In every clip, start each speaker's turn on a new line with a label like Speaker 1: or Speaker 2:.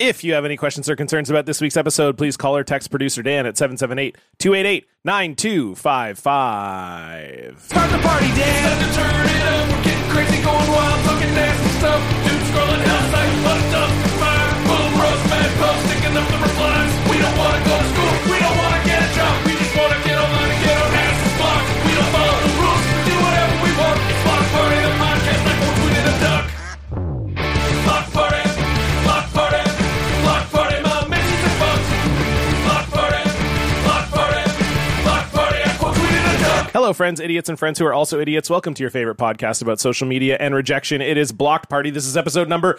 Speaker 1: If you have any questions or concerns about this week's episode, please call or text producer Dan at 778 288 9255.
Speaker 2: Start the party, Dan. Time to turn it up. We're getting crazy, going wild, talking nasty stuff. Dudes scrolling outside, fucked up. Fire, bull, bros, mad pups, sticking up the replies. We don't want to go to school. We don't want to get a job. We just want to get online and get our asses blocked. We don't follow the rules. We do whatever we want. It's block party, the podcast like we're tweeting a duck. Block party, block party, block party, my missus and fucks. Block party, block party, block party, I quote tweeted a duck.
Speaker 1: Hello, friends, idiots, and friends who are also idiots. Welcome to your favorite podcast about social media and rejection. It is Blocked Party. This is episode number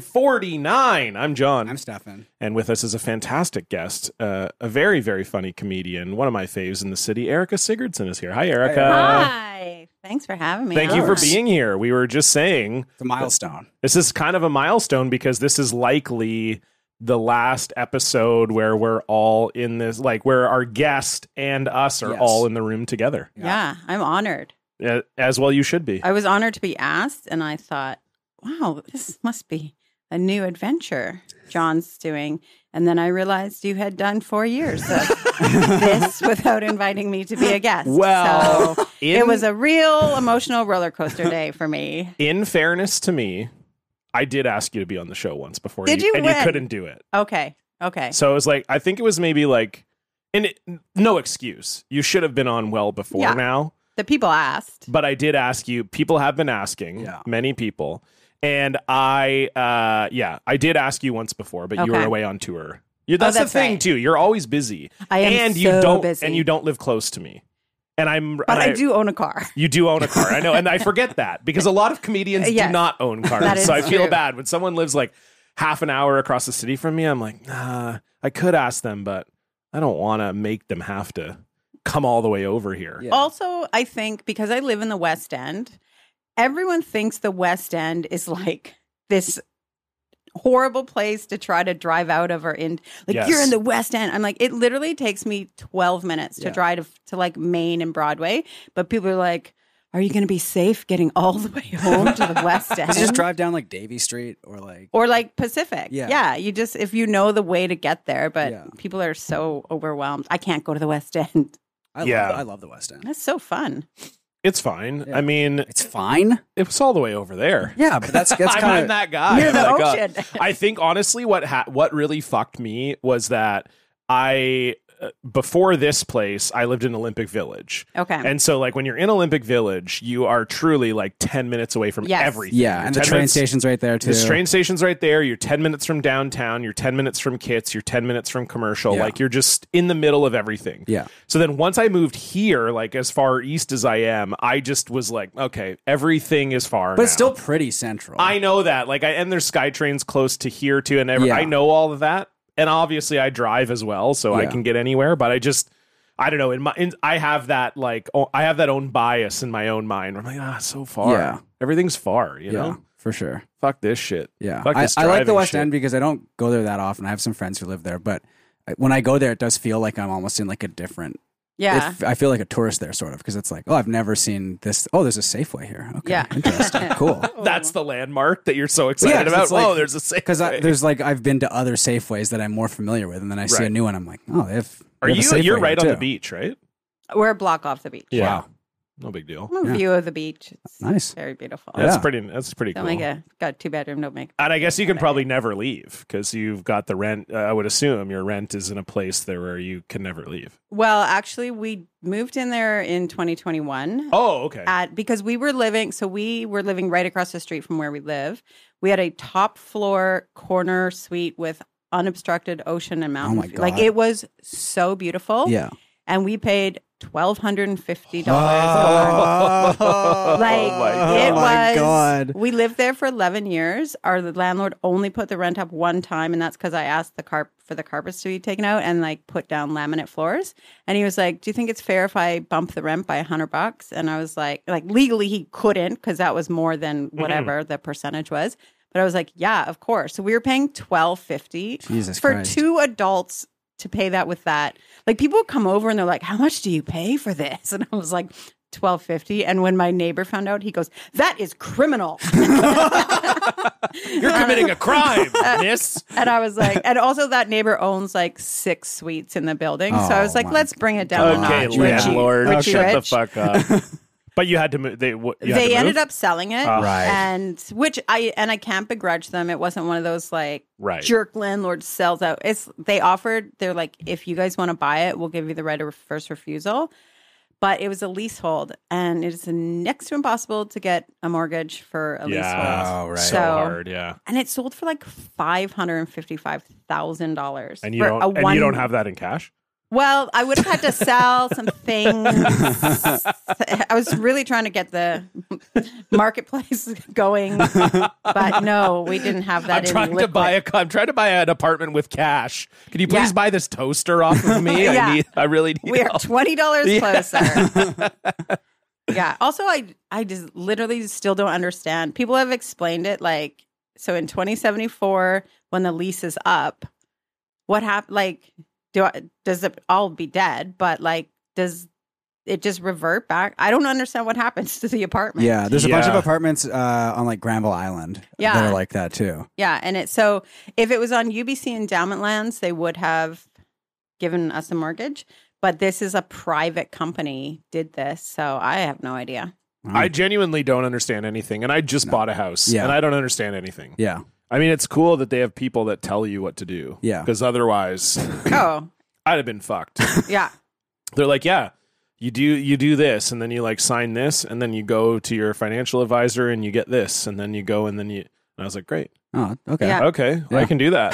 Speaker 1: 249. I'm John.
Speaker 3: I'm Stefan.
Speaker 1: and with us is a fantastic guest, uh, a very, very funny comedian, one of my faves in the city. Erica Sigurdson is here. Hi, Erica.
Speaker 4: Hi. Thanks for having me.
Speaker 1: Uh, Thank you for being here. We were just saying
Speaker 3: It's a milestone.
Speaker 1: This is kind of a milestone because this is likely the last episode where we're all in this, like where our guest and us are
Speaker 3: Yes.
Speaker 1: all in the room together,
Speaker 4: Yeah. I'm honored.
Speaker 1: Uh, as well you should be.
Speaker 4: I was honored to be asked, and I thought, wow, this must be a new adventure John's doing. And then I realized you had done four years of this without inviting me to be a guest.
Speaker 1: Well,
Speaker 4: so
Speaker 1: in-
Speaker 4: it was a real emotional roller coaster day for me.
Speaker 1: in fairness to me, I did ask you to be on the show once before,
Speaker 4: Did
Speaker 1: and,
Speaker 4: you
Speaker 1: and
Speaker 4: win?
Speaker 1: you couldn't do it.
Speaker 4: Okay. Okay.
Speaker 1: So it was like, I think it was maybe like, and it, no excuse. You should have been on well before
Speaker 4: Yeah.
Speaker 1: now.
Speaker 4: The people asked.
Speaker 1: but I did ask you. People have been asking,
Speaker 3: Yeah.
Speaker 1: many people, and I, uh, yeah, I did ask you once before, but you were
Speaker 4: Okay. Oh,
Speaker 1: away on tour. You, that's,
Speaker 4: that's
Speaker 1: the thing
Speaker 4: right.
Speaker 1: too. You're always busy,
Speaker 4: I am
Speaker 1: and you
Speaker 4: so
Speaker 1: don't,
Speaker 4: busy.
Speaker 1: and you don't live close to me, and I'm,
Speaker 4: But
Speaker 1: and
Speaker 4: I, do own a car.
Speaker 1: You do own a car, I know, and I forget that because a lot of comedians do
Speaker 4: Yes.
Speaker 1: not own
Speaker 4: That
Speaker 1: cars,
Speaker 4: is
Speaker 1: so I feel
Speaker 4: true.
Speaker 1: bad when someone lives like half an hour across the city from me. I'm like, nah, I could ask them, but I don't want to make them have to come all the way over here.
Speaker 3: Yeah.
Speaker 4: Also, I think because I live in the West End, everyone thinks the West End is like this horrible place to try to drive out of or in. Like
Speaker 1: Yes.
Speaker 4: you're in the West End. I'm like, it literally takes me 12 minutes to
Speaker 3: Yeah.
Speaker 4: drive to, to like Maine and Broadway, but people are like, are you going to be safe getting all the way home to the West End?
Speaker 3: Does it just drive down like Davy Street or like
Speaker 4: or like Pacific.
Speaker 3: Yeah.
Speaker 4: You just, if you know the way to get there, but
Speaker 3: Yeah.
Speaker 4: people are so overwhelmed. I can't go to the West End.
Speaker 3: I
Speaker 1: Yeah.
Speaker 3: love I love the West End.
Speaker 4: That's so fun.
Speaker 1: It's fine.
Speaker 3: Yeah.
Speaker 1: I mean,
Speaker 3: It's fine.
Speaker 1: it was all the way over there.
Speaker 3: Yeah, but that's that's
Speaker 1: I'm,
Speaker 3: kind
Speaker 1: I'm
Speaker 3: of
Speaker 1: that guy.
Speaker 4: Near the
Speaker 1: Like, uh,
Speaker 4: ocean.
Speaker 1: I think honestly, what ha- what really fucked me was that I uh, before this place, I lived in Olympic Village,
Speaker 4: Okay.
Speaker 1: and so like when you're in Olympic Village, you are truly like ten minutes away from
Speaker 4: Yes.
Speaker 1: everything.
Speaker 3: yeah,
Speaker 1: You're
Speaker 3: and the
Speaker 1: 10
Speaker 3: train
Speaker 1: minutes-
Speaker 3: station's right there too.
Speaker 1: The train station's right there. You're ten minutes from downtown. You're ten minutes from Kits. You're ten minutes from commercial.
Speaker 3: Yeah.
Speaker 1: Like you're just in the middle of everything.
Speaker 3: Yeah.
Speaker 1: So then once I moved here, like as far east as I am, I just was like, okay, everything is far.
Speaker 3: But it's
Speaker 1: now.
Speaker 3: still pretty central.
Speaker 1: I know that. Like, I and there's sky trains close to here too, and every,
Speaker 3: Yeah.
Speaker 1: I know all of that. And obviously, I drive as well, so I
Speaker 3: Yeah.
Speaker 1: can get anywhere. But I just, I don't know. In my, in, I have that like, oh, I have that own bias in my own mind. I'm like, ah, it's so far.
Speaker 3: Yeah.
Speaker 1: Everything's far. You
Speaker 3: yeah,
Speaker 1: know,
Speaker 3: for sure.
Speaker 1: fuck this shit.
Speaker 3: Yeah,
Speaker 1: Fuck
Speaker 3: I,
Speaker 1: this
Speaker 3: I like the
Speaker 1: driving
Speaker 3: West
Speaker 1: shit.
Speaker 3: End because I don't go there that often. I have some friends who live there, but I- when I go there, it does feel like I'm almost in like a different. it
Speaker 4: Yeah.
Speaker 3: f- I feel like a tourist there, sort of, because it's like, oh, I've never seen this. Oh, there's a Safeway here. Okay,
Speaker 4: Yeah.
Speaker 3: interesting, cool.
Speaker 1: That's the landmark that you're so excited
Speaker 3: 'cause
Speaker 1: about.
Speaker 3: it's like-
Speaker 1: Whoa, there's a safe.
Speaker 3: Because there's like I've been to other Safeways that I'm more familiar with, and then I see a
Speaker 1: Right.
Speaker 3: new one. I'm like, oh, they have.
Speaker 1: Are
Speaker 3: they have a
Speaker 1: you?
Speaker 3: Safeway
Speaker 1: You're
Speaker 3: here,
Speaker 1: right on the
Speaker 3: too.
Speaker 1: beach, right?
Speaker 4: We're a block off the beach.
Speaker 3: Wow,
Speaker 1: No big deal.
Speaker 4: From a
Speaker 3: Yeah.
Speaker 4: view of the beach. It's
Speaker 3: nice.
Speaker 4: very beautiful.
Speaker 3: Yeah.
Speaker 1: That's pretty. That's pretty
Speaker 4: Don't
Speaker 1: cool.
Speaker 4: make a got two bedroom. Don't make.
Speaker 1: And I guess you can probably never leave because you've got the rent. Uh, I would assume your rent is in a place there where you can never leave.
Speaker 4: Well, actually, we moved in there in 2021
Speaker 1: Oh, okay.
Speaker 4: at because we were living. So we were living right across the street from where we live. We had a top floor corner suite with unobstructed ocean and mountain.
Speaker 3: Oh my
Speaker 4: view. Like
Speaker 3: God.
Speaker 4: it was so beautiful.
Speaker 3: Yeah,
Speaker 4: and we paid twelve hundred and fifty dollars.
Speaker 3: Oh,
Speaker 4: Like
Speaker 1: my
Speaker 4: it
Speaker 3: Oh my
Speaker 4: was.
Speaker 3: God.
Speaker 4: We lived there for eleven years. Our landlord only put the rent up one time, and that's because I asked the carp for the carpets to be taken out and like put down laminate floors. And he was like, "Do you think it's fair if I bump the rent by a hundred bucks?" And I was like, "Like legally, he couldn't because that was more than whatever the percentage was." But I was like, "Yeah, of course." So we were paying twelve fifty
Speaker 3: Jesus
Speaker 4: for
Speaker 3: Christ.
Speaker 4: two adults to pay that with that. Like people come over and they're like, "How much do you pay for this?" And I was like, 1250 and when my neighbor found out he goes that is criminal
Speaker 1: You're committing a crime,
Speaker 4: Uh-huh.
Speaker 1: miss.
Speaker 4: and i was like and also that neighbor owns like six suites in the building so i was
Speaker 3: Oh,
Speaker 4: like
Speaker 3: my
Speaker 4: let's bring it down
Speaker 1: Okay,
Speaker 4: a notch
Speaker 3: Richie.
Speaker 1: landlord,
Speaker 4: Richie
Speaker 1: shut the
Speaker 4: Rich.
Speaker 1: fuck up. but you had to move. They, what, you had
Speaker 4: they
Speaker 1: to
Speaker 4: ended
Speaker 1: move?
Speaker 4: up selling it
Speaker 1: Ah.
Speaker 3: Right.
Speaker 4: and which i and i can't begrudge them it wasn't one of those like
Speaker 1: Right.
Speaker 4: jerk landlord sells out it's they offered they're like if you guys want to buy it we'll give you the right of first refusal but it was a leasehold and it is next to impossible to get a mortgage for a
Speaker 1: Yeah.
Speaker 4: leasehold
Speaker 3: Oh, right.
Speaker 1: so
Speaker 4: So-
Speaker 1: hard, yeah.
Speaker 4: and it sold for like five hundred and fifty-five thousand dollars,
Speaker 1: And you don't, and you don't have that in cash.
Speaker 4: Well, I would have had to sell some things. I was really trying to get the marketplace going, but no, we didn't have that.
Speaker 1: I'm trying to buy a. co- I'm trying to buy an apartment with cash. Can you please
Speaker 4: Yeah.
Speaker 1: buy this toaster off of me?
Speaker 4: Yeah.
Speaker 1: I need. I really need.
Speaker 4: We are
Speaker 1: help.
Speaker 4: twenty dollars
Speaker 1: Yeah.
Speaker 4: closer. yeah. Also, I I just literally still don't understand. People have explained it like so in 2074 when the lease is up, what hap- Like, do I, does it all be dead? But like, does it just revert back? I don't understand what happens to the apartment.
Speaker 3: Yeah, there's a bunch of
Speaker 1: Yeah.
Speaker 3: apartments uh, on like Granville Island
Speaker 4: Yeah.
Speaker 3: that are like that too.
Speaker 4: Yeah, and it so if it was on UBC endowment lands, they would have given us a mortgage. But this is a private company did this, so I have no idea.
Speaker 1: I genuinely don't understand anything, and I just bought a house,
Speaker 3: Yeah.
Speaker 1: and I don't understand anything.
Speaker 3: Yeah,
Speaker 1: I mean, it's cool that they have people that tell you what to do.
Speaker 3: Yeah.
Speaker 1: because otherwise,
Speaker 4: oh,
Speaker 1: I'd have been fucked.
Speaker 4: yeah,
Speaker 1: They're like, yeah, you do you do this, and then you like sign this, and then you go to your financial advisor, and you get this, and then you go, and then you. And I was like, great,
Speaker 3: oh okay,
Speaker 4: Yeah.
Speaker 1: okay, I
Speaker 3: Yeah.
Speaker 1: can do that.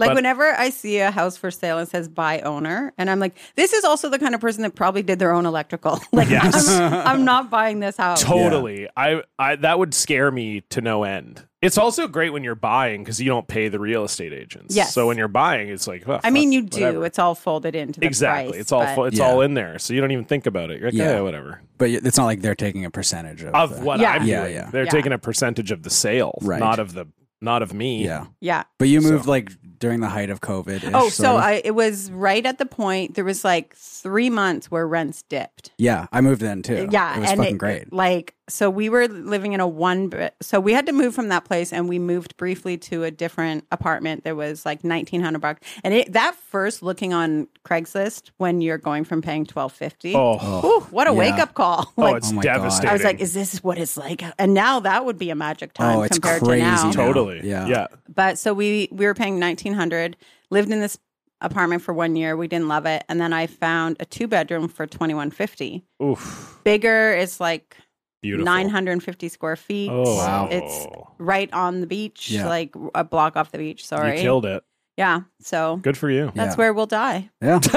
Speaker 4: like
Speaker 1: But-
Speaker 4: whenever I see a house for sale and says by owner, and I'm like, this is also the kind of person that probably did their own electrical. like,
Speaker 1: Yes.
Speaker 4: I'm, I'm not buying this house.
Speaker 1: Totally. I, I that would scare me to no end. It's also great when you're buying because you don't pay the real estate agents.
Speaker 4: Yes.
Speaker 1: So when you're buying, it's like, well,
Speaker 4: I mean,
Speaker 1: fuck,
Speaker 4: you do.
Speaker 1: whatever.
Speaker 4: It's all folded into the
Speaker 1: exactly.
Speaker 4: price,
Speaker 1: it's all
Speaker 4: but-
Speaker 1: fu- it's
Speaker 3: Yeah.
Speaker 1: all in there, so you don't even think about it. You're like,
Speaker 3: Yeah.
Speaker 1: yeah, whatever.
Speaker 3: but it's not like they're taking a percentage of,
Speaker 1: Of
Speaker 3: the-
Speaker 1: what
Speaker 4: Yeah.
Speaker 1: I'm
Speaker 3: Yeah,
Speaker 1: doing,
Speaker 3: yeah.
Speaker 1: they're
Speaker 4: Yeah.
Speaker 1: taking a percentage of the sale,
Speaker 3: Right.
Speaker 1: not of the not of me.
Speaker 3: Yeah,
Speaker 4: yeah.
Speaker 3: but you moved like during the height of COVID.
Speaker 4: Oh, so I it was right at the point there was like three months where rents dipped.
Speaker 3: yeah, I moved then too.
Speaker 4: Yeah,
Speaker 3: it was
Speaker 4: and
Speaker 3: fucking
Speaker 4: it-
Speaker 3: great.
Speaker 4: Like, so we were living in a one. be- So we had to move from that place, and we moved briefly to a different apartment that was like nineteen hundred bucks. And it, that first looking on Craigslist when you're going from paying twelve fifty.
Speaker 1: Oh,
Speaker 4: Ooh, what a
Speaker 3: Yeah.
Speaker 4: wake up call!
Speaker 1: oh,
Speaker 4: Like,
Speaker 1: it's
Speaker 3: Oh my God.
Speaker 1: devastating.
Speaker 4: I was like, is this what it's like? And now that would be a magic time
Speaker 3: Oh, it's
Speaker 4: compared
Speaker 3: crazy
Speaker 4: to now.
Speaker 3: now.
Speaker 1: totally.
Speaker 3: Yeah.
Speaker 1: Yeah.
Speaker 4: But so we we were paying nineteen hundred. Lived in this apartment for one year. We didn't love it, and then I found a two bedroom for twenty one fifty.
Speaker 1: Oof.
Speaker 4: Bigger is like
Speaker 1: Beautiful.
Speaker 4: nine hundred and fifty square feet.
Speaker 1: Oh,
Speaker 3: Wow.
Speaker 4: It's right on the beach,
Speaker 3: Yeah.
Speaker 4: like a block off the beach. Sorry,
Speaker 1: You killed it.
Speaker 4: yeah. So
Speaker 1: Good for you.
Speaker 4: that's
Speaker 3: Yeah.
Speaker 4: where we'll die.
Speaker 3: Yeah,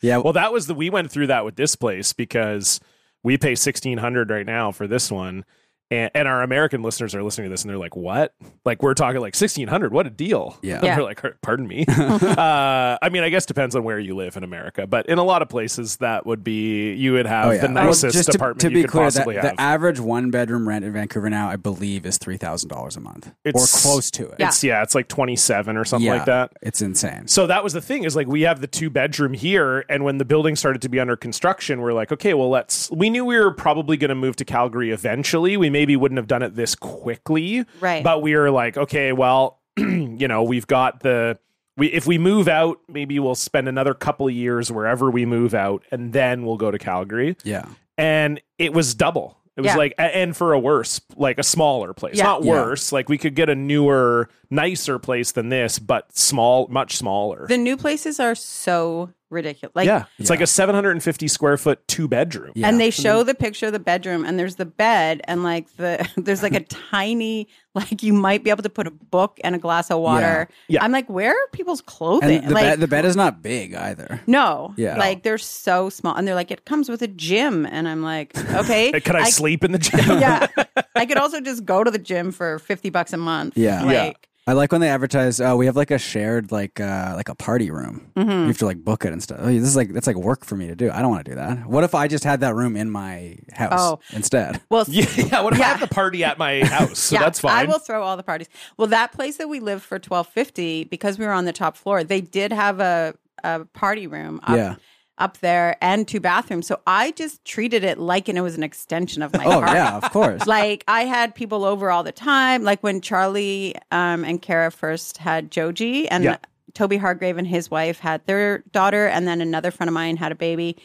Speaker 3: yeah.
Speaker 1: Well, that was the we went through that with this place because we pay sixteen hundred right now for this one, and, and our American listeners are listening to this and they're like, "What? Like we're talking like sixteen hundred? What a deal!"
Speaker 3: Yeah.
Speaker 1: And
Speaker 4: Yeah.
Speaker 1: They're like, "Pardon me." uh, I mean, I guess depends on where you live in America, but in a lot of places that would be you would have
Speaker 3: Oh, yeah.
Speaker 1: the
Speaker 3: Well,
Speaker 1: nicest
Speaker 3: just to-
Speaker 1: apartment
Speaker 3: to, be
Speaker 1: you could
Speaker 3: clear, that-
Speaker 1: possibly
Speaker 3: the,
Speaker 1: have.
Speaker 3: average one bedroom rent in Vancouver now, I believe, is three thousand dollars a month
Speaker 1: It's-
Speaker 3: or close to it.
Speaker 1: it's yeah, it's like twenty seven or something
Speaker 3: Yeah,
Speaker 1: like that.
Speaker 3: It's insane.
Speaker 1: So that was the thing is like we have the two bedroom here, and when the building started to be under construction, we're like, okay, well let's. We knew we were probably going to move to Calgary eventually. We maybe wouldn't have done it this quickly,
Speaker 4: Right.
Speaker 1: But we were like, okay, well, you know, we've got the. We, if we move out, maybe we'll spend another couple of years wherever we move out, and then we'll go to Calgary.
Speaker 3: Yeah,
Speaker 1: And it was double. It was
Speaker 4: Yeah.
Speaker 1: like, a- and for a worse, like a smaller place,
Speaker 4: Yeah.
Speaker 1: not
Speaker 3: Yeah.
Speaker 1: worse. Like we could get a newer, nicer place than this, but small, much smaller.
Speaker 4: The new places are so ridiculous. Like,
Speaker 1: yeah, it's like a 750 square foot two bedroom.
Speaker 3: Yeah.
Speaker 4: And they show the picture of the bedroom, and there's the bed, and like the there's like a tiny like you might be able to put a book and a glass of water.
Speaker 1: Yeah.
Speaker 4: I'm like, where are people's clothing?
Speaker 3: And the,
Speaker 4: like,
Speaker 3: bed, the bed is not big either.
Speaker 4: no,
Speaker 3: Yeah.
Speaker 4: like they're so small, and they're like, it comes with a gym, and I'm like, okay,
Speaker 1: Could I, sleep in the gym?
Speaker 4: yeah, I could also just go to the gym for fifty bucks a month.
Speaker 3: Yeah.
Speaker 1: Yeah.
Speaker 4: like
Speaker 3: I like when they advertise. Oh, we have like a shared like uh like a party room.
Speaker 4: Mm-hmm.
Speaker 3: You have to like book it and stuff. Oh, this is like that's like work for me to do. I don't want to do that. What if I just had that room in my house
Speaker 4: Oh.
Speaker 3: instead?
Speaker 4: well,
Speaker 1: Yeah, yeah. What if I
Speaker 4: Yeah.
Speaker 1: have the party at my house? So that's fine.
Speaker 4: I will throw all the parties. Well, that place that we lived for twelve fifty, because we were on the top floor, they did have a, a party room up,
Speaker 3: Yeah.
Speaker 4: up there and two bathrooms. So I just treated it like and it was an extension of my
Speaker 3: Oh
Speaker 4: apartment.
Speaker 3: yeah, of course.
Speaker 4: Like I had people over all the time. Like when Charlie um, and Kara first had Joji, and
Speaker 1: Yeah.
Speaker 4: Toby Hargrave and his wife had their daughter, and then another friend of mine had a baby.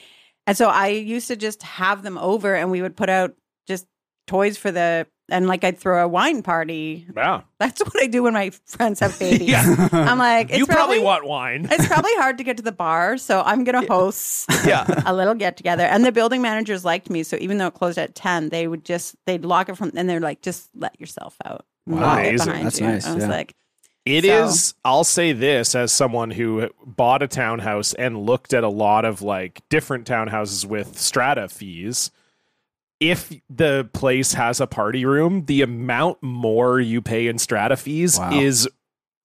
Speaker 4: And so I used to just have them over, and we would put out just toys for the and like I'd throw a wine party.
Speaker 1: yeah.
Speaker 4: That's what I do when my friends have babies. I'm like, it's
Speaker 1: you probably want wine.
Speaker 4: it's probably hard to get to the bar, so I'm going to host a little get together. And the building managers liked me, so even though it closed at 10, they would just they'd lock it from and they're like just let yourself out.
Speaker 3: Wow.
Speaker 4: Lock it
Speaker 1: Amazing.
Speaker 4: behind
Speaker 3: That's
Speaker 4: you.
Speaker 3: nice,
Speaker 4: I was
Speaker 3: yeah.
Speaker 4: like,
Speaker 1: It
Speaker 4: So-
Speaker 1: is- I'll say this as someone who bought a townhouse and looked at a lot of like different townhouses with strata fees. If the place has a party room, the amount more you pay in strata fees
Speaker 3: Wow.
Speaker 1: is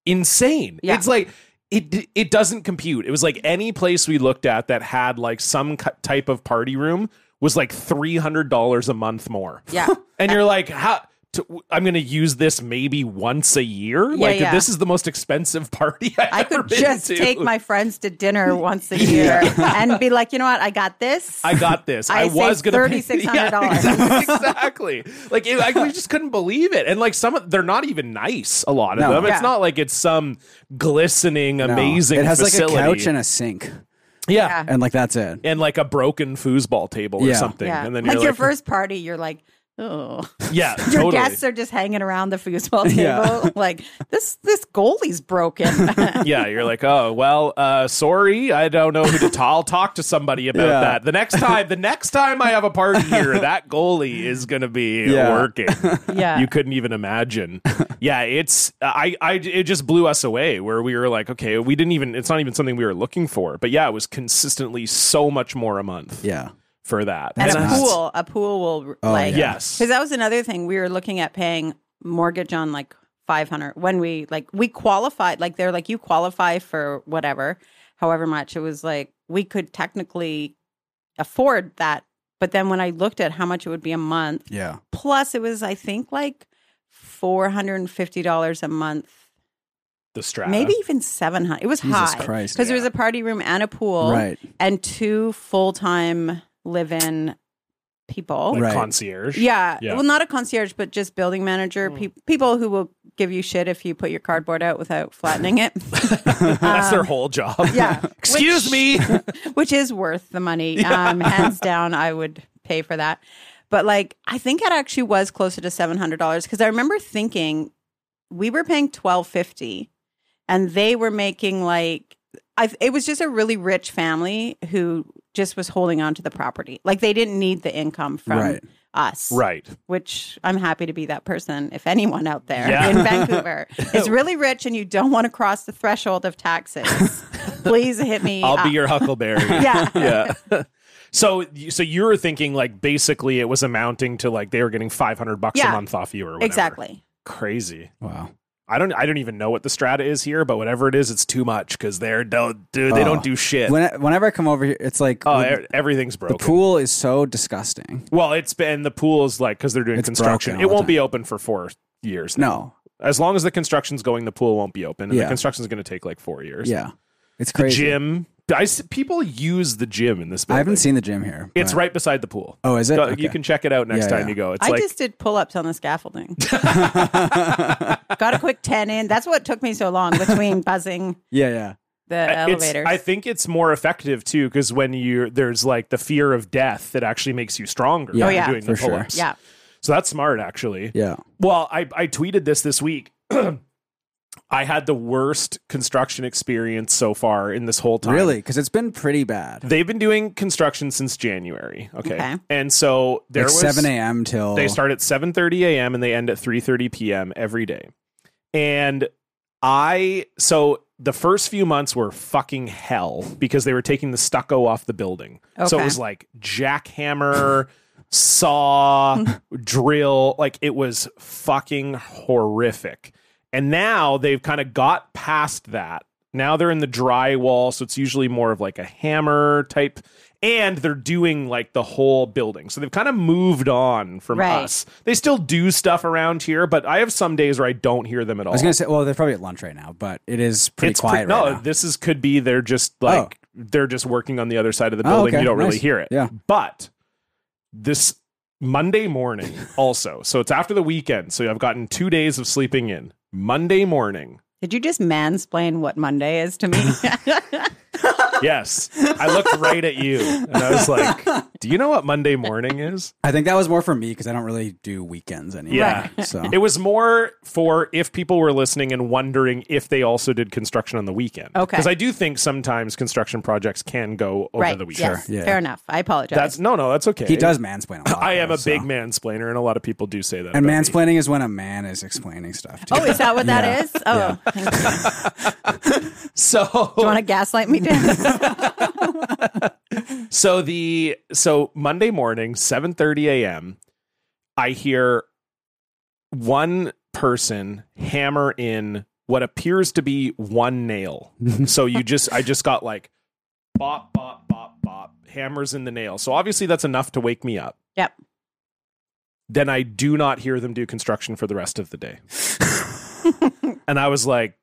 Speaker 1: insane.
Speaker 4: Yeah.
Speaker 1: It's like it it doesn't compute. It was like any place we looked at that had like some cu- type of party room was like three hundred dollars a month more
Speaker 4: yeah.
Speaker 1: and you're like, how? To, I'm going to use this maybe once a year.
Speaker 4: Yeah,
Speaker 1: like
Speaker 4: yeah.
Speaker 1: this is the most expensive party I've
Speaker 4: I
Speaker 1: ever
Speaker 4: could
Speaker 1: been
Speaker 4: just
Speaker 1: to.
Speaker 4: take my friends to dinner once a year and be like, you know what? I got this.
Speaker 1: I got this. I,
Speaker 4: I
Speaker 1: was
Speaker 4: saved
Speaker 1: going to
Speaker 4: $3,600.
Speaker 1: exactly. Like it, I, we just couldn't believe it. And like some, of, they're not even nice. A lot of
Speaker 3: No.
Speaker 1: them.
Speaker 4: Yeah.
Speaker 1: It's not like it's some glistening,
Speaker 3: No.
Speaker 1: amazing.
Speaker 3: It has
Speaker 1: facility.
Speaker 3: like a couch and a sink,
Speaker 1: yeah.
Speaker 4: Yeah.
Speaker 3: and like that's it.
Speaker 1: And like a broken foosball table or
Speaker 3: Yeah.
Speaker 1: something,
Speaker 4: yeah.
Speaker 1: and then
Speaker 4: like
Speaker 1: you're like,
Speaker 4: your first party, you're like, oh.
Speaker 1: yeah,
Speaker 4: Your
Speaker 1: totally.
Speaker 4: guests are just hanging around the foosball table.
Speaker 3: Yeah.
Speaker 4: Like this, this goalie's broken.
Speaker 1: yeah, you're like, oh well, uh, sorry, I don't know who to talk. I'll talk to somebody about
Speaker 3: Yeah.
Speaker 1: that the next time. The next time I have a party here, that goalie is gonna be
Speaker 3: Yeah.
Speaker 1: working.
Speaker 4: Yeah.
Speaker 1: you couldn't even imagine. yeah, it's I, I it just blew us away where we were like, okay, we didn't even. It's not even something we were looking for, but yeah, it was consistently so much more a month
Speaker 3: Yeah.
Speaker 1: for that.
Speaker 4: and
Speaker 3: That's
Speaker 4: a
Speaker 3: nuts.
Speaker 4: pool a pool will
Speaker 3: Oh,
Speaker 4: like
Speaker 1: Yes.
Speaker 4: because that was another thing we were looking at paying mortgage on like 500 when we like we qualified like they're like you qualify for whatever however much it was like we could technically afford that but then when i looked at how much it would be a month
Speaker 3: Yeah.
Speaker 4: plus it was i think like $450 a month
Speaker 1: the strata,
Speaker 4: maybe even 700 it was
Speaker 3: Jesus
Speaker 4: high
Speaker 3: Christ,
Speaker 4: because there
Speaker 3: yeah.
Speaker 4: was a party room and a pool
Speaker 3: Right.
Speaker 4: and two full-time live-in people
Speaker 1: like
Speaker 3: Right.
Speaker 1: concierge.
Speaker 4: yeah.
Speaker 1: Yeah. Mm.
Speaker 4: Well, not a concierge, but just building manager, peop people who will give you shit if you put your cardboard out without flattening it.
Speaker 1: that's their whole job.
Speaker 4: um, yeah.
Speaker 1: Excuse
Speaker 4: Which-
Speaker 1: me.
Speaker 4: Which is worth the money. Um, hands down, I would pay for that. But like, I think it actually was closer to $700 because I remember thinking we were paying 1250 and they were making like, I, it was just a really rich family who just was holding on to the property. Like they didn't need the income from
Speaker 3: Right.
Speaker 4: us
Speaker 1: right.
Speaker 4: which I'm happy to be that person if anyone out there
Speaker 1: Yeah.
Speaker 4: in Vancouver is really rich and you don't want to cross the threshold of taxes, please hit me.
Speaker 1: I'll be
Speaker 4: up.
Speaker 1: your huckleberry.
Speaker 4: Yeah.
Speaker 1: yeah. So, so you were thinking like basically it was amounting to like they were getting five hundred bucks a
Speaker 4: Yeah.
Speaker 1: month off you or whatever.
Speaker 4: Exactly.
Speaker 1: Crazy.
Speaker 3: Wow.
Speaker 1: I don't. I don't even know what the strata is here, but whatever it is, it's too much because they're don't do they
Speaker 3: Oh.
Speaker 1: don't do shit.
Speaker 3: When, whenever I come over here, it's like
Speaker 1: oh,
Speaker 3: the,
Speaker 1: e- everything's
Speaker 3: the
Speaker 1: broken.
Speaker 3: pool is so disgusting.
Speaker 1: well, it's been the pool's like because they're doing
Speaker 3: It's
Speaker 1: construction.
Speaker 3: broken
Speaker 1: It
Speaker 3: all the
Speaker 1: won't be
Speaker 3: time.
Speaker 1: open for four years. now.
Speaker 3: No.
Speaker 1: as long as the construction's going, the pool won't be open, and
Speaker 3: Yeah.
Speaker 1: the construction's going to take like four years.
Speaker 3: Yeah. It's
Speaker 1: the
Speaker 3: crazy.
Speaker 1: gym. I s- people use the gym in this. Building.
Speaker 3: I haven't seen the gym here.
Speaker 1: It's
Speaker 3: but-
Speaker 1: right beside the pool.
Speaker 3: Oh, is it?
Speaker 1: Go-
Speaker 3: Okay.
Speaker 1: You can check it out next
Speaker 3: Yeah,
Speaker 1: time
Speaker 3: yeah.
Speaker 1: you go. It's
Speaker 4: I
Speaker 1: like
Speaker 4: just did pull ups on the scaffolding. Got a quick 10 in. That's what took me so long between buzzing
Speaker 3: Yeah. Yeah.
Speaker 4: the
Speaker 1: I- it's-
Speaker 4: elevators.
Speaker 1: I think it's more effective too because when you there's like the fear of death that actually makes you stronger.
Speaker 3: Yeah.
Speaker 1: when
Speaker 4: Oh,
Speaker 1: you're
Speaker 4: yeah.
Speaker 1: doing the
Speaker 3: For sure.
Speaker 1: pull-ups.
Speaker 4: yeah.
Speaker 1: so that's smart actually.
Speaker 3: Yeah.
Speaker 1: Well, I I tweeted this this week. I had the worst construction experience so far in this whole time.
Speaker 3: Really? Because it's been pretty bad.
Speaker 1: They've been doing construction since January. Okay.
Speaker 4: Okay.
Speaker 1: And so there
Speaker 3: Like
Speaker 1: was
Speaker 3: 7 a.m. till
Speaker 1: They start at 7:30 a.m. and they end at 3:30 p.m. every day. And I so the first few months were fucking hell because they were taking the stucco off the building. So it
Speaker 4: Okay.
Speaker 1: was like jackhammer, saw, drill, like it was fucking horrific. And now they've kind of got past that. Now they're in the drywall, so it's usually more of like a hammer type and they're doing like the whole building. So they've kind of moved on from
Speaker 4: Right.
Speaker 1: us. They still do stuff around here, but I have some days where I don't hear them at all.
Speaker 3: I was gonna say, well, they're probably at lunch right now, but it is pretty
Speaker 1: pre-
Speaker 3: quiet.
Speaker 1: no,
Speaker 3: right now. Oh.
Speaker 1: this is could be they're just like they're just working on the other side of the building.
Speaker 3: okay,
Speaker 1: You don't really
Speaker 3: nice.
Speaker 1: hear it.
Speaker 3: Yeah.
Speaker 1: But this Monday morning also. so it's after the weekend. So I've gotten two days of sleeping in. Monday morning.
Speaker 4: Did you just mansplain what Monday is to me?
Speaker 1: Yes. I looked right at you and I was like, Do you know what Monday morning is?
Speaker 3: I think that was more for me because I don't really do weekends anymore.
Speaker 1: Yeah.
Speaker 3: So
Speaker 1: It was more for if people were listening and wondering if they also did construction on the weekend.
Speaker 4: Okay.
Speaker 1: Because I do think sometimes construction projects can go over
Speaker 4: right.
Speaker 1: the weekend.
Speaker 4: Yes.
Speaker 3: yeah.
Speaker 4: Fair enough. I apologize.
Speaker 1: That's no, no, that's okay.
Speaker 3: he does mansplain a lot.
Speaker 1: I am
Speaker 3: though,
Speaker 1: a big
Speaker 3: so.
Speaker 1: mansplainer, and a lot of people do say that.
Speaker 3: And
Speaker 1: about me.
Speaker 3: mansplaining is when a man is explaining stuff. To
Speaker 4: Oh, is that what that
Speaker 3: Yeah.
Speaker 4: is? Oh, thank you. do
Speaker 1: So,
Speaker 4: you want to gaslight me, Dan?
Speaker 1: so the so Monday morning, seven thirty a.m. I hear one person hammer in what appears to be one nail. so you just, I just got like bop, bop, bop, bop, hammers in the nail. So obviously that's enough to wake me up.
Speaker 4: yep.
Speaker 1: Then I do not hear them do construction for the rest of the day. and I was like,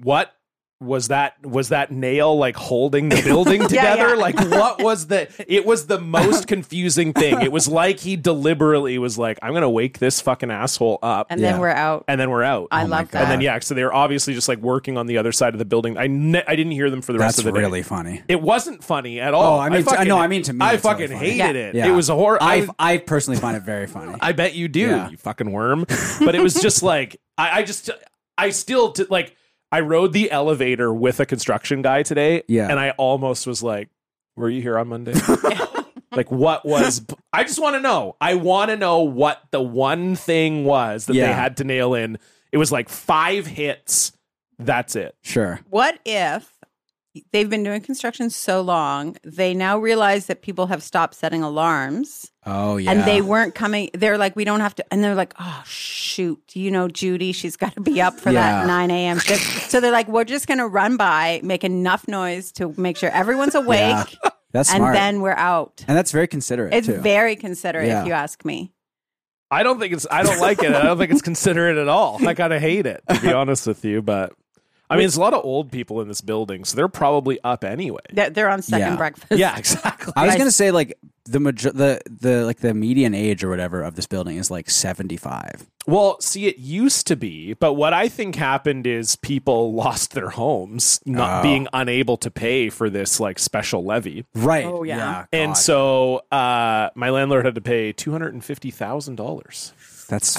Speaker 1: what? Was that was that nail like holding the building together?
Speaker 4: yeah.
Speaker 1: Like what was the it was the most confusing thing. It was like he deliberately was like, I'm gonna wake this fucking asshole up
Speaker 4: And
Speaker 1: and,
Speaker 4: then we're out.
Speaker 1: then we're out.
Speaker 4: I
Speaker 3: Oh my
Speaker 4: love
Speaker 3: God.
Speaker 4: that.
Speaker 1: and then yeah, so they were obviously just like working on the other side of the building. I ne- I didn't hear them for the rest
Speaker 3: That's
Speaker 1: of the day.
Speaker 3: really funny.
Speaker 1: It wasn't funny at all.
Speaker 3: Oh, I mean, to-
Speaker 1: fucking-
Speaker 3: no, I mean to me
Speaker 1: I
Speaker 3: it's really
Speaker 1: fucking
Speaker 3: funny.
Speaker 1: hated
Speaker 4: Yeah.
Speaker 1: it. It was a horror.
Speaker 3: I I personally find it very funny.
Speaker 1: I bet you do,
Speaker 3: Yeah.
Speaker 1: you fucking worm. But it was just like I, I just I still t- like I rode the elevator with a construction guy today,
Speaker 3: Yeah.
Speaker 1: and I almost was like, "Were you here on Monday?" like what was? I just want to know. I want to know what the one thing was that they
Speaker 3: Yeah.
Speaker 1: had to nail in. It was like five hits. That's it.
Speaker 3: Sure.
Speaker 4: What if they've been doing construction so long, they now realize that people have stopped setting alarms
Speaker 3: Oh yeah.
Speaker 4: and they weren't coming? They're like, we don't have to. And they're like, oh, shoot. You know, Judy, she's got to be up for that
Speaker 3: Yeah.
Speaker 4: 9 a.m. shift. so they're like, we're just going to run by, make enough noise to make sure everyone's awake,
Speaker 3: Yeah. That's
Speaker 4: and
Speaker 3: smart.
Speaker 4: then we're out.
Speaker 3: and that's very considerate
Speaker 4: It's
Speaker 3: too.
Speaker 4: very considerate,
Speaker 3: Yeah.
Speaker 4: if you ask me.
Speaker 1: I don't think it's. I don't like it. I don't think it's considerate at all. I kind of hate it to be honest with you. But I mean, it's a lot of old people in this building, so they're probably up anyway.
Speaker 4: They're, they're on second
Speaker 3: Yeah.
Speaker 4: breakfast.
Speaker 1: Yeah, exactly.
Speaker 3: I was
Speaker 4: Guys-
Speaker 3: gonna say like the major- the the like the median age or whatever of this building is like seventy five.
Speaker 1: Well, see, it used to be, but what I think happened is people lost their homes, not
Speaker 3: Oh.
Speaker 1: being unable to pay for this like special levy,
Speaker 3: Right.
Speaker 4: Oh, yeah.
Speaker 1: and
Speaker 3: God.
Speaker 1: so uh, my landlord had to pay two hundred and fifty thousand dollars
Speaker 3: that's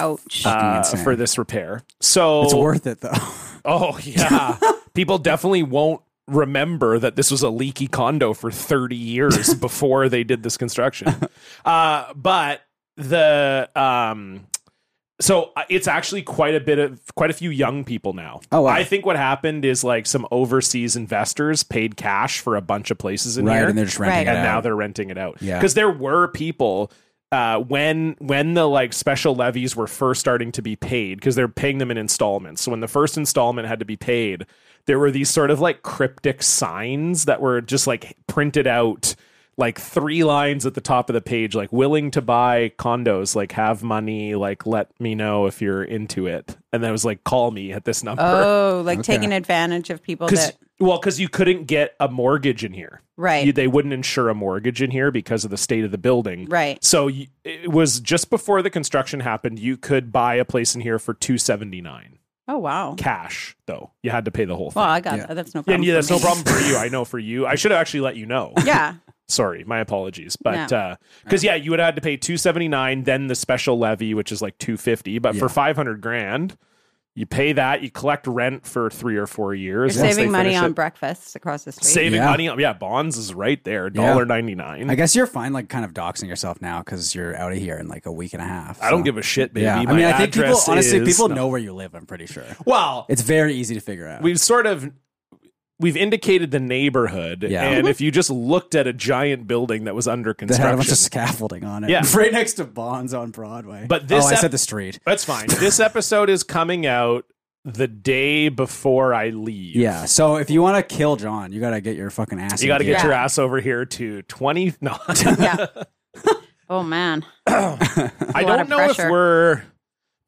Speaker 4: Ouch.
Speaker 3: fucking
Speaker 1: uh,
Speaker 3: insane.
Speaker 1: for this repair. So
Speaker 3: it's worth it though.
Speaker 1: Oh yeah. People definitely won't remember that this was a leaky condo for 30 years before they did this construction. Uh but the um so uh, it's actually quite a bit of quite a few young people now.
Speaker 3: Oh, wow.
Speaker 1: I think what happened is like some overseas investors paid cash for a bunch of places in
Speaker 3: right.
Speaker 1: here
Speaker 3: And they're just
Speaker 4: Right.
Speaker 3: renting it
Speaker 1: and
Speaker 3: out.
Speaker 1: now they're renting it out.
Speaker 3: Yeah.
Speaker 1: because there were people uh, when when the like special levies were first starting to be paid because they're paying them in installments. So when the first installment had to be paid, there were these sort of like cryptic signs that were just like printed out. Like three lines at the top of the page, like willing to buy condos, like have money, like let me know if you're into it. And then it was like, call me at this number.
Speaker 4: Oh, like taking advantage of people
Speaker 1: Cause,
Speaker 4: that
Speaker 1: well, because you couldn't get a mortgage in here.
Speaker 4: Right.
Speaker 1: You- they wouldn't insure a mortgage in here because of the state of the building.
Speaker 4: Right.
Speaker 1: So you, it was just before the construction happened. You could buy a place in here for two seventy nine
Speaker 4: Oh wow.
Speaker 1: cash, though. You had to pay the whole thing.
Speaker 4: Well, I got
Speaker 3: Yeah.
Speaker 4: that. That's no problem.
Speaker 1: and yeah, that's
Speaker 4: for
Speaker 1: no
Speaker 4: me.
Speaker 1: problem for you. I know for you. I should have actually let you know.
Speaker 4: Yeah.
Speaker 1: Sorry, my apologies. But
Speaker 4: No.
Speaker 1: uh 'cause because yeah, you would have had to pay two seventy nine, then the special levy, which is like two fifty. But for five hundred grand, You pay that, you collect rent for three or four
Speaker 4: You're
Speaker 1: years. once they
Speaker 4: saving money
Speaker 1: finish
Speaker 4: on
Speaker 1: it-
Speaker 4: breakfast across the street.
Speaker 1: saving
Speaker 3: Yeah.
Speaker 1: money on yeah, bonds is right there,
Speaker 3: Yeah.
Speaker 1: dollar ninety nine.
Speaker 3: I guess you're fine, like kind of doxing yourself now because you're out of here in like a week and a half.
Speaker 1: I don't give a shit, baby.
Speaker 3: Yeah,
Speaker 1: My
Speaker 3: I mean, I think people
Speaker 1: address
Speaker 3: honestly
Speaker 1: is-
Speaker 3: people
Speaker 1: No.
Speaker 3: know where you live. I'm pretty sure
Speaker 1: Well,
Speaker 3: it's very easy to figure out.
Speaker 1: we've sort of we've indicated the neighborhood,
Speaker 3: Yeah.
Speaker 1: and if you just looked at a giant building that was under
Speaker 3: that had a bunch
Speaker 1: construction,
Speaker 3: of scaffolding on it.
Speaker 1: Yeah.
Speaker 3: right next to Bonds on Broadway.
Speaker 1: But this
Speaker 3: oh, I
Speaker 1: ep-
Speaker 3: said the street.
Speaker 1: that's fine. this episode is coming out the day before I leave.
Speaker 3: Yeah. So if you want to kill John, you gotta get your fucking ass.
Speaker 1: You got to
Speaker 3: in
Speaker 1: get
Speaker 3: gear.
Speaker 1: your ass over here to 20. No,
Speaker 4: yeah. oh man.
Speaker 1: I
Speaker 4: lot
Speaker 1: don't
Speaker 4: of
Speaker 1: know if
Speaker 4: pressure.
Speaker 1: we're.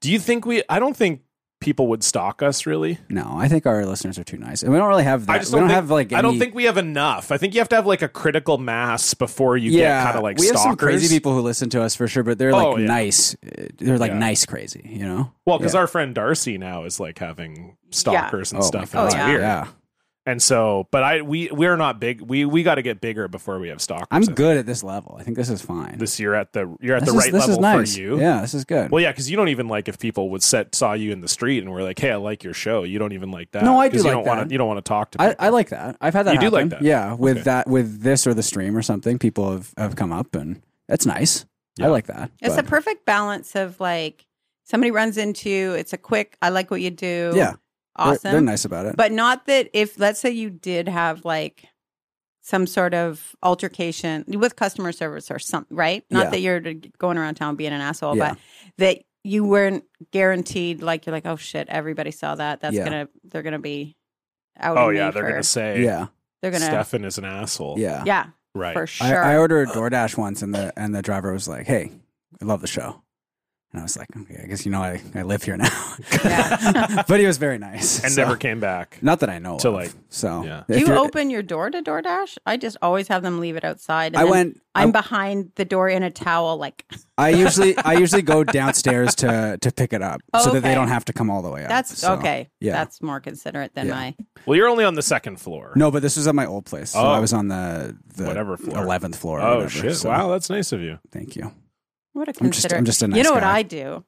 Speaker 1: Do you think we? I don't think people would stalk us really.
Speaker 3: No, I think our listeners are too nice, and we don't really have that.
Speaker 1: I just
Speaker 3: we
Speaker 1: don't,
Speaker 3: don't
Speaker 1: think,
Speaker 3: have like.
Speaker 1: I don't
Speaker 3: any-
Speaker 1: think we have enough. I think you have to have like a critical mass before you
Speaker 3: yeah,
Speaker 1: get kind of like
Speaker 3: we
Speaker 1: stalkers.
Speaker 3: have some crazy people who listen to us for sure, but they're like
Speaker 1: Oh, yeah.
Speaker 3: nice. Uh, They're like
Speaker 1: Yeah.
Speaker 3: nice crazy, you know.
Speaker 1: Well, because
Speaker 3: Yeah.
Speaker 1: our friend Darcy now is like having stalkers and
Speaker 3: Oh,
Speaker 1: stuff.
Speaker 3: my
Speaker 1: And it's
Speaker 3: God.
Speaker 4: yeah.
Speaker 1: weird.
Speaker 3: Yeah,
Speaker 1: And so, but I we we're not big. We we got to get bigger before we have stalkers.
Speaker 3: I'm
Speaker 1: I think
Speaker 3: good at this level. I think this is fine.
Speaker 1: This you're at the you're at
Speaker 3: This
Speaker 1: the
Speaker 3: is-
Speaker 1: right
Speaker 3: this
Speaker 1: level
Speaker 3: is nice.
Speaker 1: for you.
Speaker 3: Yeah, this is good.
Speaker 1: Well, yeah, because you don't even like if people would set saw you in the street and were like, "Hey, I like your show." You don't even like that.
Speaker 3: No, I do
Speaker 1: 'cause you
Speaker 3: like
Speaker 1: don't Want
Speaker 3: that.
Speaker 1: to, you don't want to talk to.
Speaker 3: I,
Speaker 1: People.
Speaker 3: I like that. I've had that.
Speaker 1: You do like
Speaker 3: happen.
Speaker 1: that?
Speaker 3: Yeah, with
Speaker 1: Okay.
Speaker 3: that, with this or the stream or something, people have, have come up, and that's nice.
Speaker 1: Yeah.
Speaker 3: I like that.
Speaker 4: It's
Speaker 3: but-
Speaker 4: a perfect balance of like somebody runs into you, it's a quick, I like what you do.
Speaker 3: yeah. they're-
Speaker 4: Awesome.
Speaker 3: They're, nice about it.
Speaker 4: But not that if let's say you did have like some sort of altercation with customer service or something, right? Not
Speaker 3: Yeah.
Speaker 4: that you're going around town being an asshole,
Speaker 3: Yeah.
Speaker 4: but that you weren't guaranteed like you're like, oh shit, everybody saw that. That's
Speaker 3: Yeah.
Speaker 4: gonna they're gonna be out.
Speaker 1: oh
Speaker 4: on me
Speaker 1: yeah, they're gonna
Speaker 4: for-
Speaker 1: say
Speaker 3: yeah,
Speaker 4: they're gonna
Speaker 1: Stefan is an asshole.
Speaker 3: yeah.
Speaker 4: yeah,
Speaker 1: right.
Speaker 4: for
Speaker 3: I,
Speaker 4: sure.
Speaker 3: I ordered DoorDash once, and the and the driver was like, "Hey, I love the show," and I was like, "Okay, I guess you know I, I live here now."
Speaker 4: Yeah.
Speaker 3: but he was very nice,
Speaker 1: and
Speaker 3: so-
Speaker 1: never came back.
Speaker 3: Not that I know.
Speaker 1: To,
Speaker 3: of,
Speaker 1: like-
Speaker 3: so
Speaker 1: Yeah.
Speaker 3: if
Speaker 4: do you
Speaker 3: you're-
Speaker 4: open your door to DoorDash? I just always have them leave it outside. and
Speaker 3: I
Speaker 4: then
Speaker 3: went.
Speaker 4: I'm
Speaker 3: I,
Speaker 4: behind the door in a towel, like
Speaker 3: I usually I usually go downstairs to to pick it up
Speaker 4: Oh,
Speaker 3: so that they
Speaker 4: okay.
Speaker 3: don't have to come all the way up.
Speaker 4: that's
Speaker 3: So,
Speaker 4: okay.
Speaker 3: yeah.
Speaker 4: that's more considerate than
Speaker 3: Yeah.
Speaker 4: my.
Speaker 1: Well, you're only on the second floor.
Speaker 3: No, but this was at my old place. So
Speaker 1: Oh.
Speaker 3: I was on the, the
Speaker 1: Whatever floor.
Speaker 3: eleventh floor. or
Speaker 1: Oh
Speaker 3: whatever,
Speaker 1: shit!
Speaker 3: so
Speaker 1: Wow, that's nice of you.
Speaker 3: Thank you.
Speaker 4: What a
Speaker 3: I'm just
Speaker 4: considerate.
Speaker 3: I'm just a nice
Speaker 4: you know what
Speaker 3: guy.
Speaker 4: I do,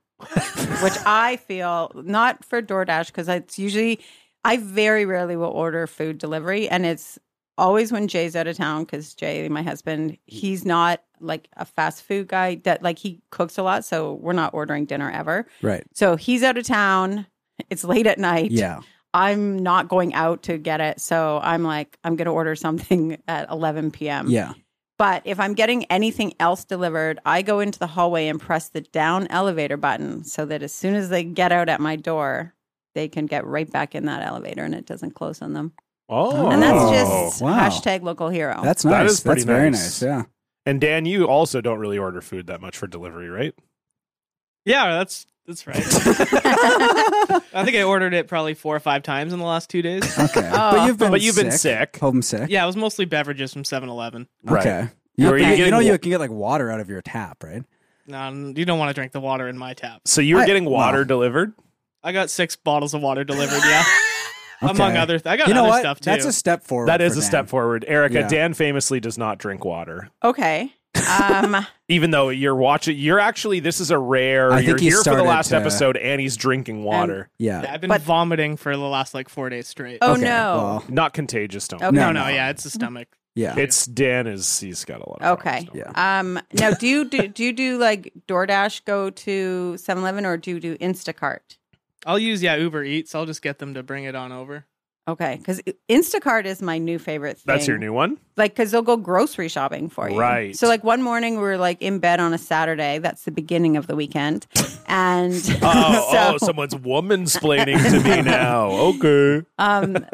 Speaker 4: which I feel not for DoorDash because it's usually I very rarely will order food delivery, and it's always when Jay's out of town because Jay, my husband, he's not like a fast food guy that like he cooks a lot, so we're not ordering dinner ever.
Speaker 3: right.
Speaker 4: So he's out of town. It's late at night.
Speaker 3: Yeah.
Speaker 4: I'm not going out to get it, so I'm like I'm going to order something at 11 p.m.
Speaker 3: Yeah.
Speaker 4: But if I'm getting anything else delivered, I go into the hallway and press the down elevator button so that as soon as they get out at my door, they can get right back in that elevator and it doesn't close on them.
Speaker 1: Oh,
Speaker 4: And that's just
Speaker 3: wow.
Speaker 4: hashtag local hero.
Speaker 3: That's nice.
Speaker 1: That is pretty
Speaker 3: That's very
Speaker 1: nice.
Speaker 3: nice. Yeah.
Speaker 1: And Dan, you also don't really order food that much for delivery, right?
Speaker 5: Yeah, that's that's right. I think I ordered it probably four or five times in the last two days.
Speaker 3: Okay.
Speaker 4: Oh.
Speaker 3: But you've been
Speaker 1: But you've
Speaker 3: sick.
Speaker 1: been sick.
Speaker 3: Home sick.
Speaker 5: Yeah, it was mostly beverages from 7-Eleven.
Speaker 3: Okay. You,
Speaker 1: Were you
Speaker 3: you- you
Speaker 1: getting
Speaker 3: know
Speaker 1: wa-
Speaker 3: you can get like water out of your tap, right?
Speaker 5: Um, you don't want to drink the water in my tap.
Speaker 1: So you were
Speaker 3: I-
Speaker 1: getting water
Speaker 3: well.
Speaker 1: delivered.
Speaker 5: I got six bottles of water delivered. Yeah, among
Speaker 3: Okay.
Speaker 5: other. Th- I got
Speaker 3: You know
Speaker 5: other
Speaker 3: what?
Speaker 5: stuff too.
Speaker 3: That's a step forward.
Speaker 1: That is
Speaker 3: for
Speaker 1: a
Speaker 3: Dan.
Speaker 1: step forward, Erica.
Speaker 3: Yeah.
Speaker 1: Dan famously does not drink water.
Speaker 4: okay. Um,
Speaker 1: Even though you're watching, you're actually this is a rare.
Speaker 3: I
Speaker 1: you're
Speaker 3: think he
Speaker 1: here for the
Speaker 3: started
Speaker 1: last
Speaker 3: to-
Speaker 1: episode, and he's drinking water.
Speaker 3: Yeah.
Speaker 5: Yeah, I've been
Speaker 4: But-
Speaker 5: vomiting for the last like four days straight.
Speaker 4: oh
Speaker 3: Okay,
Speaker 4: no.
Speaker 3: well,
Speaker 1: not contagious, don't.
Speaker 4: Okay.
Speaker 5: no,
Speaker 3: no.
Speaker 5: no, yeah, it's the stomach.
Speaker 3: yeah.
Speaker 1: It's Dan is he's got a lot. of
Speaker 4: Okay.
Speaker 1: problems, don't.
Speaker 3: yeah.
Speaker 4: Um, now do you do, do you do like DoorDash go to 7-Eleven or do you do Instacart?
Speaker 5: I'll use yeah Uber Eats. I'll just get them to bring it on over.
Speaker 4: Okay, because Instacart is my new favorite thing.
Speaker 1: That's your new one.
Speaker 4: like because they'll go grocery shopping for you
Speaker 1: Right.
Speaker 4: so like one morning we were like in bed on a saturday that's the beginning of the weekend and
Speaker 1: Oh, oh,
Speaker 4: so
Speaker 1: someone's womansplaining to me now. Okay.
Speaker 4: um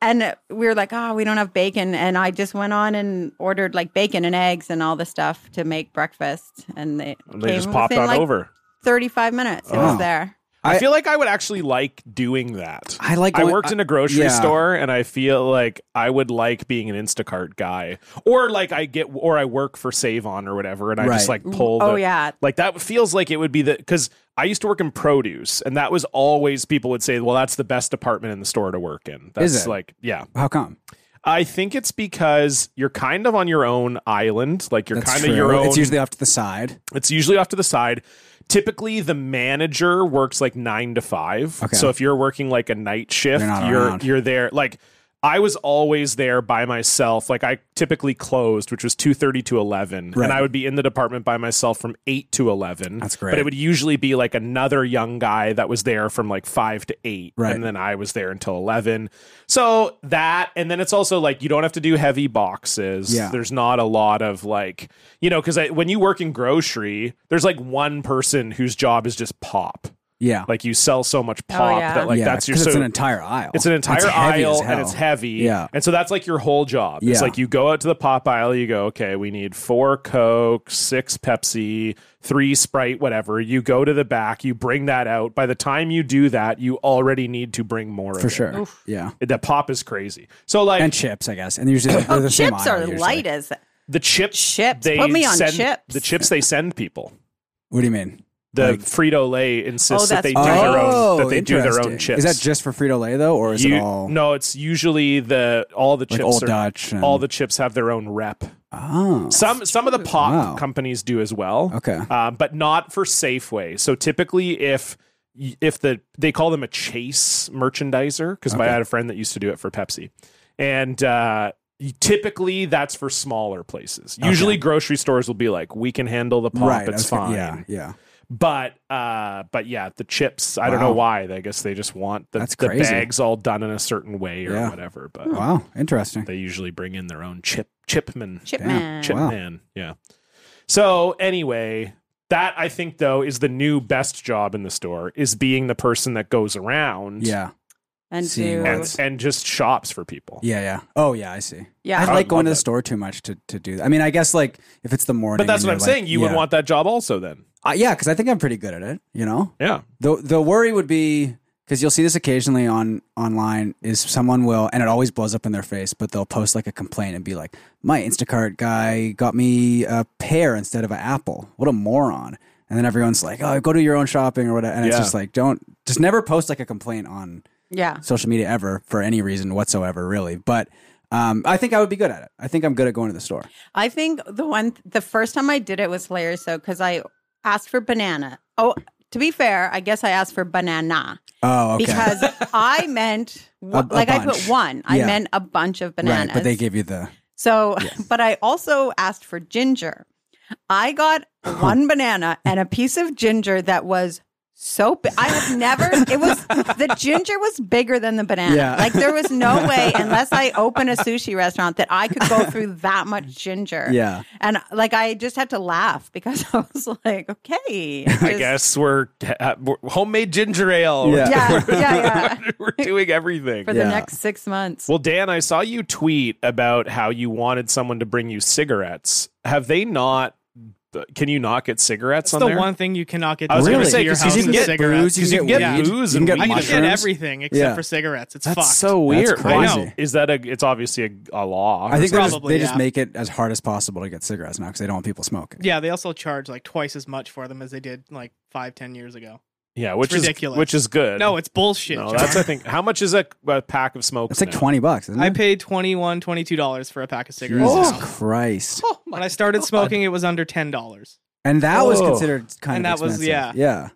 Speaker 4: and we were like oh we don't have bacon and i just went on and ordered like bacon and eggs and all the stuff to make breakfast and they,
Speaker 1: And they
Speaker 4: came
Speaker 1: just popped
Speaker 4: within,
Speaker 1: on
Speaker 4: like,
Speaker 1: over.
Speaker 4: 35 minutes it
Speaker 3: Oh.
Speaker 4: was there
Speaker 1: I,
Speaker 3: I-
Speaker 1: feel like I would actually like doing that.
Speaker 3: I like.
Speaker 1: I
Speaker 3: going- uh,
Speaker 1: worked in a grocery
Speaker 3: yeah.
Speaker 1: store and I feel like I would like being an Instacart guy or like I get or I work for Save On or whatever and I just
Speaker 3: Right.
Speaker 1: like pull
Speaker 4: oh
Speaker 1: the-
Speaker 4: yeah
Speaker 1: like that feels like it would be the cuz I used to work in produce and that was always people would say well that's the best department in the store to work in. That's
Speaker 3: Is it?
Speaker 1: like yeah.
Speaker 3: How come?
Speaker 1: I think it's because you're kind of on your own island like you're
Speaker 3: That's
Speaker 1: kind of
Speaker 3: true.
Speaker 1: your own
Speaker 3: It's usually off to the side.
Speaker 1: it's usually off to the side. typically the manager works like nine to five.
Speaker 3: Okay.
Speaker 1: So if you're working like a night shift,
Speaker 3: They're not
Speaker 1: you're
Speaker 3: around.
Speaker 1: you're there. Like I was always there by myself. Like I typically closed, which was two thirty to eleven,
Speaker 3: Right.
Speaker 1: and I would be in the department by myself from eight to eleven.
Speaker 3: That's
Speaker 1: But
Speaker 3: great.
Speaker 1: it would usually be like another young guy that was there from like five to eight,
Speaker 3: Right.
Speaker 1: and then I was there until eleven. So that, and then it's also like you don't have to do heavy boxes.
Speaker 3: Yeah.
Speaker 1: There's not a lot of like you know because when you work in grocery, there's like one person whose job is just pop.
Speaker 3: Yeah.
Speaker 1: Like you sell so much pop
Speaker 4: yeah.
Speaker 1: that like
Speaker 3: yeah,
Speaker 1: that's your
Speaker 3: 'cause it's
Speaker 1: so-
Speaker 3: an entire aisle.
Speaker 1: it's an entire
Speaker 3: heavy as
Speaker 1: aisle and
Speaker 3: hell.
Speaker 1: it's heavy.
Speaker 3: Yeah.
Speaker 1: And so that's like your whole job. It's
Speaker 3: Yeah.
Speaker 1: like you go out to the pop aisle, you go, okay, we need four Coke, six Pepsi, three Sprite, whatever. You go to the back, you bring that out. By the time you do that, you already need to bring more
Speaker 3: for sure. Yeah.
Speaker 1: That pop is crazy. So like
Speaker 3: And chips, I guess. And usually they're
Speaker 4: Oh,
Speaker 3: the same
Speaker 4: chips
Speaker 3: aisle
Speaker 4: are
Speaker 3: usually.
Speaker 4: light as
Speaker 1: the chips,
Speaker 4: Chips.
Speaker 1: they
Speaker 4: Put me on
Speaker 1: send-
Speaker 4: chips.
Speaker 1: The chips they send people.
Speaker 3: What do you mean?
Speaker 1: The
Speaker 3: Like-
Speaker 1: Frito Lay insists
Speaker 4: Oh,
Speaker 1: that they do
Speaker 4: that's
Speaker 1: their
Speaker 3: oh,
Speaker 1: own that they do their own
Speaker 3: interesting.
Speaker 1: chips.
Speaker 3: Is that just for Frito Lay though, or is
Speaker 1: You-
Speaker 3: it all
Speaker 1: no, it's usually the all the
Speaker 3: like
Speaker 1: chips
Speaker 3: Old
Speaker 1: are
Speaker 3: Dutch? And,
Speaker 1: all the chips have their own rep.
Speaker 3: oh,
Speaker 1: Some some of the pop
Speaker 3: Wow.
Speaker 1: companies do as well.
Speaker 3: Okay.
Speaker 1: Uh, but not for Safeway. So typically, if if the they call them a chase merchandiser, because I had a friend that used to do it for Pepsi, and uh, you- typically that's for smaller places. Usually, grocery stores will be like, "We can handle the pop;
Speaker 3: right? I
Speaker 1: it's
Speaker 3: was gonna-
Speaker 1: fine."
Speaker 3: Yeah, yeah.
Speaker 1: But uh, but yeah, the chips. I don't know why. I guess they just want the,
Speaker 3: That's
Speaker 1: the
Speaker 3: crazy.
Speaker 1: bags all done in a certain way or
Speaker 3: Yeah.
Speaker 1: whatever. But
Speaker 3: Wow, interesting.
Speaker 1: they usually bring in their own chip chipman
Speaker 4: Chipman.
Speaker 1: chip
Speaker 3: Wow.
Speaker 1: man yeah so anyway that i think though is the new best job in the store is being the person that goes around
Speaker 3: Yeah,
Speaker 4: and
Speaker 3: Seeing
Speaker 4: do
Speaker 1: and, and just shops for people
Speaker 3: yeah, yeah. Oh, yeah, I see.
Speaker 4: Yeah. I
Speaker 3: I like
Speaker 1: would love
Speaker 3: going to
Speaker 1: that.
Speaker 3: the store too much to, to do that. I mean, I guess like if it's the morning.
Speaker 1: but that's
Speaker 3: and
Speaker 1: what
Speaker 3: you're
Speaker 1: i'm
Speaker 3: like-
Speaker 1: saying you would
Speaker 3: yeah.
Speaker 1: want that job also then
Speaker 3: Uh, yeah, because I think I'm pretty good at it. You know,
Speaker 1: yeah
Speaker 3: the the worry would be because you'll see this occasionally on online is someone will and it always blows up in their face, but they'll post like a complaint and be like, "My Instacart guy got me a pear instead of an apple. What a moron!" And then everyone's like, "Oh, go do your own shopping or whatever." And it's
Speaker 1: Yeah.
Speaker 3: just like, don't just never post like a complaint on
Speaker 4: yeah.
Speaker 3: social media ever for any reason whatsoever, really. But um, I think I would be good at it. I think I'm good at going to the store.
Speaker 4: I think the one the first time I did it was hilarious though because I asked for banana. Oh, to be fair, I guess I asked for banana
Speaker 3: Oh, okay.
Speaker 4: because I meant
Speaker 3: A- a
Speaker 4: like I put
Speaker 3: bunch.
Speaker 4: one. I
Speaker 3: Yeah.
Speaker 4: meant a bunch of bananas.
Speaker 3: right, but they give you the
Speaker 4: So, but I also asked for ginger. I got one banana and a piece of ginger that was so big. I have never, it was, the ginger was bigger than the banana.
Speaker 3: Yeah.
Speaker 4: Like there was no way, unless I open a sushi restaurant, that I could go through that much ginger.
Speaker 3: Yeah.
Speaker 4: And like I just had to laugh because I was like, okay.
Speaker 1: i guess we're, uh, we're homemade ginger ale
Speaker 3: Yeah.
Speaker 4: Yeah. Yeah. Yeah.
Speaker 1: we're doing everything
Speaker 4: For the
Speaker 3: Yeah.
Speaker 4: next six months.
Speaker 1: well dan i saw you tweet about how you wanted someone to bring you cigarettes have they not can you not get cigarettes
Speaker 5: That's
Speaker 1: on
Speaker 5: the
Speaker 1: there
Speaker 5: one thing you cannot get
Speaker 1: I was
Speaker 5: delivered
Speaker 1: gonna
Speaker 5: to
Speaker 1: say,
Speaker 5: your
Speaker 1: 'cause you
Speaker 5: house
Speaker 1: can
Speaker 5: is
Speaker 1: get
Speaker 5: cigarettes.
Speaker 3: booze, you can
Speaker 1: get
Speaker 5: yeah.
Speaker 1: weed, booze
Speaker 3: you can
Speaker 1: and
Speaker 3: get
Speaker 5: I can get
Speaker 1: mushrooms.
Speaker 5: everything except
Speaker 3: Yeah.
Speaker 5: for cigarettes. It's
Speaker 3: That's
Speaker 5: fucked.
Speaker 1: so
Speaker 3: That's
Speaker 1: weird
Speaker 3: crazy.
Speaker 1: I know. is that a it's obviously a, a law or
Speaker 3: I think they're just,
Speaker 5: Probably,
Speaker 3: they just
Speaker 5: yeah.
Speaker 3: make it as hard as possible to get cigarettes now because they don't want people smoking.
Speaker 5: Yeah, they also charge like twice as much for them as they did like five, ten years ago.
Speaker 1: Yeah, which is
Speaker 5: ridiculous.
Speaker 1: Which is good.
Speaker 5: No, it's bullshit.
Speaker 1: no.
Speaker 5: John.
Speaker 1: That's I think. How much is a, a pack of smokes?
Speaker 3: It's like
Speaker 1: now?
Speaker 3: twenty bucks, isn't
Speaker 5: I
Speaker 3: it?
Speaker 5: paid 21 dollars for a pack of cigarettes.
Speaker 3: Jesus
Speaker 5: now.
Speaker 3: Christ!
Speaker 5: when I started smoking, it was under ten dollars.
Speaker 3: And that was
Speaker 1: Whoa.
Speaker 3: considered kind
Speaker 5: And
Speaker 3: of
Speaker 5: that was-
Speaker 3: expensive. yeah,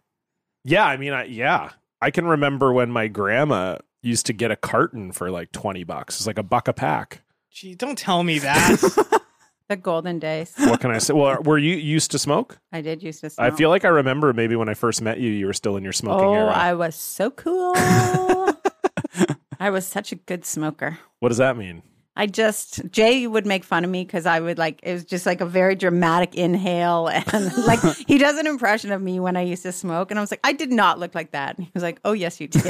Speaker 1: Yeah, I mean, I, yeah, I can remember when my grandma used to get a carton for like twenty bucks. It's like a buck a pack.
Speaker 5: Gee, don't tell me that.
Speaker 4: The golden days.
Speaker 1: What can I say? Well, were you used to smoke?
Speaker 4: I did use this.
Speaker 1: I feel like I remember maybe when I first met you, you were still in your smoking
Speaker 4: oh,
Speaker 1: era.
Speaker 4: I was so cool. I was such a good smoker.
Speaker 1: what does that mean?
Speaker 4: I just Jay would make fun of me because I would like it was just like a very dramatic inhale and like he does an impression of me when I used to smoke and I was like I did not look like that and he was like oh yes you did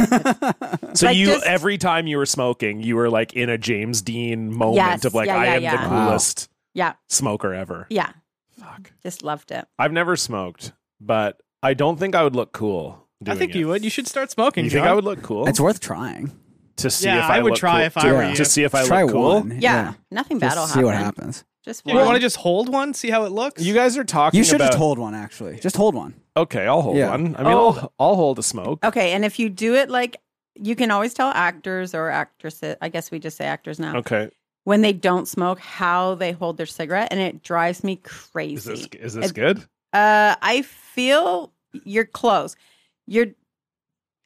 Speaker 1: So
Speaker 4: Like
Speaker 1: you
Speaker 4: just-
Speaker 1: every time you were smoking, you were like in a James Dean moment
Speaker 4: Yes,
Speaker 1: of like,
Speaker 4: yeah,
Speaker 1: I
Speaker 4: yeah,
Speaker 1: am
Speaker 4: yeah.
Speaker 1: the
Speaker 3: Wow.
Speaker 1: coolest
Speaker 4: yeah
Speaker 1: smoker ever.
Speaker 4: yeah
Speaker 1: Fuck.
Speaker 4: just loved it
Speaker 1: I've never smoked, but I don't think I would look cool.
Speaker 5: I
Speaker 1: Doing
Speaker 5: think
Speaker 1: it.
Speaker 5: you would. You should start smoking.
Speaker 1: You think
Speaker 5: John.
Speaker 1: I would look cool?
Speaker 3: it's worth trying.
Speaker 1: to see
Speaker 5: Yeah,
Speaker 1: if I,
Speaker 5: I would
Speaker 1: look
Speaker 5: try
Speaker 1: cool-
Speaker 5: if I
Speaker 1: to,
Speaker 3: were you.
Speaker 1: To see if I
Speaker 3: Try
Speaker 1: look cool.
Speaker 3: one.
Speaker 4: yeah,
Speaker 3: Yeah.
Speaker 4: nothing
Speaker 3: Just
Speaker 4: bad will
Speaker 3: see
Speaker 4: happen
Speaker 3: what happens.
Speaker 4: just
Speaker 5: You want
Speaker 4: one.
Speaker 5: to just hold one, see how it looks.
Speaker 1: You guys are talking.
Speaker 3: You should
Speaker 1: about,
Speaker 3: just hold one actually. Just hold one.
Speaker 1: Okay, I'll hold
Speaker 3: Yeah. Oh,
Speaker 1: one. I mean,
Speaker 4: Oh.
Speaker 1: I'll I'll hold a smoke.
Speaker 4: okay and if you do it like you can always tell actors or actresses I guess we just say actors now
Speaker 1: Okay.
Speaker 4: when they don't smoke how they hold their cigarette and it drives me crazy
Speaker 1: Is this is this
Speaker 4: It-
Speaker 1: good?
Speaker 4: Uh, I feel you're close. You're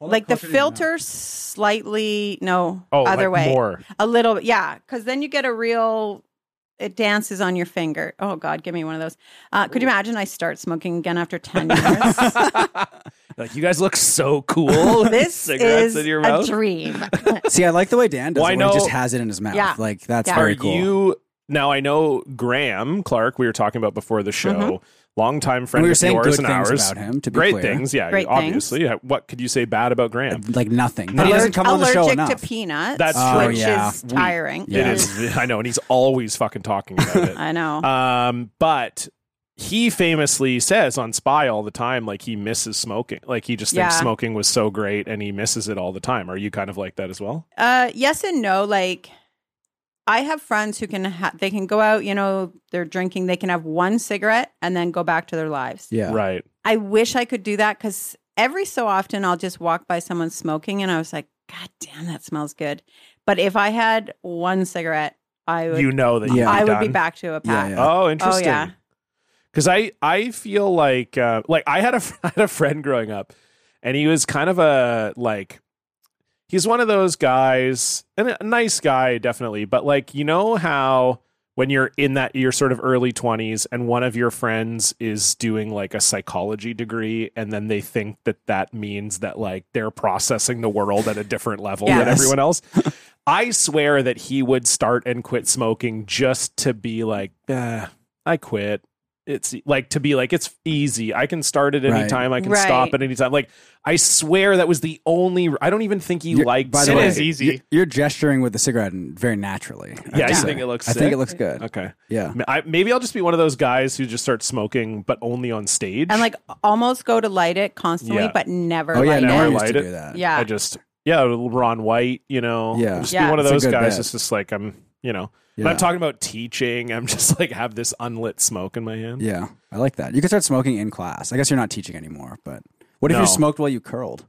Speaker 4: like the filter slightly no
Speaker 1: Oh,
Speaker 4: other
Speaker 1: like
Speaker 4: way
Speaker 1: More.
Speaker 4: a little yeah because then you get a real it dances on your finger oh god give me one of those uh, could you imagine i start smoking again after 10 years
Speaker 1: Like you guys look so cool.
Speaker 4: this
Speaker 6: Cigarettes
Speaker 4: is
Speaker 6: in your
Speaker 4: a
Speaker 6: mouth?
Speaker 4: dream
Speaker 3: See, I like the way Dan does
Speaker 1: Why
Speaker 3: it when he just
Speaker 1: no-
Speaker 3: has it in his mouth.
Speaker 4: Yeah.
Speaker 3: Like that's
Speaker 4: Yeah.
Speaker 1: Are
Speaker 3: very cool.
Speaker 1: you now? I know Graham Clark. We were talking about before the show. Longtime friend
Speaker 3: Mm-hmm. we were
Speaker 1: of
Speaker 3: saying
Speaker 1: yours
Speaker 3: good
Speaker 1: and
Speaker 3: things
Speaker 1: ours.
Speaker 3: about him, to be
Speaker 1: Great
Speaker 3: clear.
Speaker 1: things, yeah.
Speaker 4: Great
Speaker 1: obviously, Yeah, what could you say bad about Graham?
Speaker 3: like nothing. But he
Speaker 4: Allerg-
Speaker 3: doesn't come on the show
Speaker 4: allergic
Speaker 3: enough.
Speaker 4: to peanuts
Speaker 1: That's
Speaker 3: Oh,
Speaker 4: which
Speaker 3: yeah.
Speaker 4: is tiring
Speaker 3: Yeah.
Speaker 1: It is. I know, and he's always fucking talking about it.
Speaker 4: i know
Speaker 1: Um, but he famously says on Spy all the time, like he misses smoking. Like he just thinks
Speaker 4: Yeah.
Speaker 1: smoking was so great and he misses it all the time. Are you kind of like that as well?
Speaker 4: Uh, yes and no. Like, I have friends who can ha- they can go out. You know, they're drinking. They can have one cigarette and then go back to their lives.
Speaker 3: yeah.
Speaker 1: Right.
Speaker 4: I wish I could do that because every so often I'll just walk by someone smoking and I was like, God damn, that smells good. But if I had one cigarette, I would.
Speaker 1: You know that.
Speaker 3: Yeah.
Speaker 1: you'd
Speaker 4: I would be
Speaker 1: done.
Speaker 4: back to a pack.
Speaker 3: yeah.
Speaker 1: Oh, interesting.
Speaker 4: yeah.
Speaker 1: Cause I, I feel like, uh, like I had a, I had a friend growing up and he was kind of a, like, he's one of those guys and a nice guy, definitely. But like, you know how when you're in that, your sort of early twenties and one of your friends is doing like a psychology degree. And then they think that that means that like they're processing the world at a different level than
Speaker 4: Yes.
Speaker 1: everyone else. I swear that he would start and quit smoking just to be like, "Ah, I quit. It's like to be like, it's easy. I can start at any
Speaker 3: Right.
Speaker 1: time. I can
Speaker 4: Right.
Speaker 1: stop at any time. Like, I swear that was the only. I don't even think he
Speaker 3: You're-
Speaker 1: liked.
Speaker 3: by the
Speaker 5: It
Speaker 3: way,
Speaker 1: smoking.
Speaker 5: is easy.
Speaker 3: You're, you're gesturing with the cigarette and very naturally. I have
Speaker 1: Yeah,
Speaker 3: to
Speaker 1: you
Speaker 3: say.
Speaker 1: think it looks
Speaker 3: I think
Speaker 1: sick?
Speaker 3: it looks good.
Speaker 1: Okay,
Speaker 3: Yeah.
Speaker 1: M- I, maybe I'll just be one of those guys who just starts smoking, but only on stage.
Speaker 4: And like almost go to light it constantly,
Speaker 1: Yeah.
Speaker 4: but never.
Speaker 3: Oh yeah,
Speaker 4: light
Speaker 1: no,
Speaker 3: no
Speaker 1: I
Speaker 3: one
Speaker 4: it.
Speaker 3: used to
Speaker 1: light it.
Speaker 3: do that.
Speaker 4: yeah.
Speaker 1: I just yeah, Ron White. You know,
Speaker 3: Yeah.
Speaker 1: just be
Speaker 4: Yeah.
Speaker 1: one of
Speaker 3: It's a
Speaker 1: those
Speaker 3: good
Speaker 1: guys.
Speaker 3: bet.
Speaker 1: It's just like I'm. You know,
Speaker 3: Yeah.
Speaker 1: when I'm talking about teaching. I'm just like have this unlit smoke in my hand.
Speaker 3: Yeah, I like that. You can start smoking in class. I guess you're not teaching anymore, but what if
Speaker 1: No.
Speaker 3: you smoked while you curled?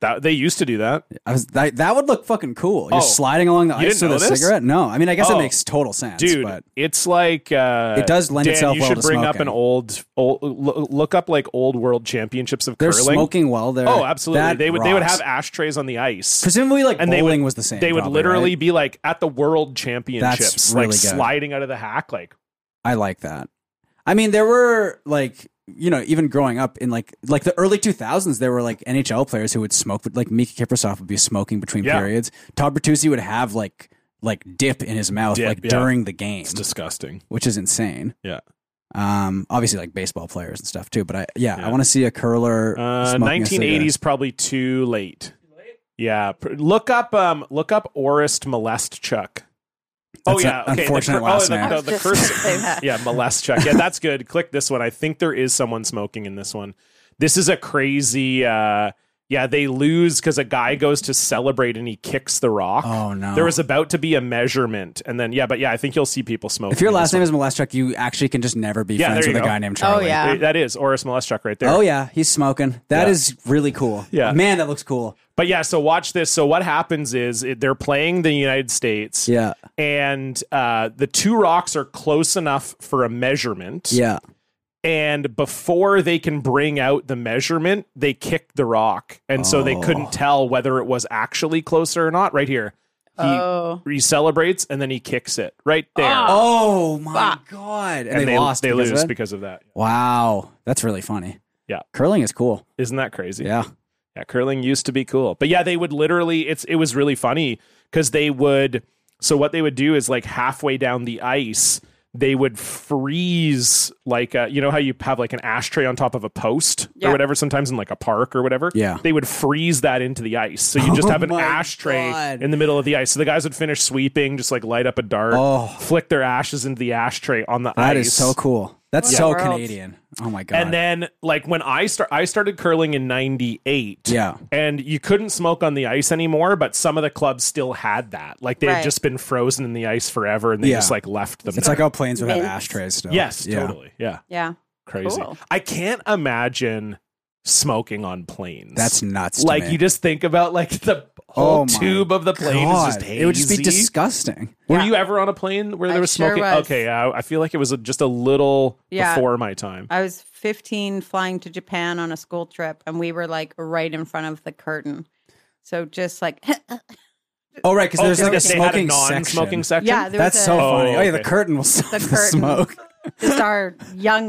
Speaker 1: That they used to do that.
Speaker 3: I was that, that would look fucking cool. You're
Speaker 1: Oh.
Speaker 3: sliding along the
Speaker 1: You
Speaker 3: ice
Speaker 1: didn't
Speaker 3: with a
Speaker 1: know this?
Speaker 3: cigarette. No, I mean I guess it
Speaker 1: Oh.
Speaker 3: makes total sense.
Speaker 1: dude
Speaker 3: but
Speaker 1: it's like uh
Speaker 3: It does lend
Speaker 1: Dan,
Speaker 3: itself
Speaker 1: you
Speaker 3: well
Speaker 1: should
Speaker 3: to
Speaker 1: bring up an
Speaker 3: smoking.
Speaker 1: old, old lo- look up like old world championships of
Speaker 3: they're
Speaker 1: curling
Speaker 3: smoking while they're
Speaker 1: oh absolutely
Speaker 3: that
Speaker 1: they would they would
Speaker 3: rocks.
Speaker 1: have ashtrays on the ice
Speaker 3: presumably like
Speaker 1: and they
Speaker 3: bowling
Speaker 1: would-
Speaker 3: was the same.
Speaker 1: they would
Speaker 3: probably,
Speaker 1: literally
Speaker 3: right?
Speaker 1: be like at the world championships
Speaker 3: really
Speaker 1: like
Speaker 3: good.
Speaker 1: sliding out of the hack like
Speaker 3: I like that. I mean, there were like you know even growing up in like like the early 2000s, there were like NHL players who would smoke. Like Mika Kiprasov would be smoking between
Speaker 1: Yeah.
Speaker 3: periods. Todd Bertuzzi would have like like dip in his mouth
Speaker 1: Dip,
Speaker 3: like
Speaker 1: yeah.
Speaker 3: during the game,
Speaker 1: it's disgusting
Speaker 3: which is insane.
Speaker 1: Yeah.
Speaker 3: Um, obviously like baseball players and stuff too, but I yeah, I
Speaker 1: Yeah.
Speaker 3: want to see a curler.
Speaker 1: uh
Speaker 3: smoking a cigarette.
Speaker 1: 1980s probably too late yeah pr- look up um look up orist molest chuck oh
Speaker 3: That's
Speaker 1: yeah
Speaker 3: an
Speaker 1: okay the
Speaker 3: unfortunate
Speaker 1: cur-
Speaker 3: last
Speaker 1: oh, the,
Speaker 3: name.
Speaker 1: the-
Speaker 4: I was
Speaker 1: the
Speaker 4: just
Speaker 1: curse-
Speaker 4: gonna say that.
Speaker 1: yeah, molest check. Yeah, that's good. Click this one. I think there is someone smoking in this one. This is a crazy. uh Yeah, they lose because a guy goes to celebrate and he kicks the rock.
Speaker 3: Oh no!
Speaker 1: There was about to be a measurement, and then yeah, but yeah, I think you'll see people smoking.
Speaker 3: if your
Speaker 1: in
Speaker 3: last
Speaker 1: this
Speaker 3: name is Moleschuk, you actually can just never be
Speaker 1: Yeah,
Speaker 3: friends
Speaker 1: there you
Speaker 3: with a
Speaker 1: go.
Speaker 3: guy named
Speaker 4: Oh
Speaker 3: Charlie.
Speaker 4: yeah.
Speaker 1: one. that is Oris Moleschuk right there.
Speaker 3: Oh yeah, he's smoking. That
Speaker 1: Yeah.
Speaker 3: is really cool.
Speaker 1: Yeah.
Speaker 3: man, that looks cool.
Speaker 1: But yeah, so watch this. So what happens is it, they're playing the United States,
Speaker 3: Yeah,
Speaker 1: and uh, the two rocks are close enough for a measurement.
Speaker 3: yeah.
Speaker 1: and before they can bring out the measurement, they kicked the rock, and so they
Speaker 3: Oh.
Speaker 1: couldn't tell whether it was actually closer or not. Right here, he,
Speaker 4: Oh.
Speaker 1: he celebrates and then he kicks it right there,
Speaker 3: Oh my god! And, they, lost.
Speaker 1: They
Speaker 3: because of
Speaker 1: lose
Speaker 3: it?
Speaker 1: because of that.
Speaker 3: wow, that's really funny.
Speaker 1: Yeah.
Speaker 3: curling is cool.
Speaker 1: Isn't that crazy?
Speaker 3: Yeah,
Speaker 1: Yeah, curling used to be cool. But yeah, they would literally it's it was really funny cuz they would so what they would do is like halfway down the ice, they would freeze like uh you know how you have like an ashtray on top of a post
Speaker 4: Yeah.
Speaker 1: or whatever sometimes in like a park or whatever.
Speaker 3: Yeah.
Speaker 1: They would freeze that into the ice. So you just
Speaker 3: Oh
Speaker 1: have an
Speaker 3: my
Speaker 1: ashtray
Speaker 3: God.
Speaker 1: in the middle of the ice. So the guys would finish sweeping, just like light up a dart,
Speaker 3: Oh.
Speaker 1: flick their ashes into the ashtray on the ice.
Speaker 3: that is so cool. That's
Speaker 4: What
Speaker 3: so
Speaker 4: a world.
Speaker 3: Canadian. Oh my god!
Speaker 1: And then like when I start I started curling in 98
Speaker 3: yeah,
Speaker 1: and you couldn't smoke on the ice anymore but some of the clubs still had that like they
Speaker 4: Right.
Speaker 1: had just been frozen in the ice forever and they
Speaker 3: Yeah.
Speaker 1: just like left them
Speaker 3: it's
Speaker 1: there.
Speaker 3: like how planes would have
Speaker 4: Mints.
Speaker 3: ashtrays still.
Speaker 1: yes
Speaker 3: yeah.
Speaker 1: totally yeah
Speaker 4: Yeah.
Speaker 1: crazy
Speaker 4: Cool.
Speaker 1: i can't imagine smoking on planes.
Speaker 3: That's nuts. to
Speaker 1: like
Speaker 3: me.
Speaker 1: you just think about like the
Speaker 3: Oh
Speaker 1: whole
Speaker 3: my
Speaker 1: tube of the plane is just
Speaker 3: God,
Speaker 1: hazy.
Speaker 3: It would just be disgusting.
Speaker 1: Were
Speaker 4: Yeah.
Speaker 1: you ever on a plane where there
Speaker 4: I
Speaker 1: was
Speaker 4: sure
Speaker 1: smoking?
Speaker 4: was.
Speaker 1: Okay, I, I feel like it was just a little
Speaker 4: Yeah.
Speaker 1: before my time.
Speaker 4: I was 15 flying to Japan on a school trip, and we were like right in front of the curtain. So just like,
Speaker 3: Oh right, because
Speaker 1: Oh,
Speaker 3: there's like a
Speaker 1: because they had
Speaker 3: smoking
Speaker 1: non-smoking
Speaker 3: section.
Speaker 1: section.
Speaker 4: yeah, there
Speaker 3: That's
Speaker 4: was a,
Speaker 3: so funny. Oh yeah, the
Speaker 1: okay.
Speaker 3: curtain will stop the,
Speaker 4: The curtain.
Speaker 3: smoke.
Speaker 4: just our young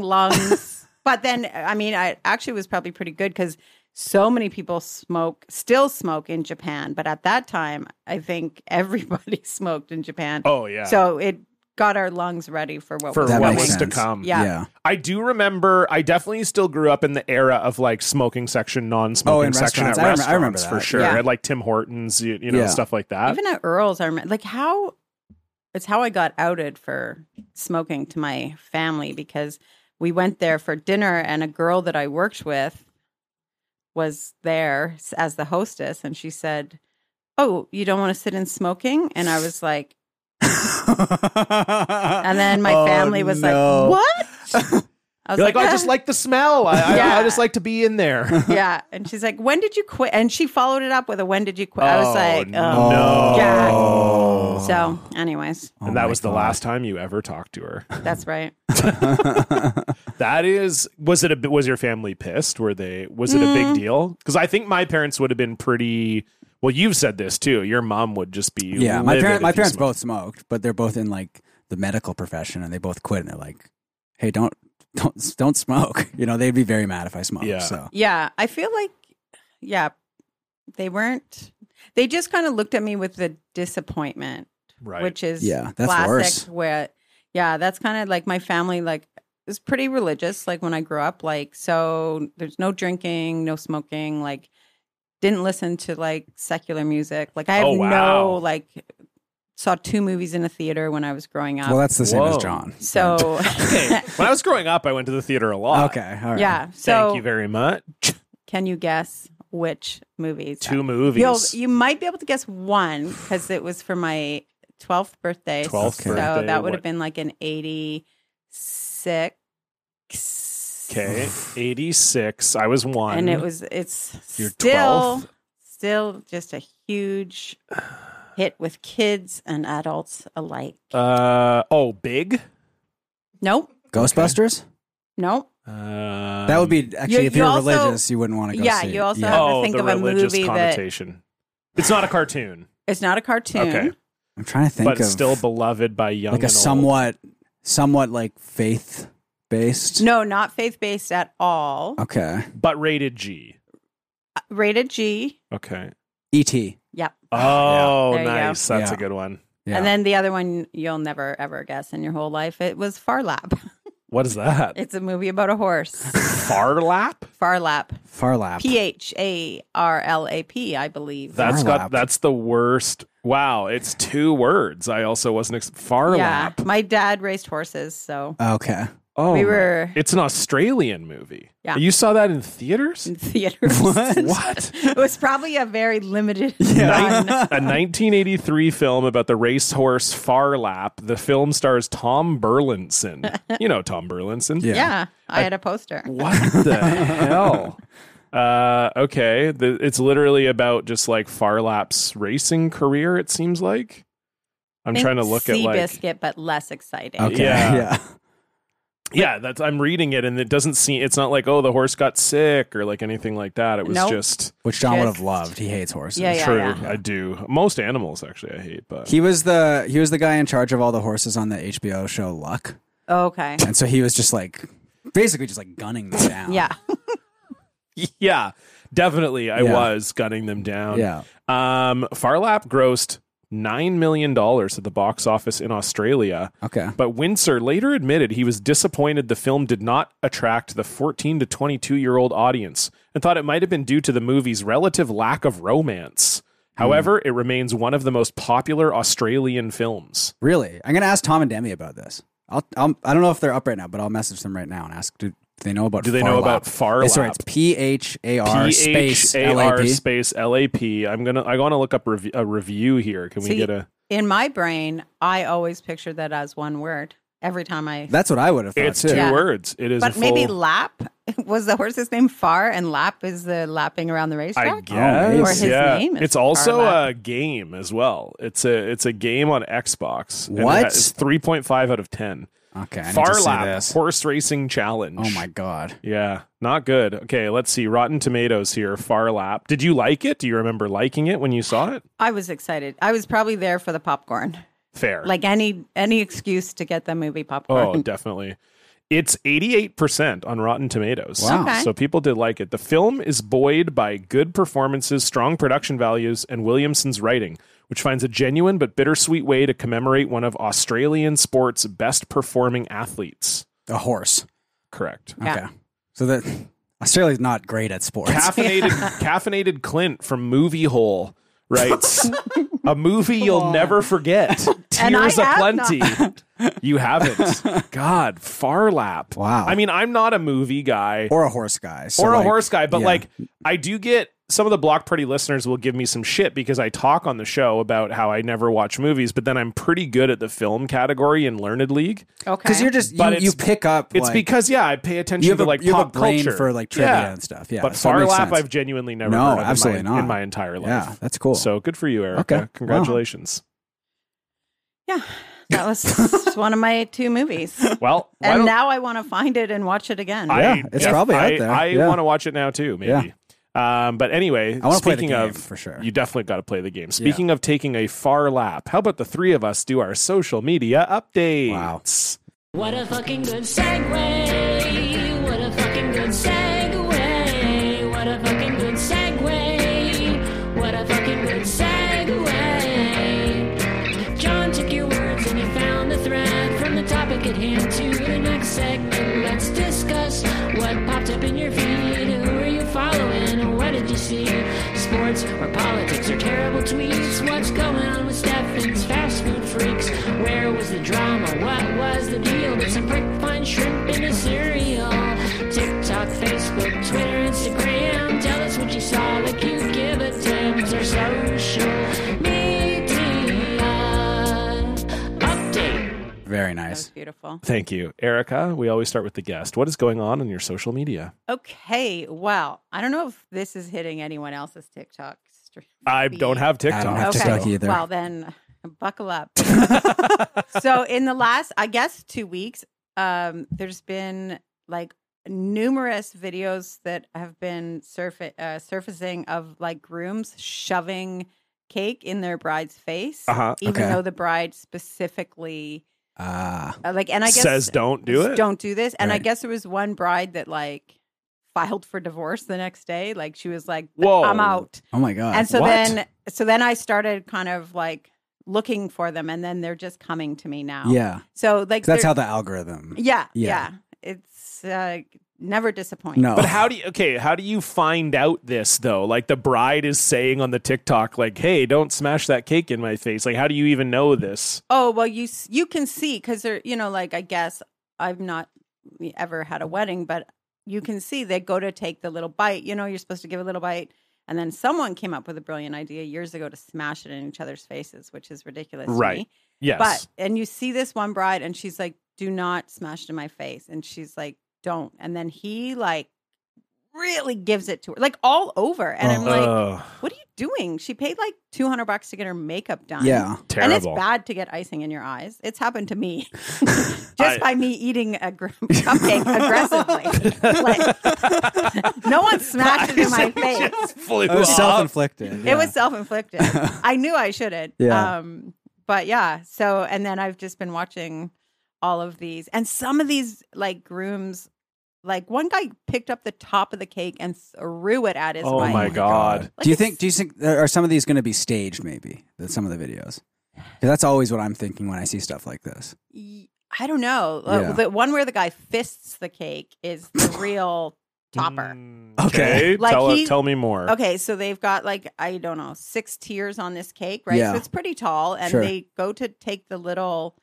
Speaker 4: lungs. But then, I mean, I actually was probably pretty good because so many people smoke, still smoke in Japan. But at that time, I think everybody smoked in Japan.
Speaker 1: Oh yeah,
Speaker 4: So it got our lungs ready for what
Speaker 1: for
Speaker 4: was
Speaker 3: That
Speaker 1: what
Speaker 4: coming.
Speaker 3: makes
Speaker 1: was to
Speaker 3: sense.
Speaker 1: come.
Speaker 4: Yeah.
Speaker 1: I do remember. I definitely still grew up in the era of like smoking section,
Speaker 3: Oh,
Speaker 1: non-smoking
Speaker 3: in
Speaker 1: section
Speaker 3: restaurants.
Speaker 1: at
Speaker 3: I rem- I
Speaker 1: restaurants
Speaker 3: remember
Speaker 1: for
Speaker 3: that.
Speaker 1: sure.
Speaker 4: Yeah.
Speaker 1: At like Tim Hortons, you, you know,
Speaker 3: Yeah.
Speaker 1: stuff like that.
Speaker 4: Even at Earl's, I remember like how it's how I got outed for smoking to my family because we went there for dinner and a girl that I worked with was there s- as the hostess and she said, "Oh, you don't want to sit in smoking?" And I was like, and then my
Speaker 3: Oh,
Speaker 4: family was
Speaker 3: no.
Speaker 4: like, "What?" I was
Speaker 1: You're like, "Oh, I just
Speaker 4: "Ah."
Speaker 1: like the smell. I, I- I,
Speaker 4: Yeah.
Speaker 1: just like to be in there.
Speaker 4: yeah, and she's like, "When did you quit?" And she followed it up with a "When did you quit?" I
Speaker 1: Oh,
Speaker 4: was like, "Oh,
Speaker 1: no.
Speaker 4: God."
Speaker 3: Oh.
Speaker 4: So, anyways,
Speaker 3: Oh
Speaker 1: and that
Speaker 3: my
Speaker 1: was the
Speaker 3: God.
Speaker 1: last time you ever talked to her.
Speaker 4: that's right.
Speaker 1: That is, was it a bit? Was your family pissed? Were they? Was it a
Speaker 4: Mm.
Speaker 1: big deal? Because I think my parents would have been pretty. Well, you've said this too. Your mom would just be.
Speaker 3: Yeah, my
Speaker 1: livid
Speaker 3: parents.
Speaker 1: if
Speaker 3: My
Speaker 1: you
Speaker 3: parents
Speaker 1: smoked.
Speaker 3: both smoked, but they're both in like the medical profession, and they both quit. And they're like, "Hey, don't, don't, don't smoke." You know, they'd be very mad if I smoked.
Speaker 1: Yeah.
Speaker 3: So
Speaker 4: Yeah, I feel like, yeah, they weren't. They just kind of looked at me with the disappointment,
Speaker 1: Right.
Speaker 4: which is
Speaker 3: Yeah, that's
Speaker 4: classic.
Speaker 3: worse.
Speaker 4: Where, yeah, that's kind of like my family. Like, was pretty religious. Like when I grew up, like so, there's no drinking, no smoking. Like, didn't listen to like secular music. Like I have
Speaker 1: Oh, wow.
Speaker 4: no like. Saw two movies in a theater when I was growing up.
Speaker 3: well, that's the same as
Speaker 1: Whoa.
Speaker 3: John.
Speaker 4: so
Speaker 1: Hey, when I was growing up, I went to the theater a lot.
Speaker 3: okay, all right.
Speaker 4: yeah. So
Speaker 1: Thank you very much.
Speaker 4: can you guess which movies?
Speaker 1: Two movies.
Speaker 4: Uh, You'll, you might be able to guess one because it was for my 12th birthday.
Speaker 1: 12th
Speaker 4: so
Speaker 1: birthday,
Speaker 4: that would
Speaker 1: what-
Speaker 4: have been like an 86.
Speaker 1: Okay, 86. I was one.
Speaker 4: And it was, it's
Speaker 1: Your
Speaker 4: still,
Speaker 1: 12th?
Speaker 4: still just a huge hit with kids and adults alike.
Speaker 1: Uh, oh, big?
Speaker 4: Nope.
Speaker 3: Ghostbusters.
Speaker 4: Nope.
Speaker 1: Um,
Speaker 3: that would be actually
Speaker 4: you-
Speaker 3: if you're
Speaker 4: you also-
Speaker 3: religious, you wouldn't want to go.
Speaker 4: Yeah,
Speaker 3: see it.
Speaker 4: you also have-
Speaker 1: Oh,
Speaker 4: think
Speaker 1: the
Speaker 4: of a
Speaker 1: religious
Speaker 4: movie that-
Speaker 1: connotation. It's not a cartoon,
Speaker 4: It's not a cartoon.
Speaker 1: Okay.
Speaker 3: I'm trying to think
Speaker 1: but
Speaker 3: of
Speaker 1: still beloved by young
Speaker 3: like a
Speaker 1: and old.
Speaker 3: somewhat, somewhat like faith based.
Speaker 4: No, not faith based at all.
Speaker 1: Uh-huh.
Speaker 3: Okay.
Speaker 1: but rated G.
Speaker 4: Rated G.
Speaker 1: Okay.
Speaker 3: E.T.
Speaker 4: Yep.
Speaker 1: Oh,
Speaker 4: There you go.
Speaker 1: nice. That's
Speaker 3: Yeah.
Speaker 1: a good one.
Speaker 3: Yeah.
Speaker 4: And then the other one you'll never ever guess in your whole life. It was Farlap.
Speaker 1: What is that?
Speaker 4: It's a movie about a horse.
Speaker 1: Farlap?
Speaker 4: Farlap.
Speaker 3: Farlap.
Speaker 4: P H A R L A P, I believe.
Speaker 1: That's
Speaker 3: Farlap.
Speaker 1: got that's the worst. Wow, it's two words. I also wasn't ex- Farlap.
Speaker 4: yeah. My dad raised horses, so
Speaker 3: Okay.
Speaker 1: Oh,
Speaker 4: we
Speaker 1: my-
Speaker 4: were
Speaker 1: It's an Australian movie.
Speaker 4: Yeah.
Speaker 1: You saw that in theaters?
Speaker 4: in theaters.
Speaker 1: What?
Speaker 4: it was probably a very limited run.
Speaker 1: A 1983 film about the racehorse Farlap. The film stars Tom Burlinson. You know Tom Burlinson.
Speaker 4: Yeah. I had a poster.
Speaker 1: What the hell? Uh, okay. The, it's literally about just like Farlap's racing career, it seems like. I'm trying to look at
Speaker 4: sea
Speaker 1: like.
Speaker 4: biscuit, but less exciting.
Speaker 3: Okay.
Speaker 1: Yeah.
Speaker 3: yeah.
Speaker 1: Yeah, that's I'm reading it and it doesn't seem it's not like, oh, the horse got sick or like anything like that. It was
Speaker 4: Nope.
Speaker 1: just
Speaker 3: Which John would have
Speaker 4: Just-
Speaker 3: loved. He hates horses.
Speaker 4: Yeah, yeah.
Speaker 1: true. I do. Most animals actually I hate, but
Speaker 3: He was the he was the guy in charge of all the horses on the HBO show Luck,
Speaker 4: Okay.
Speaker 3: and so he was just like basically just like gunning them down.
Speaker 4: Yeah.
Speaker 1: yeah, definitely I
Speaker 3: Yeah.
Speaker 1: was gunning them down.
Speaker 3: yeah.
Speaker 1: Um, Farlap grossed nine million dollars at the box office in Australia,
Speaker 3: Okay.
Speaker 1: but Windsor later admitted he was disappointed the film did not attract the 14 to 22 year old audience and thought it might have been due to the movie's relative lack of romance.
Speaker 3: Hmm.
Speaker 1: However, it remains one of the most popular Australian films.
Speaker 3: Really, I'm gonna ask Tom and Demi about this. I'll, I'll I don't know if they're up right now, but I'll message them right now and ask. Do, do they know about?
Speaker 1: Do they know
Speaker 3: Farlap?
Speaker 1: about
Speaker 3: Eh, Sorry, it's
Speaker 1: Farlap?
Speaker 3: P H A R space L A
Speaker 1: P-H-A-R
Speaker 3: P.
Speaker 1: space L A P. I'm gonna I want to look up rev- a review here. Can we
Speaker 4: See,
Speaker 1: get a?
Speaker 4: In my brain, I always picture that as one word every time I.
Speaker 3: That's what I would have thought
Speaker 1: It's
Speaker 3: too.
Speaker 1: two
Speaker 4: Yeah.
Speaker 1: words. It is.
Speaker 4: but
Speaker 1: a
Speaker 4: maybe
Speaker 1: full-
Speaker 4: lap was the horse's name Far and Lap is the lapping around the
Speaker 1: I
Speaker 4: racetrack?
Speaker 1: guess.
Speaker 3: Or
Speaker 4: his
Speaker 1: yeah.
Speaker 4: name is
Speaker 1: it's also
Speaker 4: Farlap.
Speaker 1: a game as well. It's a it's a game on Xbox. and it
Speaker 3: What?
Speaker 1: has- It's three point five out of ten.
Speaker 3: Okay. I need to see
Speaker 1: Farlap
Speaker 3: this.
Speaker 1: horse racing challenge.
Speaker 3: Oh my god.
Speaker 1: Yeah, not good. Okay, let's see. Rotten Tomatoes here. Farlap. Did you like it? Do you remember liking it when you saw it?
Speaker 4: I was excited. I was probably there for the popcorn.
Speaker 1: Fair.
Speaker 4: Like any any excuse to get the movie popcorn.
Speaker 1: oh, definitely. It's 88% on Rotten Tomatoes.
Speaker 3: Wow.
Speaker 4: Okay.
Speaker 1: So people did like it. The film is buoyed by good performances, strong production values, and Williamson's writing, which finds a genuine but bittersweet way to commemorate one of Australian sport's best performing athletes.
Speaker 3: A horse.
Speaker 1: Correct.
Speaker 4: Yeah.
Speaker 3: Okay. So that Australia's not great at sports.
Speaker 1: caffeinated caffeinated Clint from Movie Hole writes a movie you'll never forget.
Speaker 4: And I
Speaker 1: Tears
Speaker 4: have
Speaker 1: aplenty. you haven't. God, Farlap.
Speaker 3: Wow.
Speaker 1: I mean, I'm not a movie guy or,
Speaker 3: or a horse guy.
Speaker 1: a
Speaker 3: So like,
Speaker 1: horse guy, but
Speaker 3: yeah.
Speaker 1: like I do get some of the block party listeners will give me some shit because I talk on the show about how I never watch movies, but then I'm pretty good at the film category in Learned League.
Speaker 4: Okay.
Speaker 3: because you're just
Speaker 1: But
Speaker 3: you, you
Speaker 1: it's-
Speaker 3: pick up.
Speaker 1: It's
Speaker 3: like,
Speaker 1: because yeah, I pay attention
Speaker 3: you have
Speaker 1: to
Speaker 3: a,
Speaker 1: like
Speaker 3: you
Speaker 1: pop
Speaker 3: have a brain
Speaker 1: culture
Speaker 3: for like trivia
Speaker 1: Yeah.
Speaker 3: and stuff. Yeah,
Speaker 1: but
Speaker 3: so it makes
Speaker 1: Farlap,
Speaker 3: sense.
Speaker 1: I've genuinely never
Speaker 3: No,
Speaker 1: heard of
Speaker 3: absolutely
Speaker 1: in my,
Speaker 3: not.
Speaker 1: in my entire life.
Speaker 3: Yeah, that's cool.
Speaker 1: So good for you, Erica.
Speaker 3: Okay.
Speaker 1: Congratulations.
Speaker 4: yeah. That was one of my two movies.
Speaker 1: Well, why
Speaker 4: And
Speaker 1: don't-
Speaker 4: now I want to find it and watch it again.
Speaker 3: Yeah, it's probably out
Speaker 1: I,
Speaker 3: there.
Speaker 1: I
Speaker 3: Yeah.
Speaker 1: want to watch it now too, maybe. Um, but anyway,
Speaker 3: I wanna play the
Speaker 1: speaking
Speaker 3: game,
Speaker 1: of
Speaker 3: for sure.
Speaker 1: you definitely got to play the game. Speaking of taking a far lap, how about the three of us do our social media updates?
Speaker 6: What a fucking good segue. What a fucking good segue. What a fucking good segue. What a fucking good segue. John took your words and he found the thread from the topic at hand to the next segment. Let's discuss what popped up in your feed. Who are you following? and What did you see? Sports or politics or terrible tweets? What's going on with Stefan's fast food freaks? Where was the drama? What was the deal? Did some prick find shrimp in a cereal? TikTok, Facebook, Twitter, Instagram. Tell us what you saw, like you give a damn. It's our social media update.
Speaker 3: very
Speaker 4: That was
Speaker 3: nice.
Speaker 4: beautiful.
Speaker 1: Thank you, Erica. We always start with the guest. What is going on in your social media?
Speaker 4: Okay. Well, I don't know if this is hitting anyone else's TikTok. stream
Speaker 1: I
Speaker 4: feed.
Speaker 1: don't have TikTok.
Speaker 3: I have TikTok either.
Speaker 4: Well, then buckle up. so, in the last, I guess, two weeks, um, there's been like numerous videos that have been surfa- uh, surfacing of like grooms shoving cake in their bride's face,
Speaker 1: Uh-huh.
Speaker 4: even
Speaker 3: Okay.
Speaker 4: though the bride specifically,
Speaker 3: Ah,
Speaker 4: uh, like, and I guess
Speaker 1: Says don't do it.
Speaker 4: don't do this. And I
Speaker 3: Right.
Speaker 4: guess there was one bride that like filed for divorce the next day. Like, she was like,
Speaker 1: Whoa.
Speaker 4: I'm out
Speaker 3: oh my god.
Speaker 4: and so
Speaker 1: what?
Speaker 4: then so then i started kind of like looking for them and then they're just coming to me now
Speaker 3: yeah,
Speaker 4: so like
Speaker 3: 'Cause that's
Speaker 4: they're-
Speaker 3: how the algorithm.
Speaker 4: yeah yeah,
Speaker 3: Yeah.
Speaker 4: it's uh never disappointing
Speaker 3: No,
Speaker 1: But how do you okay, how do you find out this though? Like the bride is saying on the TikTok like, "Hey, don't smash that cake in my face." Like how do you even know this?
Speaker 4: oh well you s- you can see because they're you know like i guess i've not e, ever had a wedding but you can see they go to take the little bite you know you're supposed to give a little bite and then someone came up with a brilliant idea years ago to smash it in each other's faces which is ridiculous to
Speaker 1: Right.
Speaker 4: me.
Speaker 1: Yes.
Speaker 4: But and you see this one bride, and she's like, "Do not smash it in my face," and she's like, "Don't." And then he like really gives it to her, like all over, and I'm like,
Speaker 1: Ugh,
Speaker 4: "What are you doing?" She paid like two hundred bucks to get her makeup done.
Speaker 3: Yeah,
Speaker 4: and it's
Speaker 1: terrible.
Speaker 4: bad to get icing in your eyes. It's happened to me just
Speaker 1: I-
Speaker 4: by me eating a gr- cupcake aggressively. Like, no one smashed it in my face.
Speaker 1: Flew
Speaker 3: it was
Speaker 1: off.
Speaker 3: self-inflicted.
Speaker 4: It was self inflicted. I knew I shouldn't.
Speaker 3: Yeah.
Speaker 4: Um, but yeah. So, and then I've just been watching all of these, and some of these like grooms, like one guy picked up the top of the cake and threw it at his
Speaker 1: Oh
Speaker 4: wife.
Speaker 1: my god.
Speaker 4: Like,
Speaker 3: do you
Speaker 4: it's-
Speaker 3: think? Do you think are some of these going to be staged? Maybe that some of the videos. 'Cause that's always what I'm thinking when I see stuff like this.
Speaker 4: Y- I don't know. Uh,
Speaker 3: Yeah.
Speaker 4: The one where the guy fists the cake is the real topper.
Speaker 1: Mm.
Speaker 3: Okay.
Speaker 4: Like,
Speaker 1: tell,
Speaker 4: he-
Speaker 1: tell me more.
Speaker 4: Okay, so they've got like I don't know six tiers on this cake, right?
Speaker 3: Yeah.
Speaker 4: So it's pretty tall, and
Speaker 3: Sure.
Speaker 4: they go to take the little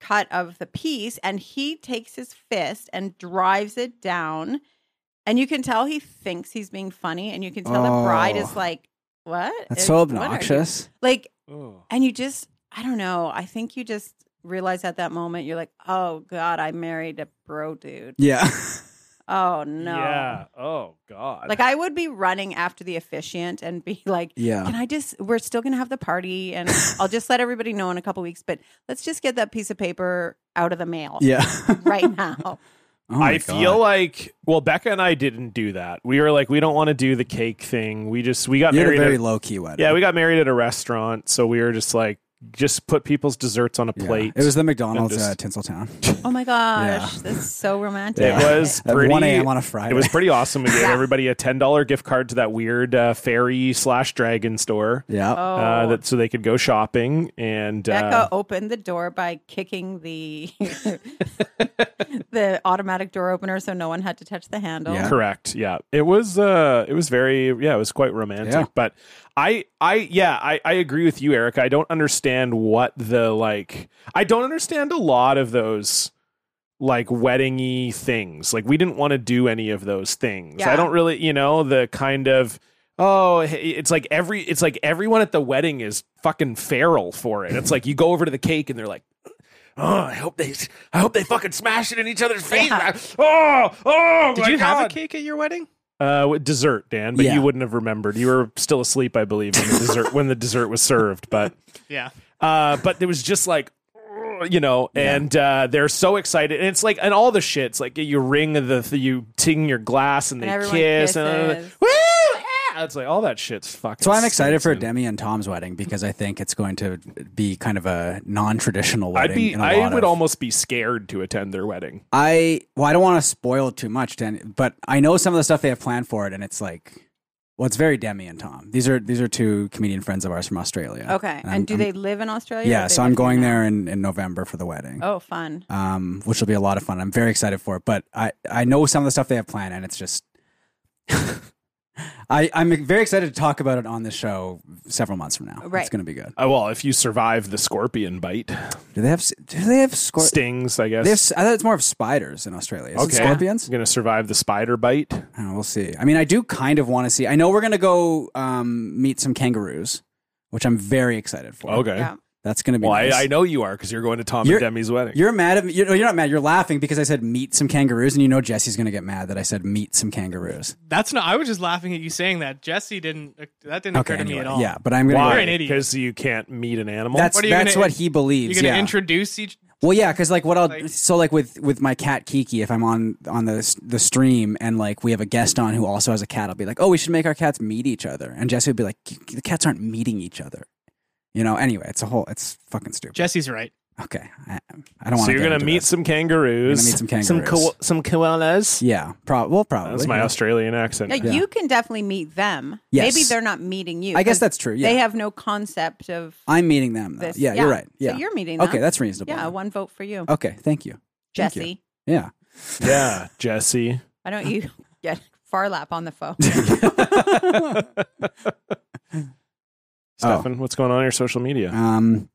Speaker 4: cut of the piece, and he takes his fist and drives it down, and you can tell he thinks he's being funny, and you can tell the bride
Speaker 3: Oh.
Speaker 4: is like, "What?
Speaker 3: That's
Speaker 4: Is- Uh,
Speaker 3: so
Speaker 4: what are you-"
Speaker 3: obnoxious.
Speaker 4: Like,
Speaker 1: Oh.
Speaker 4: and you just I don't know. I think you just realize at that moment you're like, "Oh God, I married a bro dude."
Speaker 3: Yeah.
Speaker 4: Oh no.
Speaker 1: Yeah. Oh God.
Speaker 4: Like I would be running after the officiant and be like,
Speaker 3: Yeah.
Speaker 4: can I just we're still gonna have the party and I'll just let everybody know in a couple weeks, but let's just get that piece of paper out of the mail
Speaker 3: Yeah.
Speaker 4: right now.
Speaker 3: Oh my
Speaker 1: I feel
Speaker 3: God.
Speaker 1: like well, Becca and I didn't do that. We were like, we don't want to do the cake thing. We just we got
Speaker 3: you had a
Speaker 1: married.
Speaker 3: very
Speaker 1: at,
Speaker 3: low key wedding.
Speaker 1: yeah, we got married at a restaurant, so we were just like, just put people's desserts on a
Speaker 3: Yeah.
Speaker 1: plate.
Speaker 3: It was the McDonald's
Speaker 1: just-
Speaker 3: uh, Tinseltown.
Speaker 4: Oh my gosh. That's so romantic.
Speaker 1: It was
Speaker 3: At
Speaker 1: pretty.
Speaker 3: 1 a.m. on a Friday.
Speaker 1: It was pretty awesome. We gave
Speaker 4: Yeah.
Speaker 1: everybody a ten dollar gift card to that weird uh, fairy slash dragon store.
Speaker 3: yeah.
Speaker 4: Oh
Speaker 1: Uh, that so they could go shopping and
Speaker 4: Becca
Speaker 1: uh,
Speaker 4: opened the door by kicking the the automatic door opener so no one had to touch the handle.
Speaker 3: Yeah.
Speaker 1: correct yeah it was uh it was very yeah it was quite romantic
Speaker 3: Yeah.
Speaker 1: but i i yeah i i agree with you eric i don't understand what the like i don't understand a lot of those like weddingy things like we didn't want to do any of those things i
Speaker 4: Yeah.
Speaker 1: don't really you know the kind of oh hey, it's like every it's like everyone at the wedding is fucking feral for it it's like you go over to the cake and they're like Oh, I hope they, I hope they fucking smash it in each other's face.
Speaker 4: Yeah.
Speaker 1: Oh, oh!
Speaker 5: Did
Speaker 1: my
Speaker 5: you have a
Speaker 1: God.
Speaker 5: cake at your wedding?
Speaker 1: Uh, with dessert, Dan, but
Speaker 3: Yeah.
Speaker 1: you wouldn't have remembered. You were still asleep, I believe, when the dessert when the dessert was served. But
Speaker 5: Yeah.
Speaker 1: uh, but it was just like, you know, and uh, they're so excited, and it's like, and all the shits like you ring the you ting your glass, and they
Speaker 4: And everyone
Speaker 1: kiss, and
Speaker 4: kisses.
Speaker 1: woo, yeah! it's like all that shit's fucking.
Speaker 3: So I'm excited for
Speaker 1: stinks, man.
Speaker 3: Demi and Tom's wedding because I think it's going to be kind of a non-traditional wedding.
Speaker 1: I'd be,
Speaker 3: in a
Speaker 1: I
Speaker 3: lot
Speaker 1: would
Speaker 3: of-
Speaker 1: almost be scared to attend their wedding.
Speaker 3: I well, I don't want to spoil too much, Dan, but I know some of the stuff they have planned for it, and it's like, well, it's very Demi and Tom. These are these are two comedian friends of ours from Australia.
Speaker 4: Okay. And,
Speaker 3: I'm-
Speaker 4: do
Speaker 3: I'm-
Speaker 4: they live in Australia? or
Speaker 3: Yeah,
Speaker 4: they
Speaker 3: so
Speaker 4: live
Speaker 3: I'm
Speaker 4: here
Speaker 3: going
Speaker 4: now?
Speaker 3: there in, in November for the wedding.
Speaker 4: Oh, fun.
Speaker 3: um, which will be a lot of fun. I'm very excited for it, but I, I know some of the stuff they have planned, and it's just I I'm very excited to talk about it on the show several months from now.
Speaker 4: Right.
Speaker 3: it's going to be good.
Speaker 1: Uh, well, if you survive the scorpion bite,
Speaker 3: Do they have s- do they have scor-
Speaker 1: stings, I guess.
Speaker 3: they have, s- I thought it's more of spiders in Australia. Is it
Speaker 1: Okay.
Speaker 3: scorpions?
Speaker 1: I'm gonna survive the spider bite.
Speaker 3: I don't know, we'll see. I mean, I do kind of want to see. I know we're going to go um, meet some kangaroos, which I'm very excited for.
Speaker 1: Okay.
Speaker 4: Yeah.
Speaker 3: that's going to be.
Speaker 1: Well,
Speaker 3: nice.
Speaker 1: I, I know you are because you're going to Tom
Speaker 3: You're-
Speaker 1: and Demi's wedding.
Speaker 3: You're mad at me. You're, no, you're not mad. You're laughing because I said meet some kangaroos, and you know Jesse's going to get mad that I said meet some kangaroos.
Speaker 5: That's not. I was just laughing at you saying that. Jesse didn't. uh, That didn't occur to me
Speaker 3: anyway,
Speaker 5: at all.
Speaker 3: Yeah, but I'm going
Speaker 1: Why?
Speaker 5: You're an idiot.
Speaker 1: Because you can't meet an animal.
Speaker 3: That's
Speaker 5: What are you
Speaker 3: that's
Speaker 5: gonna-
Speaker 3: what he believes.
Speaker 5: You're gonna
Speaker 3: yeah.
Speaker 5: introduce each.
Speaker 3: well, yeah, because like what I'll
Speaker 5: Like-
Speaker 3: so like with with my cat Kiki, if I'm on on the the stream and like we have a guest on who also has a cat, I'll be like, oh, we should make our cats meet each other, and Jesse would be like, the cats aren't meeting each other. You know, anyway, it's a whole, it's fucking stupid.
Speaker 5: Jesse's right.
Speaker 3: Okay, I, I don't want.
Speaker 1: so you're
Speaker 3: going
Speaker 1: gonna
Speaker 3: to
Speaker 1: meet some kangaroos.
Speaker 3: meet some kangaroos.
Speaker 1: some koalas.
Speaker 3: Yeah, pro- well, probably.
Speaker 1: That's my
Speaker 3: yeah.
Speaker 1: Australian accent.
Speaker 4: Now, you can definitely meet them.
Speaker 3: Yes.
Speaker 4: Maybe they're not meeting you.
Speaker 3: I guess
Speaker 4: 'cause
Speaker 3: that's true,
Speaker 4: They
Speaker 3: yeah.
Speaker 4: have no concept of
Speaker 3: I'm meeting them. Though.
Speaker 4: this.
Speaker 3: Yeah, you're right. Yeah,
Speaker 4: So you're meeting them.
Speaker 3: Okay, that's reasonable.
Speaker 4: Yeah, one vote for you,
Speaker 3: Okay, Oh, thank you, Thank you.
Speaker 4: Jesse.
Speaker 3: Yeah,
Speaker 1: yeah, Jesse.
Speaker 4: Why don't you get Farlap on the phone?
Speaker 1: Stefan, what's going on in your social media?
Speaker 3: Um,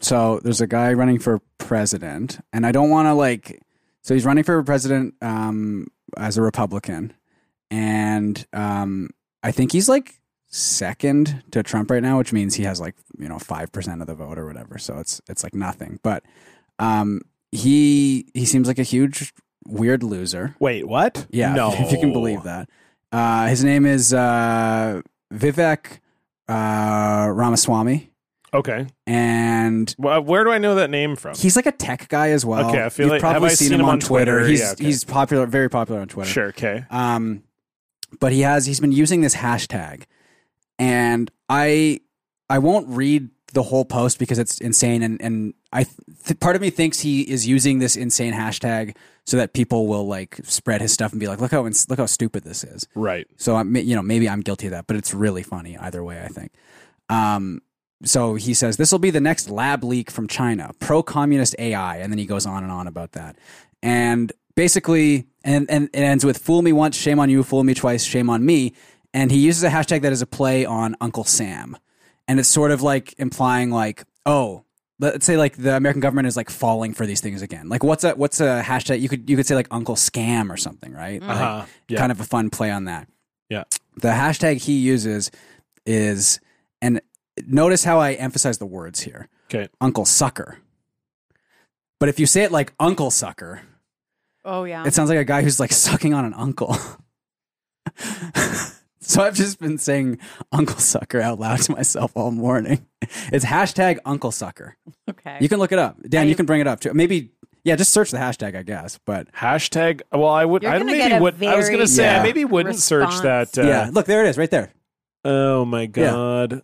Speaker 3: so there's a guy running for president, and I don't want to like. So he's running for president um, as a Republican, and um, I think he's like second to Trump right now, which means he has like you know five percent of the vote or whatever. So it's it's like nothing. But um, he he seems like a huge weird loser.
Speaker 1: Wait, what?
Speaker 3: Yeah,
Speaker 1: no.
Speaker 3: if you can believe that. Uh, his name is uh, Vivek uh, Ramaswamy,
Speaker 1: Okay.
Speaker 3: and
Speaker 1: Well, where do I know that name from?
Speaker 3: He's like a tech guy as well.
Speaker 1: Okay, I feel
Speaker 3: You've
Speaker 1: like-
Speaker 3: probably
Speaker 1: have I
Speaker 3: seen, him, on Twitter.
Speaker 1: Twitter?
Speaker 3: He's
Speaker 1: Yeah, okay.
Speaker 3: he's popular, very popular on Twitter.
Speaker 1: sure. Okay.
Speaker 3: Um, but he has he's been using this hashtag, and I I won't read the whole post because it's insane, and and I th- part of me thinks he is using this insane hashtag so that people will like spread his stuff and be like, look how ins- look how stupid this is.
Speaker 1: Right.
Speaker 3: So I, you know, maybe I'm guilty of that, but it's really funny either way. I think. Um, so he says this will be the next lab leak from China, pro-communist AI, and then he goes on and on about that, and basically, and and it ends with "fool me once, shame on you; fool me twice, shame on me." And he uses a hashtag that is a play on Uncle Sam, and it's sort of like implying like, oh, let's say like the American government is like falling for these things again. Like what's a what's a hashtag? You could you could say like Uncle Scam or something, right? Like,
Speaker 1: Uh-huh. Yeah.
Speaker 3: Kind of a fun play on that
Speaker 1: Yeah.
Speaker 3: the hashtag he uses is and notice how I emphasize the words here.
Speaker 1: Okay.
Speaker 3: Uncle sucker. But if you say it like uncle sucker,
Speaker 4: Oh yeah.
Speaker 3: It sounds like a guy who's like sucking on an uncle. so I've just been saying uncle sucker out loud to myself all morning. It's hashtag uncle sucker.
Speaker 4: okay.
Speaker 3: You can look it up. Dan, you can bring it up too. Maybe, yeah, just search the hashtag, I guess. But
Speaker 1: Hashtag. Well, I would.
Speaker 4: You're
Speaker 1: I
Speaker 4: gonna
Speaker 1: maybe
Speaker 4: get a
Speaker 1: would. I was
Speaker 4: very
Speaker 1: gonna say
Speaker 3: Yeah.
Speaker 1: I maybe wouldn't search
Speaker 4: response.
Speaker 1: that. Uh,
Speaker 3: yeah, look, there it is right there.
Speaker 1: Oh my god.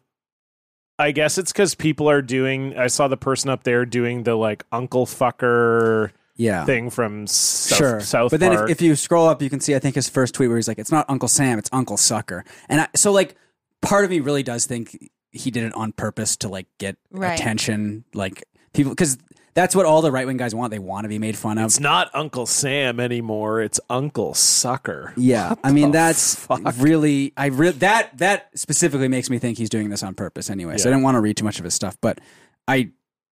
Speaker 1: I guess it's because people are doing. I saw the person up there doing the like uncle fucker
Speaker 3: Yeah.
Speaker 1: thing from South,
Speaker 3: sure.
Speaker 1: South
Speaker 3: but then
Speaker 1: Park.
Speaker 3: if, if you scroll up, you can see I think his first tweet where he's like, "It's not Uncle Sam, it's Uncle Sucker." And I, so like, part of me really does think he did it on purpose to like get
Speaker 4: Right.
Speaker 3: attention, like people, because that's what all the right wing guys want. They want to be made fun of.
Speaker 1: it's not Uncle Sam anymore. It's Uncle Sucker.
Speaker 3: yeah, I mean
Speaker 1: the
Speaker 3: that's
Speaker 1: fuck?
Speaker 3: really I re- that that specifically makes me think he's doing this on purpose anyway. So I
Speaker 1: Yeah.
Speaker 3: didn't want to read too much of his stuff, but I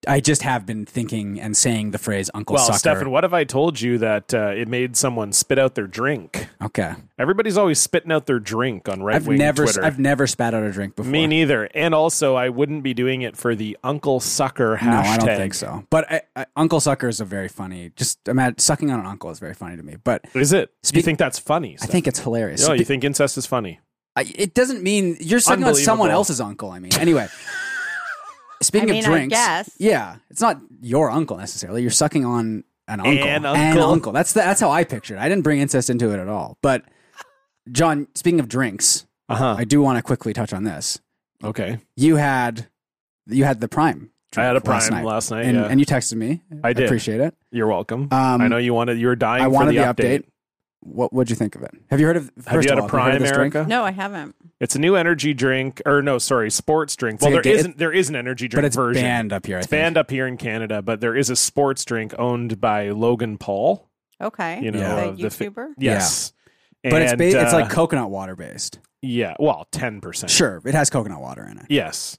Speaker 3: I just have been thinking and saying the phrase Uncle
Speaker 1: Well,
Speaker 3: Sucker.
Speaker 1: Stefan, what have I told you that uh, it made someone spit out their drink?
Speaker 3: okay,
Speaker 1: Everybody's always spitting out their drink on right
Speaker 3: I've
Speaker 1: wing
Speaker 3: never
Speaker 1: Twitter.
Speaker 3: I've never spat out a drink before.
Speaker 1: Me neither. And also, I wouldn't be doing it for the Uncle Sucker hashtag.
Speaker 3: No, I don't think so. But I, I, Uncle Sucker is a very funny. Just imagine sucking on an uncle is very funny to me. But
Speaker 1: Is it? you
Speaker 3: Speak-
Speaker 1: think that's funny?
Speaker 3: I think it's hilarious.
Speaker 1: No, you
Speaker 3: Be-
Speaker 1: think incest is funny?
Speaker 3: I, it doesn't mean you're sucking on someone
Speaker 1: Unbelievable.
Speaker 3: else's uncle. I mean, anyway. Speaking
Speaker 4: I mean,
Speaker 3: of
Speaker 4: I
Speaker 3: drinks,
Speaker 4: guess.
Speaker 3: yeah, it's not your uncle necessarily. You're sucking on an uncle,
Speaker 1: An
Speaker 3: An
Speaker 1: uncle.
Speaker 3: uncle. That's the, that's how I pictured. it. I didn't bring incest into it at all. But John, speaking of drinks,
Speaker 1: Uh huh.
Speaker 3: I do want to quickly touch on this.
Speaker 1: Okay.
Speaker 3: You had you had the prime.
Speaker 1: I had a
Speaker 3: drink last
Speaker 1: prime
Speaker 3: night,
Speaker 1: last night,
Speaker 3: and,
Speaker 1: yeah.
Speaker 3: and you texted me.
Speaker 1: I did.
Speaker 3: appreciate it.
Speaker 1: You're welcome.
Speaker 3: Um,
Speaker 1: I know you wanted. You were dying.
Speaker 3: I
Speaker 1: for
Speaker 3: wanted
Speaker 1: the update.
Speaker 3: What would you think of it? Have you heard of? First
Speaker 1: Have you
Speaker 3: of
Speaker 1: had
Speaker 3: all,
Speaker 1: a
Speaker 3: heard of
Speaker 1: prime,
Speaker 3: this drink?
Speaker 1: Erica?
Speaker 4: no, I haven't.
Speaker 1: It's a new energy drink, or no, sorry, sports drink. Well,
Speaker 3: like a
Speaker 1: there
Speaker 3: ga-
Speaker 1: not there is an energy drink
Speaker 3: but it's
Speaker 1: version.
Speaker 3: banned up here. I
Speaker 1: It's
Speaker 3: think.
Speaker 1: banned up here in Canada, but there is a sports drink owned by Logan Paul.
Speaker 4: Okay.
Speaker 1: You know,
Speaker 3: Yeah.
Speaker 1: uh,
Speaker 4: The
Speaker 1: the fi-
Speaker 4: YouTuber?
Speaker 1: yes,
Speaker 3: But it's
Speaker 1: And,
Speaker 3: ba- it's
Speaker 1: uh,
Speaker 3: like coconut water based.
Speaker 1: yeah, well, ten percent.
Speaker 3: Sure, it has coconut water in it.
Speaker 1: Yes.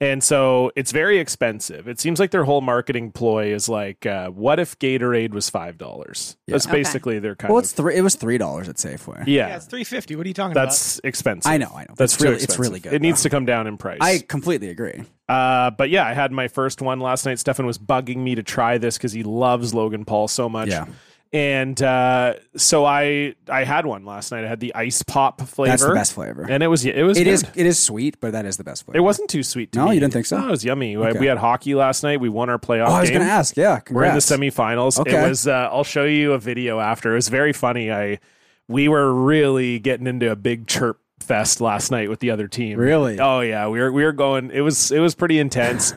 Speaker 1: And so it's very expensive. It seems like their whole marketing ploy is like, uh, what if Gatorade was five dollars?
Speaker 3: Yeah.
Speaker 1: That's
Speaker 4: Okay.
Speaker 1: basically their kind
Speaker 3: Well,
Speaker 1: of
Speaker 3: it's three. It was three dollars at Safeway.
Speaker 5: Yeah,
Speaker 1: yeah.
Speaker 5: it's three fifty. What are you talking about?
Speaker 1: That's expensive.
Speaker 3: I know, I know.
Speaker 1: That's
Speaker 3: It's
Speaker 1: too
Speaker 3: really- it's
Speaker 1: expensive.
Speaker 3: really good,
Speaker 1: It needs
Speaker 3: though.
Speaker 1: to come down in price.
Speaker 3: I completely agree.
Speaker 1: Uh, but yeah, I had my first one last night. Stefan was bugging me to try this because he loves Logan Paul so much.
Speaker 3: Yeah.
Speaker 1: And uh, so I I had one last night. I had the ice pop flavor.
Speaker 3: That's the best flavor.
Speaker 1: And it was it was
Speaker 3: It is
Speaker 1: good.
Speaker 3: it is sweet, but that is the best flavor.
Speaker 1: It wasn't too sweet. To
Speaker 3: No,
Speaker 1: me.
Speaker 3: you didn't think so?
Speaker 1: No, it was yummy. We-
Speaker 3: Okay.
Speaker 1: We had hockey last night. We won our playoff.
Speaker 3: Oh, I was
Speaker 1: game.
Speaker 3: going to ask. Yeah,
Speaker 1: We're in the
Speaker 3: congrats.
Speaker 1: semifinals.
Speaker 3: Okay.
Speaker 1: It was. Uh, I'll show you a video after. It was very funny. I we were really getting into a big chirp fest last night with the other team.
Speaker 3: Really?
Speaker 1: Oh yeah. We were we were going. It was it was pretty intense.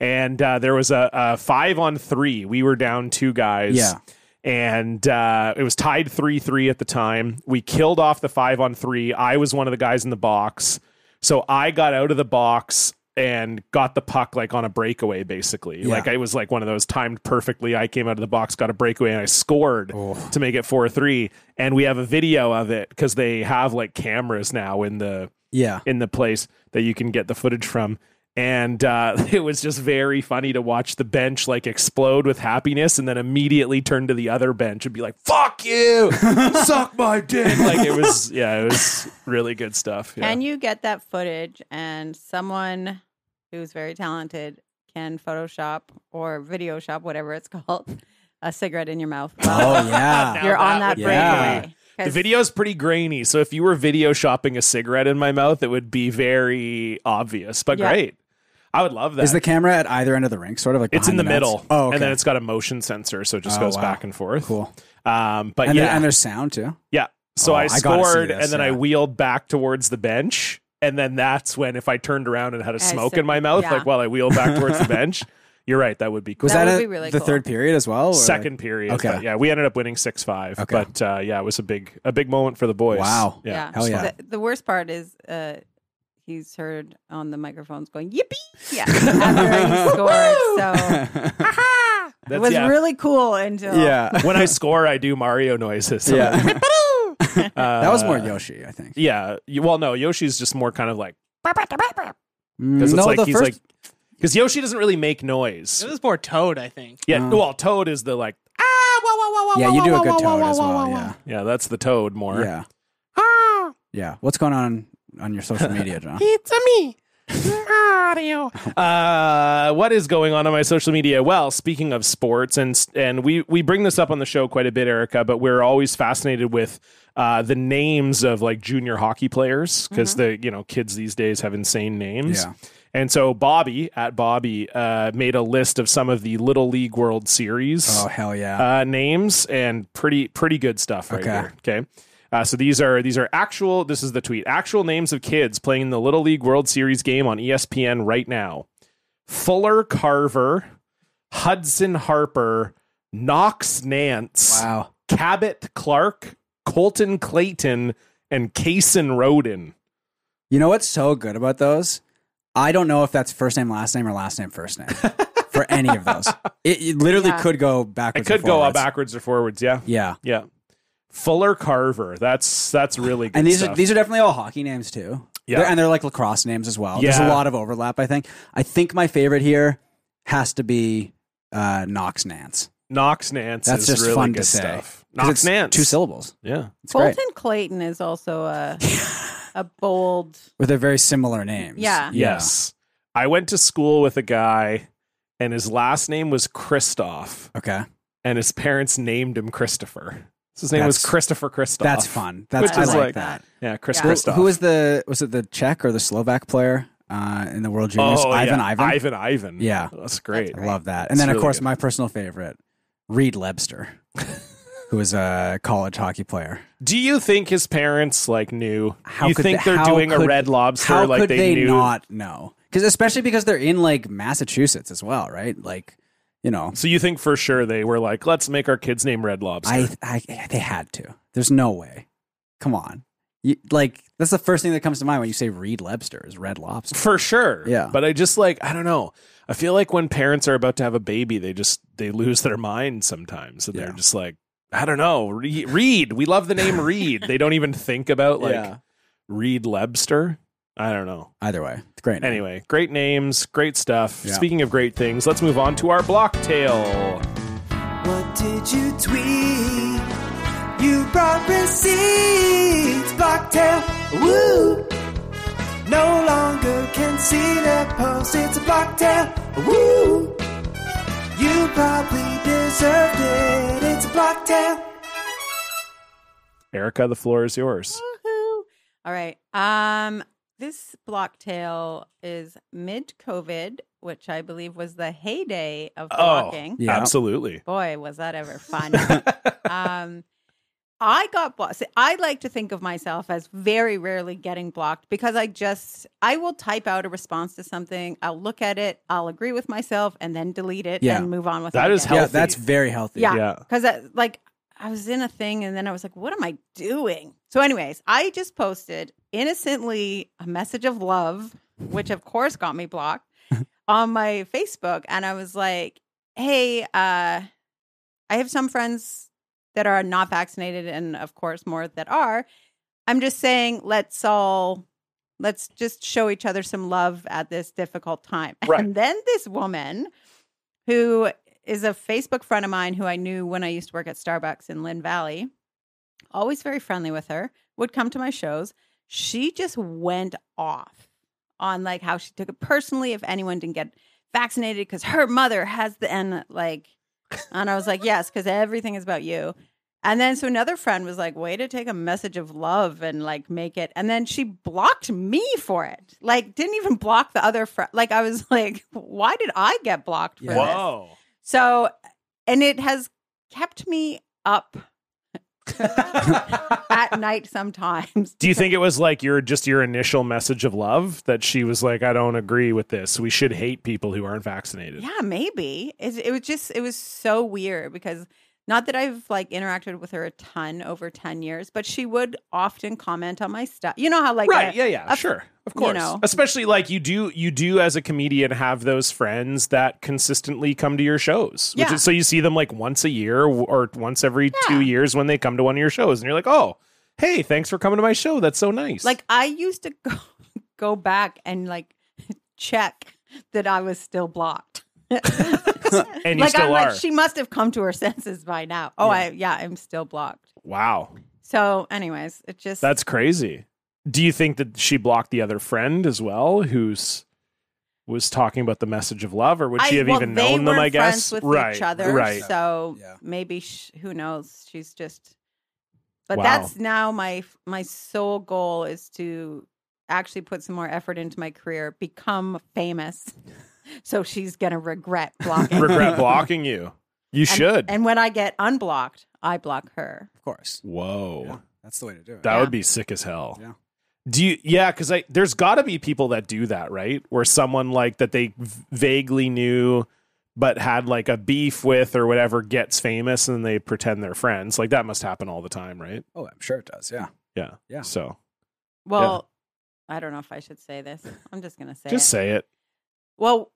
Speaker 1: and uh, there was a, a five on three. We were down two guys.
Speaker 3: Yeah.
Speaker 1: And uh, it was tied three three at the time. We killed off the five on three. I was one of the guys in the box. So I got out of the box and got the puck like on a breakaway, basically.
Speaker 3: Yeah.
Speaker 1: Like I was like one of those timed perfectly. I came out of the box, got a breakaway, and I scored to make it 4 3. And we have a video of it because they have like cameras now in the
Speaker 3: Yeah.
Speaker 1: in the place that you can get the footage from. And uh, it was just very funny to watch the bench like explode with happiness and then immediately turn to the other bench and be like, fuck you, suck my dick. Like it was, yeah, it was really good stuff. Yeah.
Speaker 4: Can you get that footage and someone who's very talented can Photoshop or video shop, whatever it's called, a cigarette in your mouth? while
Speaker 3: Oh yeah.
Speaker 4: You're on that
Speaker 1: that
Speaker 3: would be
Speaker 4: breakaway.
Speaker 1: the
Speaker 4: 'Cause-
Speaker 1: video's pretty grainy. So if you were video shopping a cigarette in my mouth, it would be very obvious, but
Speaker 4: Yeah.
Speaker 1: great. I would love that.
Speaker 3: Is the camera at either end of the ring? Sort of like
Speaker 1: it's in
Speaker 3: behind
Speaker 1: the,
Speaker 3: nets?
Speaker 1: middle.
Speaker 3: Oh, okay.
Speaker 1: And then it's got a motion sensor. So it just
Speaker 3: Oh,
Speaker 1: goes
Speaker 3: wow.
Speaker 1: back and forth.
Speaker 3: cool.
Speaker 1: Um, but
Speaker 3: And,
Speaker 1: yeah.
Speaker 3: there, and there's sound too.
Speaker 1: Yeah. So
Speaker 3: Oh,
Speaker 1: I
Speaker 3: I gotta see
Speaker 1: scored
Speaker 3: this,
Speaker 1: and then I
Speaker 3: yeah.
Speaker 1: wheeled back towards the bench. And then that's when if I turned around and had a
Speaker 4: Yeah,
Speaker 1: smoke
Speaker 4: so-
Speaker 1: in my mouth,
Speaker 4: yeah.
Speaker 1: like while I wheeled back towards the bench, you're right. That would be cool.
Speaker 3: Was
Speaker 4: That
Speaker 3: that,
Speaker 4: would
Speaker 3: a-
Speaker 4: be really
Speaker 3: the
Speaker 4: cool.
Speaker 3: third period as well? or, like-
Speaker 1: Second period.
Speaker 3: Okay.
Speaker 1: But yeah, we ended up winning six five.
Speaker 3: Okay.
Speaker 1: But uh, yeah, it was a big a big moment for the boys.
Speaker 3: Wow.
Speaker 1: Yeah.
Speaker 4: yeah.
Speaker 3: Hell yeah.
Speaker 4: The, the worst part is uh, he's heard on the microphones going, yippee. Yeah. After he scored. So it
Speaker 1: That's-
Speaker 4: was
Speaker 1: yeah.
Speaker 4: really cool until.
Speaker 3: yeah.
Speaker 1: when I score, I do Mario noises.
Speaker 3: Yeah.
Speaker 1: Uh,
Speaker 3: that was more Yoshi, I think.
Speaker 1: Yeah. You- Well, no, Yoshi's just more kind of like because it's
Speaker 3: no,
Speaker 1: like
Speaker 3: the
Speaker 1: he's
Speaker 3: first
Speaker 1: like because Yoshi doesn't really make noise.
Speaker 5: This is more Toad, I think.
Speaker 1: Yeah.
Speaker 3: Oh.
Speaker 1: Well, Toad is the like ah wah, wah, wah, wah,
Speaker 3: Yeah,
Speaker 1: wah,
Speaker 3: you do
Speaker 1: wah,
Speaker 3: a good
Speaker 1: wah, wah,
Speaker 3: toad
Speaker 1: wah,
Speaker 3: as
Speaker 1: wah,
Speaker 3: well.
Speaker 1: wah,
Speaker 3: Yeah.
Speaker 1: Yeah, that's the toad more.
Speaker 3: Ah! Yeah. Yeah. What's going on on your social media, John?
Speaker 2: It's a me.
Speaker 1: Audio. Uh, what is going on on my social media? Well, speaking of sports, and and we we bring this up on the show quite a bit, Erica, but we're always fascinated with uh, the names of like junior hockey players because the you know kids these days have insane names.
Speaker 3: Mm-hmm. Yeah.
Speaker 1: And so Bobby at Bobby uh, made a list of some of the Little League World Series
Speaker 3: Oh hell yeah!
Speaker 1: uh, names and pretty pretty good stuff right
Speaker 3: Okay.
Speaker 1: here. Okay. Uh, so these are these are actual. This is the tweet. Actual names of kids playing the Little League World Series game on E ESPN right now. Fuller Carver, Hudson Harper, Knox Nance,
Speaker 3: wow.
Speaker 1: Cabot Clark, Colton Clayton, and Kaysen Roden.
Speaker 3: You know what's so good about those? I don't know if that's first name last name or last name first name for any of those. It, it literally
Speaker 4: Yeah.
Speaker 3: could go
Speaker 1: It
Speaker 3: backwards.
Speaker 1: could
Speaker 3: or
Speaker 1: go uh,
Speaker 3: forwards.
Speaker 1: backwards or forwards. Yeah,
Speaker 3: Yeah.
Speaker 1: yeah. Fuller Carver. That's that's really good.
Speaker 3: And these
Speaker 1: stuff.
Speaker 3: are these are definitely all hockey names too.
Speaker 1: Yeah.
Speaker 3: They're- and they're like lacrosse names as well. There's a
Speaker 1: Yeah.
Speaker 3: lot of overlap. I think. I think my favorite here has to be uh, Knox Nance.
Speaker 1: Knox Nance.
Speaker 3: That's
Speaker 1: is
Speaker 3: just
Speaker 1: really
Speaker 3: fun
Speaker 1: good
Speaker 3: to say.
Speaker 1: Stuff.
Speaker 3: 'Cause
Speaker 1: Knox
Speaker 3: it's
Speaker 1: Nance.
Speaker 3: Two syllables.
Speaker 1: Yeah.
Speaker 3: It's
Speaker 4: Colton
Speaker 3: great.
Speaker 4: Clayton is also a a bold.
Speaker 3: With their very similar names.
Speaker 4: Yeah.
Speaker 1: Yes. I went to school with a guy, and his last name was Christoph,
Speaker 3: Okay.
Speaker 1: and his parents named him Christopher. So his name was
Speaker 3: That's-
Speaker 1: Christopher Christoph.
Speaker 3: That's fun. That's
Speaker 1: Which
Speaker 3: I
Speaker 1: is
Speaker 3: like,
Speaker 1: like-
Speaker 3: that.
Speaker 1: Yeah, Chris
Speaker 4: Yeah.
Speaker 3: Who-
Speaker 1: Christoph.
Speaker 3: Who was the was it the Czech or the Slovak player uh, in the World Juniors?
Speaker 1: Oh,
Speaker 3: Ivan
Speaker 1: yeah.
Speaker 3: Ivan.
Speaker 1: Ivan Ivan. Oh,
Speaker 3: Yeah.
Speaker 1: That's great.
Speaker 3: I love that. And then
Speaker 1: It's
Speaker 3: of
Speaker 1: really
Speaker 3: course
Speaker 1: good.
Speaker 3: my personal favorite, Reed Lebster, who was a college hockey player.
Speaker 1: Do you think his parents like knew? you
Speaker 3: could
Speaker 1: think
Speaker 3: they-
Speaker 1: are
Speaker 3: how
Speaker 1: doing a
Speaker 3: could-
Speaker 1: red lobster
Speaker 3: How
Speaker 1: like
Speaker 3: could
Speaker 1: they,
Speaker 3: they,
Speaker 1: knew?
Speaker 3: not know? Because especially because they're in like Massachusetts as well, right? Like, you know,
Speaker 1: So you think for sure they were like, let's make our kid's name Red Lobster.
Speaker 3: I, I they had to. There's no way. Come on, you, like that's the first thing that comes to mind when you say Reed Lebster is Red Lobster.
Speaker 1: for sure
Speaker 3: Yeah.
Speaker 1: but i just like i don't know i feel like when parents are about to have a baby they just they lose their mind sometimes and
Speaker 3: Yeah.
Speaker 1: they're just like i don't know Re- reed we love the name reed they don't even think about like
Speaker 3: Yeah.
Speaker 1: reed lebster i don't know
Speaker 3: Either way, it's great. name.
Speaker 1: anyway great names great stuff
Speaker 3: Yeah.
Speaker 1: speaking of great things let's move on to our block tale
Speaker 7: What did you tweet? You brought receipts, Blocktail. Woo! No longer can see the post. It's a Blocktail. Woo! You probably deserved it. It's a Blocktail.
Speaker 1: erica the floor is yours
Speaker 4: Woohoo. All right. Um, this blocktail is mid COVID, which I believe was the heyday of blocking.
Speaker 3: Oh. Yeah.
Speaker 1: absolutely
Speaker 4: Boy, was that ever fun. um, I got blocked. See, I like to think of myself as very rarely getting blocked because I just, I will type out a response to something, I'll look at it, I'll agree with myself, and then delete it
Speaker 3: Yeah.
Speaker 4: and move on with
Speaker 1: That
Speaker 4: it.
Speaker 1: is
Speaker 4: again.
Speaker 3: Yeah,
Speaker 1: healthy.
Speaker 3: that's very healthy.
Speaker 4: Yeah.
Speaker 1: Yeah.
Speaker 4: Because like I was in a thing and then I was like, what am I doing? So, anyways, I just posted innocently a message of love, which of course got me blocked on my Facebook. And I was like, hey, uh, I have some friends that are not vaccinated and of course more that are. I'm just saying, let's all let's just show each other some love at this difficult time.
Speaker 1: Right.
Speaker 4: And then this woman who is a Facebook friend of mine who I knew when I used to work at Starbucks in Lynn Valley, always very friendly with her, would come to my shows. She just went off on like how she took it personally if anyone didn't get vaccinated because her mother has the and like and I was like, yes, because everything is about you. And then so another friend was like, way to take a message of love and like make it. And then she blocked me for it. Like, didn't even block the other friend. Like, I was like, why did I get blocked for
Speaker 3: Yeah.
Speaker 4: this?
Speaker 1: whoa
Speaker 4: So, and it has kept me up at night sometimes.
Speaker 1: Do you think it was like your just your initial message of love that she was like, I don't agree with this. We should hate people who aren't vaccinated.
Speaker 4: Yeah, maybe. It, it was just, it was so weird because not that I've like interacted with her a ton over 10 years, but she would often comment on my stuff. You know how like,
Speaker 1: right.
Speaker 4: a-
Speaker 1: yeah. Yeah.
Speaker 4: a-
Speaker 1: sure. Of
Speaker 4: you
Speaker 1: course.
Speaker 4: know.
Speaker 1: Especially like you do you do as a comedian have those friends that consistently come to your shows. Which
Speaker 4: Yeah.
Speaker 1: is so you see them like once a year or once every
Speaker 4: Yeah.
Speaker 1: two years when they come to one of your shows and you're like, Oh, hey, thanks for coming to my show. That's so nice.
Speaker 4: Like I used to go, go back and like check that I was still blocked.
Speaker 1: and you
Speaker 4: like
Speaker 1: still
Speaker 4: I'm
Speaker 1: are.
Speaker 4: like she must have come to her senses by now. Oh, I yeah, I'm still blocked.
Speaker 1: wow.
Speaker 4: So anyways, it just
Speaker 1: That's crazy. do you think that she blocked the other friend as well, who's was talking about the message of love, or would she
Speaker 4: I-
Speaker 1: have
Speaker 4: well,
Speaker 1: even
Speaker 4: they
Speaker 1: known them?
Speaker 4: were
Speaker 1: I guess
Speaker 4: friends with
Speaker 1: right,
Speaker 4: each other,
Speaker 1: right.
Speaker 4: So
Speaker 3: Yeah.
Speaker 4: maybe sh- who knows? She's just. But
Speaker 1: Wow.
Speaker 4: that's now my my sole goal is to actually put some more effort into my career, become famous. So she's gonna regret blocking. me.
Speaker 1: Regret blocking you. You
Speaker 4: And-
Speaker 1: should.
Speaker 4: And when I get unblocked, I block her.
Speaker 3: Of course.
Speaker 1: Whoa,
Speaker 3: Yeah. That's the way to do it.
Speaker 1: that
Speaker 4: Yeah.
Speaker 1: would be sick as hell.
Speaker 3: Yeah.
Speaker 1: Do you? Yeah, because I there's got to be people that do that, right? Where someone like that they v- vaguely knew but had like a beef with or whatever gets famous and they pretend they're friends. Like that must happen all the time, right?
Speaker 3: oh, I'm sure it does. Yeah.
Speaker 1: Yeah.
Speaker 3: Yeah.
Speaker 1: So
Speaker 4: Well, I don't know if I should say this. I'm just gonna say
Speaker 1: just
Speaker 4: it.
Speaker 1: say it.
Speaker 4: Well,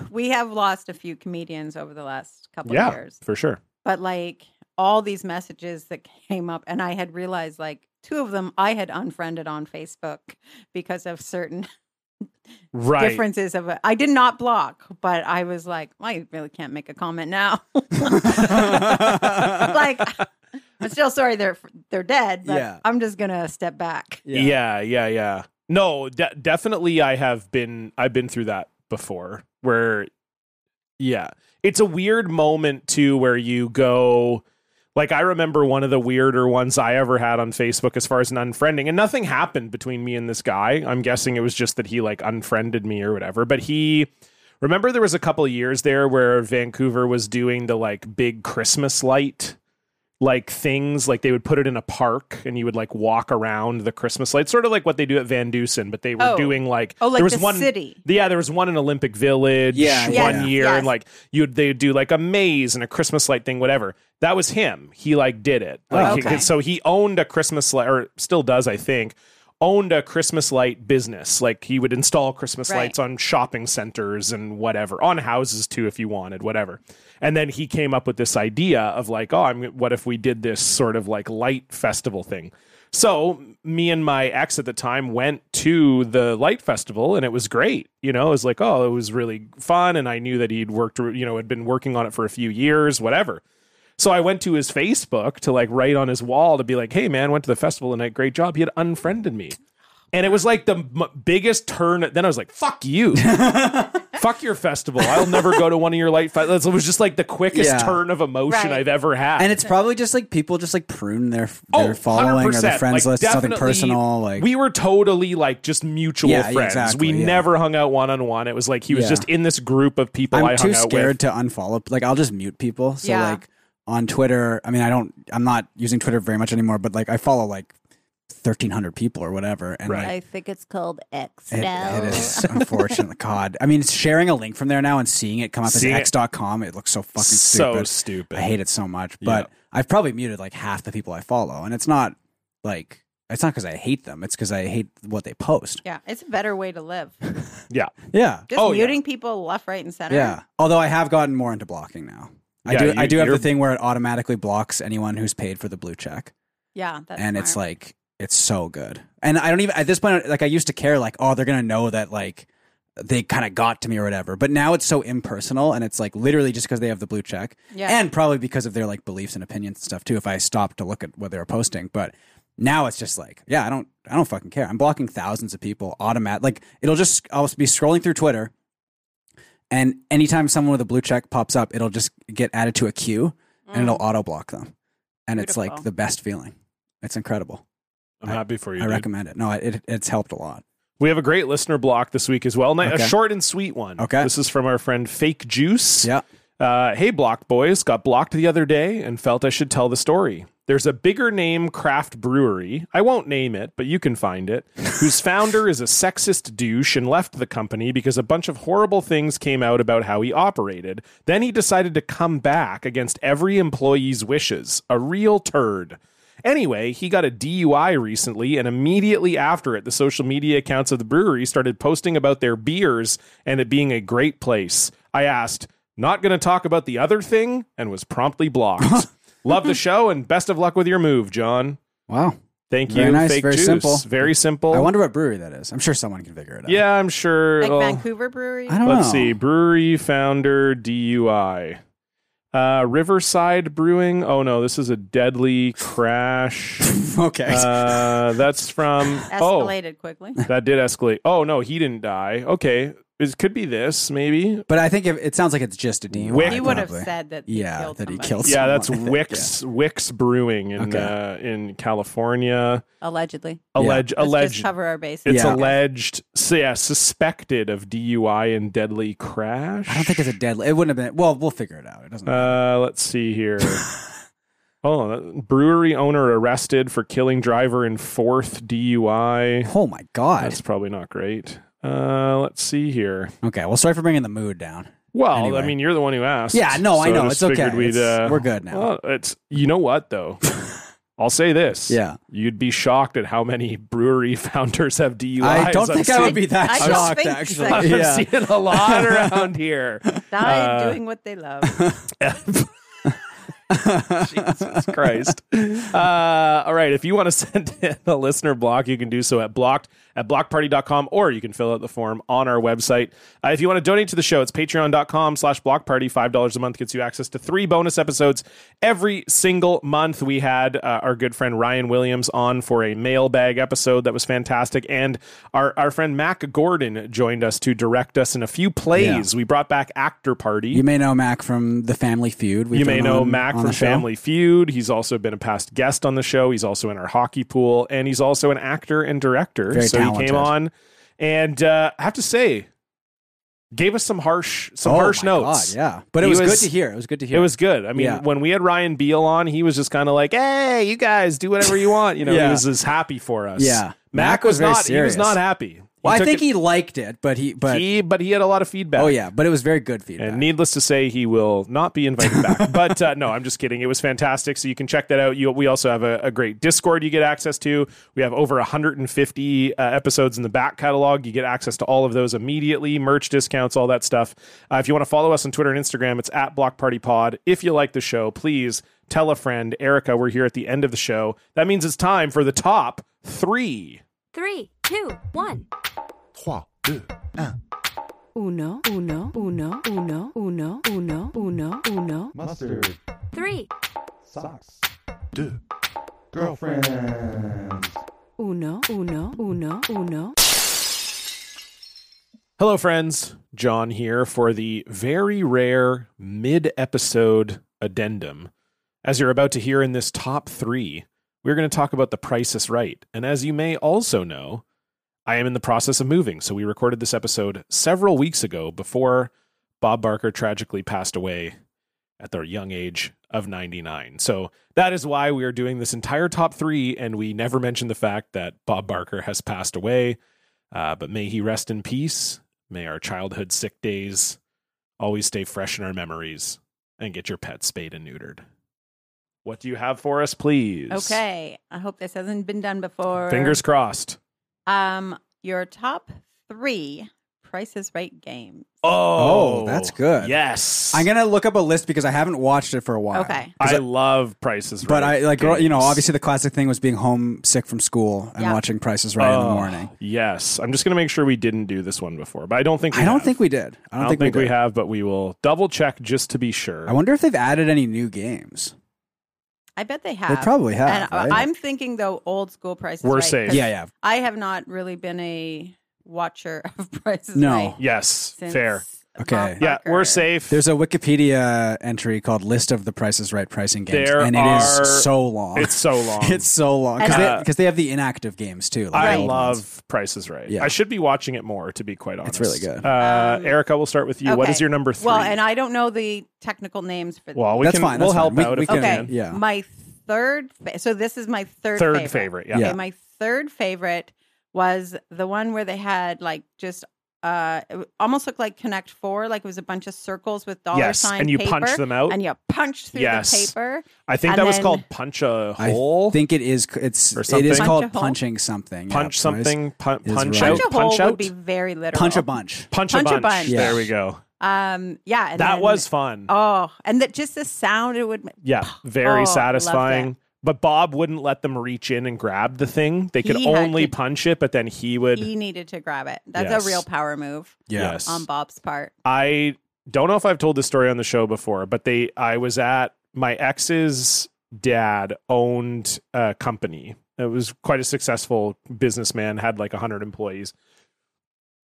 Speaker 4: we have lost a few comedians over the last couple
Speaker 1: yeah,
Speaker 4: of years.
Speaker 1: for sure.
Speaker 4: but like all these messages that came up and i had realized like two of them i had unfriended on facebook because of certain
Speaker 1: Right.
Speaker 4: differences of i did not block but i was like i really can't make a comment now like i'm still sorry they're they're dead but
Speaker 3: Yeah.
Speaker 4: i'm just gonna step back
Speaker 1: Yeah, yeah, yeah. No, de- definitely. I have been. I've been through that before. Where, yeah, it's a weird moment too, where you go. Like I remember one of the weirder ones I ever had on Facebook as far as an unfriending, and nothing happened between me and this guy. I'm guessing it was just that he like unfriended me or whatever. But he remember there was a couple of years there where Vancouver was doing the like big Christmas light like things like they would put it in a park and you would like walk around the christmas lights sort of like what they do at van dusen but they were
Speaker 4: Oh.
Speaker 1: doing like
Speaker 4: Oh, like
Speaker 1: there was
Speaker 4: the
Speaker 1: one
Speaker 4: city.
Speaker 1: yeah there was one in olympic village
Speaker 3: Yeah,
Speaker 1: one
Speaker 3: yeah, yeah.
Speaker 1: year
Speaker 4: Yes.
Speaker 1: and like you'd they'd do like a maze and a christmas light thing whatever that was him he like did it like he-
Speaker 4: okay.
Speaker 1: so he owned a christmas light or still does i think owned a christmas light business like he would install christmas
Speaker 4: Right.
Speaker 1: lights on shopping centers and whatever on houses too if you wanted whatever and then he came up with this idea of like oh i'm what if we did this sort of like light festival thing so me and my ex at the time went to the light festival and it was great you know it was like oh it was really fun and i knew that he'd worked you know had been working on it for a few years whatever so I went to his Facebook to like write on his wall to be like, "Hey man, went to the festival tonight. Great job." He had unfriended me, and it was like the m- biggest turn. Then I was like, "Fuck you, fuck your festival. I'll never go to one of your light festivals." It was just like the quickest
Speaker 3: Yeah.
Speaker 1: turn of emotion
Speaker 4: Right.
Speaker 1: I've ever had.
Speaker 3: And it's probably just like people just like prune their
Speaker 1: Oh,
Speaker 3: their following or their
Speaker 1: 100%.
Speaker 3: friends
Speaker 1: Like,
Speaker 3: list. It's nothing
Speaker 1: definitely,
Speaker 3: personal. Like
Speaker 1: we were totally like just mutual
Speaker 3: Yeah, yeah,
Speaker 1: friends.
Speaker 3: exactly,
Speaker 1: we
Speaker 3: yeah.
Speaker 1: never hung out one on one. It was like he was
Speaker 3: Yeah.
Speaker 1: just in this group of people. I
Speaker 3: I'm
Speaker 1: hung
Speaker 3: too
Speaker 1: out
Speaker 3: scared
Speaker 1: with.
Speaker 3: to unfollow. Like I'll just mute people. So
Speaker 4: Yeah.
Speaker 3: like on Twitter, I mean, I don't. I'm not using Twitter very much anymore. But like I follow like 1,300 people or whatever. And
Speaker 1: Right.
Speaker 3: like,
Speaker 4: think it's called x
Speaker 3: It- it is unfortunate. God, I mean, it's sharing a link from there now and seeing it come up
Speaker 1: Seeing it-
Speaker 3: as x.com, it looks so fucking
Speaker 1: so
Speaker 3: stupid.
Speaker 1: stupid.
Speaker 3: I hate it so much. But I've probably muted like half the people I follow, and it's not like it's not because I hate them. It's because I hate what they post.
Speaker 4: yeah it's a better way to live
Speaker 1: Yeah,
Speaker 3: Yeah,
Speaker 4: just
Speaker 1: Oh, yeah.
Speaker 4: muting people left right and center
Speaker 3: yeah. Although I have gotten more into blocking now. I
Speaker 1: Yeah,
Speaker 3: do. I
Speaker 1: you-
Speaker 3: do have the
Speaker 1: you're-
Speaker 3: thing where it automatically blocks anyone who's paid for the blue check,
Speaker 4: yeah that's
Speaker 3: and it's
Speaker 4: smart.
Speaker 3: like it's so good. And I don't even at this point like I used to care like oh they're gonna know that like they kind of got to me or whatever. But now it's so impersonal, and it's like literally just because they have the blue check,
Speaker 4: Yeah.
Speaker 3: and probably because of their like beliefs and opinions and stuff too. If I stopped to look at what they were posting, but now it's just like yeah I don't I don't fucking care. I'm blocking thousands of people automatic. Like it'll just I'll be scrolling through Twitter. And anytime someone with a blue check pops up, it'll just get added to a queue and it'll auto block them. And it's like
Speaker 4: Mm. Beautiful.
Speaker 3: the best feeling. It's incredible.
Speaker 1: I'm happy for you.
Speaker 3: I
Speaker 1: dude.
Speaker 3: recommend it. No, it, it's helped a lot.
Speaker 1: We have a great listener block this week as well. Ni-
Speaker 3: Okay.
Speaker 1: A short and sweet one.
Speaker 3: Okay.
Speaker 1: This is from our friend Fake Juice.
Speaker 3: Yeah.
Speaker 1: Uh, hey, Block Boys. Got blocked the other day and felt I should tell the story. There's a bigger name craft brewery. I won't name it, but you can find it. whose founder is a sexist douche and left the company because a bunch of horrible things came out about how he operated. Then he decided to come back against every employee's wishes. A real turd. Anyway, he got a DUI recently, and immediately after it, the social media accounts of the brewery started posting about their beers and it being a great place. I asked, not going to talk about the other thing, and was promptly blocked. Love the show, and best of luck with your move, John.
Speaker 3: Wow.
Speaker 1: Thank you.
Speaker 3: Very nice,
Speaker 1: Fake
Speaker 3: very
Speaker 1: juice.
Speaker 3: simple.
Speaker 1: Very simple.
Speaker 3: I wonder what brewery that is. I'm sure someone can figure it out.
Speaker 1: yeah, I'm sure.
Speaker 4: like
Speaker 1: well,
Speaker 4: vancouver brewery
Speaker 3: I don't
Speaker 1: let's
Speaker 3: know.
Speaker 1: see. Brewery founder DUI. Uh, Riverside Brewing. Oh no, this is a deadly crash.
Speaker 3: Okay.
Speaker 1: Uh, that's from. Oh,
Speaker 4: Escalated quickly.
Speaker 1: that did escalate. Oh no, he didn't die. Okay, it could be this maybe.
Speaker 3: but I think if, it sounds like it's just a DUI.
Speaker 1: Wick-
Speaker 4: He would have
Speaker 3: probably.
Speaker 4: said that.
Speaker 3: Yeah,
Speaker 4: he killed
Speaker 3: that he
Speaker 4: somebody,
Speaker 3: killed
Speaker 1: Yeah,
Speaker 3: someone,
Speaker 1: that's
Speaker 3: I think,
Speaker 1: Wicks Wicks Brewing in
Speaker 3: Okay.
Speaker 1: uh, in California.
Speaker 4: allegedly.
Speaker 1: Alleged,
Speaker 4: Let's
Speaker 1: alleged.
Speaker 4: just cover our bases.
Speaker 1: It's
Speaker 3: Yeah.
Speaker 1: alleged, so yeah, suspected of DUI and deadly crash.
Speaker 3: I don't think it's a deadly. It wouldn't have been. Well, we'll figure it out. It doesn't.
Speaker 1: Uh, let's see here. oh, brewery owner arrested for killing driver in fourth DUI.
Speaker 3: oh my god.
Speaker 1: That's probably not great. Uh, let's see here.
Speaker 3: Okay. Well, sorry for bringing the mood down.
Speaker 1: Well,
Speaker 3: Anyway.
Speaker 1: I mean, you're the one who asked.
Speaker 3: Yeah, no, I
Speaker 1: so
Speaker 3: know.
Speaker 1: just
Speaker 3: It's okay.
Speaker 1: figured we'd,
Speaker 3: It's-
Speaker 1: uh,
Speaker 3: we're good now.
Speaker 1: Well, it's you know what though. I'll say this.
Speaker 3: Yeah.
Speaker 1: you'd be shocked at how many brewery founders have DUIs.
Speaker 3: I don't
Speaker 1: I've
Speaker 3: think I would be that
Speaker 4: I don't
Speaker 3: shocked.
Speaker 4: think
Speaker 3: Actually,
Speaker 4: so.
Speaker 1: I've
Speaker 3: yeah.
Speaker 1: seen a lot around here.
Speaker 4: Die
Speaker 1: Uh,
Speaker 4: doing what they love.
Speaker 1: Jesus Christ. Uh, all right. If you want to send in a listener block, you can do so at blocked at blockparty.com or you can fill out the form on our website. Uh, if you want to donate to the show, it's patreon.com slash blockparty. $5 a month gets you access to three bonus episodes every single month. We had uh, our good friend Ryan Williams on for a mailbag episode that was fantastic. And our, our friend Mac Gordon joined us to direct us in a few plays. We brought back Actor Party.
Speaker 3: You may know Mac from the Family Feud. We've
Speaker 1: You may
Speaker 3: done
Speaker 1: know
Speaker 3: on-
Speaker 1: Mac
Speaker 3: on the
Speaker 1: from
Speaker 3: show.
Speaker 1: Family Feud. He's also been a past guest on the show. He's also in our hockey pool, and he's also an actor and director.
Speaker 3: Very
Speaker 1: so he
Speaker 3: talented.
Speaker 1: came on, and uh, I have to say, gave us some harsh, some
Speaker 3: oh,
Speaker 1: harsh
Speaker 3: my
Speaker 1: notes.
Speaker 3: God, yeah, but it
Speaker 1: He
Speaker 3: was,
Speaker 1: was-
Speaker 3: good to hear. It was good to hear.
Speaker 1: It was good. I mean,
Speaker 3: Yeah.
Speaker 1: when we had Ryan Beal on, he was just kind of like, "Hey, you guys, do whatever you want." You know,
Speaker 3: Yeah.
Speaker 1: he was just happy for us.
Speaker 3: Yeah.
Speaker 1: Mac,
Speaker 3: Mac
Speaker 1: was,
Speaker 3: was very
Speaker 1: not.
Speaker 3: serious.
Speaker 1: He was not happy. He
Speaker 3: Well, I
Speaker 1: took
Speaker 3: think
Speaker 1: it-
Speaker 3: he liked it, but he, but
Speaker 1: he, but he had a lot of feedback.
Speaker 3: oh yeah, but it was very good feedback.
Speaker 1: And needless to say, he will not be invited back. but uh, no, I'm just kidding. It was fantastic. So you can check that out. You, we also have a, a great Discord you get access to. We have over 150 uh, episodes in the back catalog. You get access to all of those immediately, merch discounts, all that stuff. Uh, if you want to follow us on Twitter and Instagram, it's at Block Party Pod. If you like the show, please tell a friend. Erica, we're here at the end of the show. That means it's time for the top three.
Speaker 6: Three, two, one. Uno, uno, uno, uno, uno, uno, uno, uno.
Speaker 8: Mustard.
Speaker 6: Three,
Speaker 8: Socks. Deux. Girlfriends.
Speaker 6: uno, uno, uno, uno.
Speaker 1: Hello, friends. John here for the very rare mid episode addendum. As you're about to hear in this top three, we're going to talk about The Price is Right. And as you may also know, I am in the process of moving. So we recorded this episode several weeks ago before Bob Barker tragically passed away at the young age of 99. So that is why we are doing this entire top three. And we never mentioned the fact that Bob Barker has passed away. Uh, but may he rest in peace. May our childhood sick days always stay fresh in our memories and get your pet spayed and neutered. What do you have for us, please?
Speaker 4: Okay. I hope this hasn't been done before.
Speaker 1: Fingers crossed.
Speaker 4: Um, your top three Price is Right games.
Speaker 3: Oh, that's good.
Speaker 1: Yes.
Speaker 3: I'm gonna look up a list because I haven't watched it for a while.
Speaker 4: Okay.
Speaker 1: I love prices.
Speaker 3: But I like you know obviously the classic thing was being homesick from school and
Speaker 4: Yeah.
Speaker 3: watching Prices Right
Speaker 1: Oh,
Speaker 3: in the morning.
Speaker 1: Yes. I'm just going to make sure we didn't do this one before, but I don't think we
Speaker 3: I don't
Speaker 1: have.
Speaker 3: think we did. I
Speaker 1: I
Speaker 3: don't, think, we, did.
Speaker 1: have, but we will double check just to be sure.
Speaker 3: I wonder if they've added any new games.
Speaker 4: I bet they have.
Speaker 3: probably have,
Speaker 4: And I-
Speaker 3: right?
Speaker 4: I'm thinking though, old school Price is
Speaker 1: We're
Speaker 4: Right,
Speaker 1: safe.
Speaker 4: 'cause
Speaker 3: Yeah, yeah.
Speaker 4: I have not really been a watcher of Price is
Speaker 3: No.
Speaker 4: Right.
Speaker 1: yes.
Speaker 4: since
Speaker 1: Fair.
Speaker 4: Bob
Speaker 3: Okay.
Speaker 1: Yeah, we're
Speaker 4: Barker.
Speaker 1: safe.
Speaker 3: There's a Wikipedia entry called "List of the Prices Right Pricing Games,"
Speaker 1: There
Speaker 3: and it is
Speaker 1: are-
Speaker 3: so long.
Speaker 1: it's so long.
Speaker 3: it's so long
Speaker 4: And
Speaker 3: because
Speaker 1: I-
Speaker 3: they, 'cause they have the inactive games too. like
Speaker 1: I
Speaker 3: the old
Speaker 1: love
Speaker 3: ones.
Speaker 1: Prices Right.
Speaker 3: Yeah.
Speaker 1: I should be watching it more, to be quite honest.
Speaker 3: really good.
Speaker 1: Uh,
Speaker 4: Um,
Speaker 1: Erica, we'll start with you. What
Speaker 4: Okay.
Speaker 1: is your number three?
Speaker 4: Well, and I don't know the technical names for
Speaker 1: Well, we
Speaker 3: That's
Speaker 1: can.
Speaker 3: fine,
Speaker 1: we'll
Speaker 3: that's
Speaker 1: help
Speaker 3: fine. We-
Speaker 1: out
Speaker 3: we
Speaker 1: if
Speaker 3: can-
Speaker 4: Okay.
Speaker 3: yeah.
Speaker 4: My third. Fa- so this is my third.
Speaker 1: Third
Speaker 4: favorite.
Speaker 1: favorite, yeah.
Speaker 4: Okay.
Speaker 3: Yeah.
Speaker 4: My third favorite was the one where they had like just uh, it w- almost looked like Connect Four, like it was a bunch of circles with dollar
Speaker 1: Yes,
Speaker 4: sign
Speaker 1: and you
Speaker 4: paper,
Speaker 1: punch them out.
Speaker 4: and you punch through
Speaker 1: Yes.
Speaker 4: the paper.
Speaker 1: I think
Speaker 4: and
Speaker 1: that was
Speaker 4: then-
Speaker 1: called Punch a
Speaker 3: I
Speaker 1: Hole.
Speaker 3: think it is. It's
Speaker 1: Or
Speaker 3: it
Speaker 1: something.
Speaker 3: is
Speaker 1: Punch
Speaker 4: a
Speaker 3: called
Speaker 4: hole?
Speaker 3: punching something. yeah,
Speaker 1: punch
Speaker 3: price-
Speaker 1: something. Pun-
Speaker 3: is
Speaker 1: punch
Speaker 3: right.
Speaker 1: out.
Speaker 4: Punch a hole
Speaker 1: Punch
Speaker 4: would
Speaker 1: out.
Speaker 4: be very literal.
Speaker 3: Punch a bunch.
Speaker 1: Punch a
Speaker 4: Punch a
Speaker 1: bunch.
Speaker 4: bunch.
Speaker 1: There
Speaker 3: Yeah.
Speaker 1: we go.
Speaker 4: Um, yeah, and
Speaker 1: that
Speaker 4: then-
Speaker 1: was fun.
Speaker 4: Oh, and that just the sound it would.
Speaker 1: yeah,
Speaker 4: Oh,
Speaker 1: very
Speaker 4: loved
Speaker 1: satisfying.
Speaker 4: it.
Speaker 1: But Bob wouldn't let them reach in and grab the thing. They could
Speaker 4: He had
Speaker 1: only
Speaker 4: to-
Speaker 1: punch it, but then he would.
Speaker 4: He needed to grab it. That's
Speaker 1: Yes.
Speaker 4: a real power move
Speaker 3: Yeah.
Speaker 1: yes.
Speaker 4: on Bob's part.
Speaker 1: I don't know if I've told this story on the show before, but they I was at my ex's dad owned a company. It was quite a successful businessman, had like 100 employees.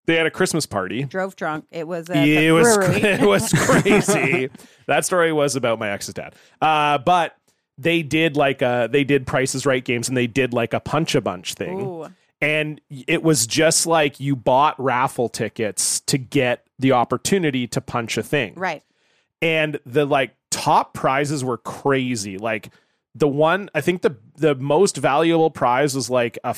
Speaker 1: They had a Christmas party.
Speaker 4: Drove drunk. It was a
Speaker 1: Yeah,
Speaker 4: the
Speaker 1: it was
Speaker 4: brewery.
Speaker 1: it was crazy. that story was about my ex's dad. Uh, but they did like a they did Prices Right games and they did like a punch a bunch thing
Speaker 4: Ooh.
Speaker 1: and it was just like you bought raffle tickets to get the opportunity to punch a thing
Speaker 4: Right.
Speaker 1: and the like top prizes were crazy like the one i think the the most valuable prize was like a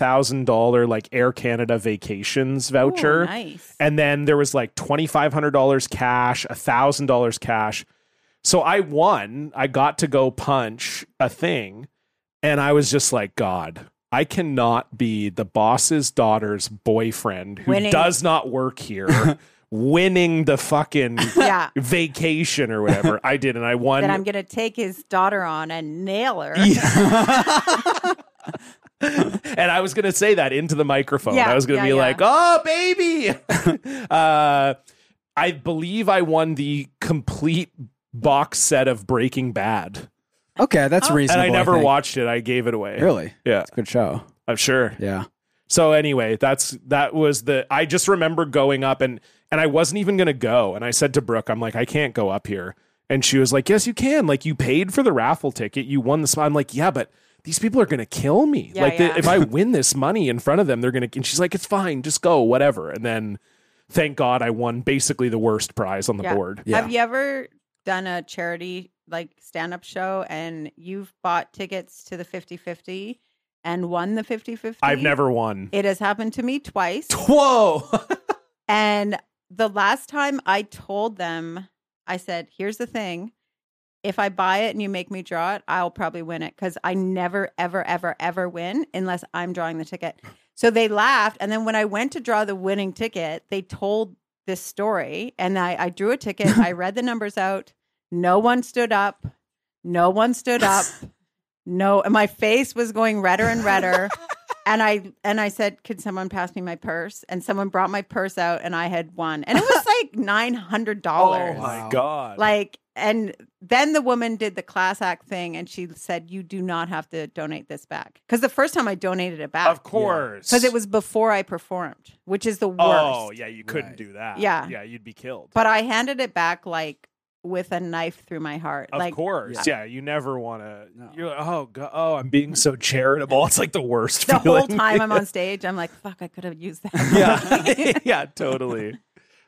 Speaker 1: $5000 like air canada vacations voucher
Speaker 4: Ooh, nice.
Speaker 1: and then there was like $2500 cash $1000 cash so i won i got to go punch a thing and i was just like god i cannot be the boss's daughter's boyfriend who
Speaker 4: Winning.
Speaker 1: does not work here winning the fucking
Speaker 4: Yeah.
Speaker 1: vacation or whatever i did and i won
Speaker 4: That I'm going to take his daughter on and nail her.
Speaker 1: and I was going to say that into the microphone.
Speaker 4: Yeah,
Speaker 1: I was going to
Speaker 4: yeah,
Speaker 1: be
Speaker 4: yeah.
Speaker 1: like, "Oh, baby." uh, I believe I won the complete box set of Breaking Bad,
Speaker 3: Okay, that's
Speaker 1: and
Speaker 3: reasonable.
Speaker 1: I never
Speaker 3: think.
Speaker 1: watched it. I gave it away.
Speaker 3: Really?
Speaker 1: Yeah,
Speaker 3: It's a good show.
Speaker 1: I'm sure.
Speaker 3: Yeah.
Speaker 1: So anyway, that's that was the I just remember going up and and I wasn't even going to go and I said to Brooke, I'm like, "I can't go up here." And she was like, "Yes, you can. Like you paid for the raffle ticket. You won the spot." I'm like, "Yeah, but these people are going to kill me.
Speaker 4: Yeah,
Speaker 1: like the-
Speaker 4: yeah.
Speaker 1: if I win this money in front of them, they're going to And she's like, "It's fine. Just go, whatever." And then thank God I won basically the worst prize on the
Speaker 4: Yeah.
Speaker 1: board.
Speaker 3: Yeah.
Speaker 4: Have you ever done a charity like stand up show and you've bought tickets to the 50 50 and won the 50 50?
Speaker 1: I've never won.
Speaker 4: It has happened to me twice.
Speaker 1: Whoa.
Speaker 4: And the last time I told them, I said, here's the thing. If I buy it and you make me draw it, I'll probably win it because I never, ever, ever, ever win unless I'm drawing the ticket. So they laughed. And then when I went to draw the winning ticket, they told this story. And I, I drew a ticket. I read the numbers out. No one stood up. No one stood up. No, and my face was going redder and redder. and I and I said, "Could someone pass me my purse?" And someone brought my purse out, and I had one, and it was like nine hundred dollars.
Speaker 3: Wow.
Speaker 1: Oh God.
Speaker 4: Like, and then the woman did the class act thing, and she said, "You do not have to donate this back," because the first time I donated it back,
Speaker 1: of course.
Speaker 4: because it was before I performed, which is the worst.
Speaker 1: Oh, yeah, you couldn't
Speaker 3: Right.
Speaker 1: do that.
Speaker 4: Yeah.
Speaker 1: Yeah, you'd be killed.
Speaker 4: But I handed it back like with a knife through my heart.
Speaker 1: Of
Speaker 4: like,
Speaker 1: course. Yeah. you never want to.
Speaker 3: No.
Speaker 1: You're like, oh, go, oh, I'm being so charitable. It's like the worst
Speaker 4: the
Speaker 1: feeling.
Speaker 4: whole time I'm on stage, I'm like, "Fuck, I could have used that."
Speaker 1: yeah. yeah, totally.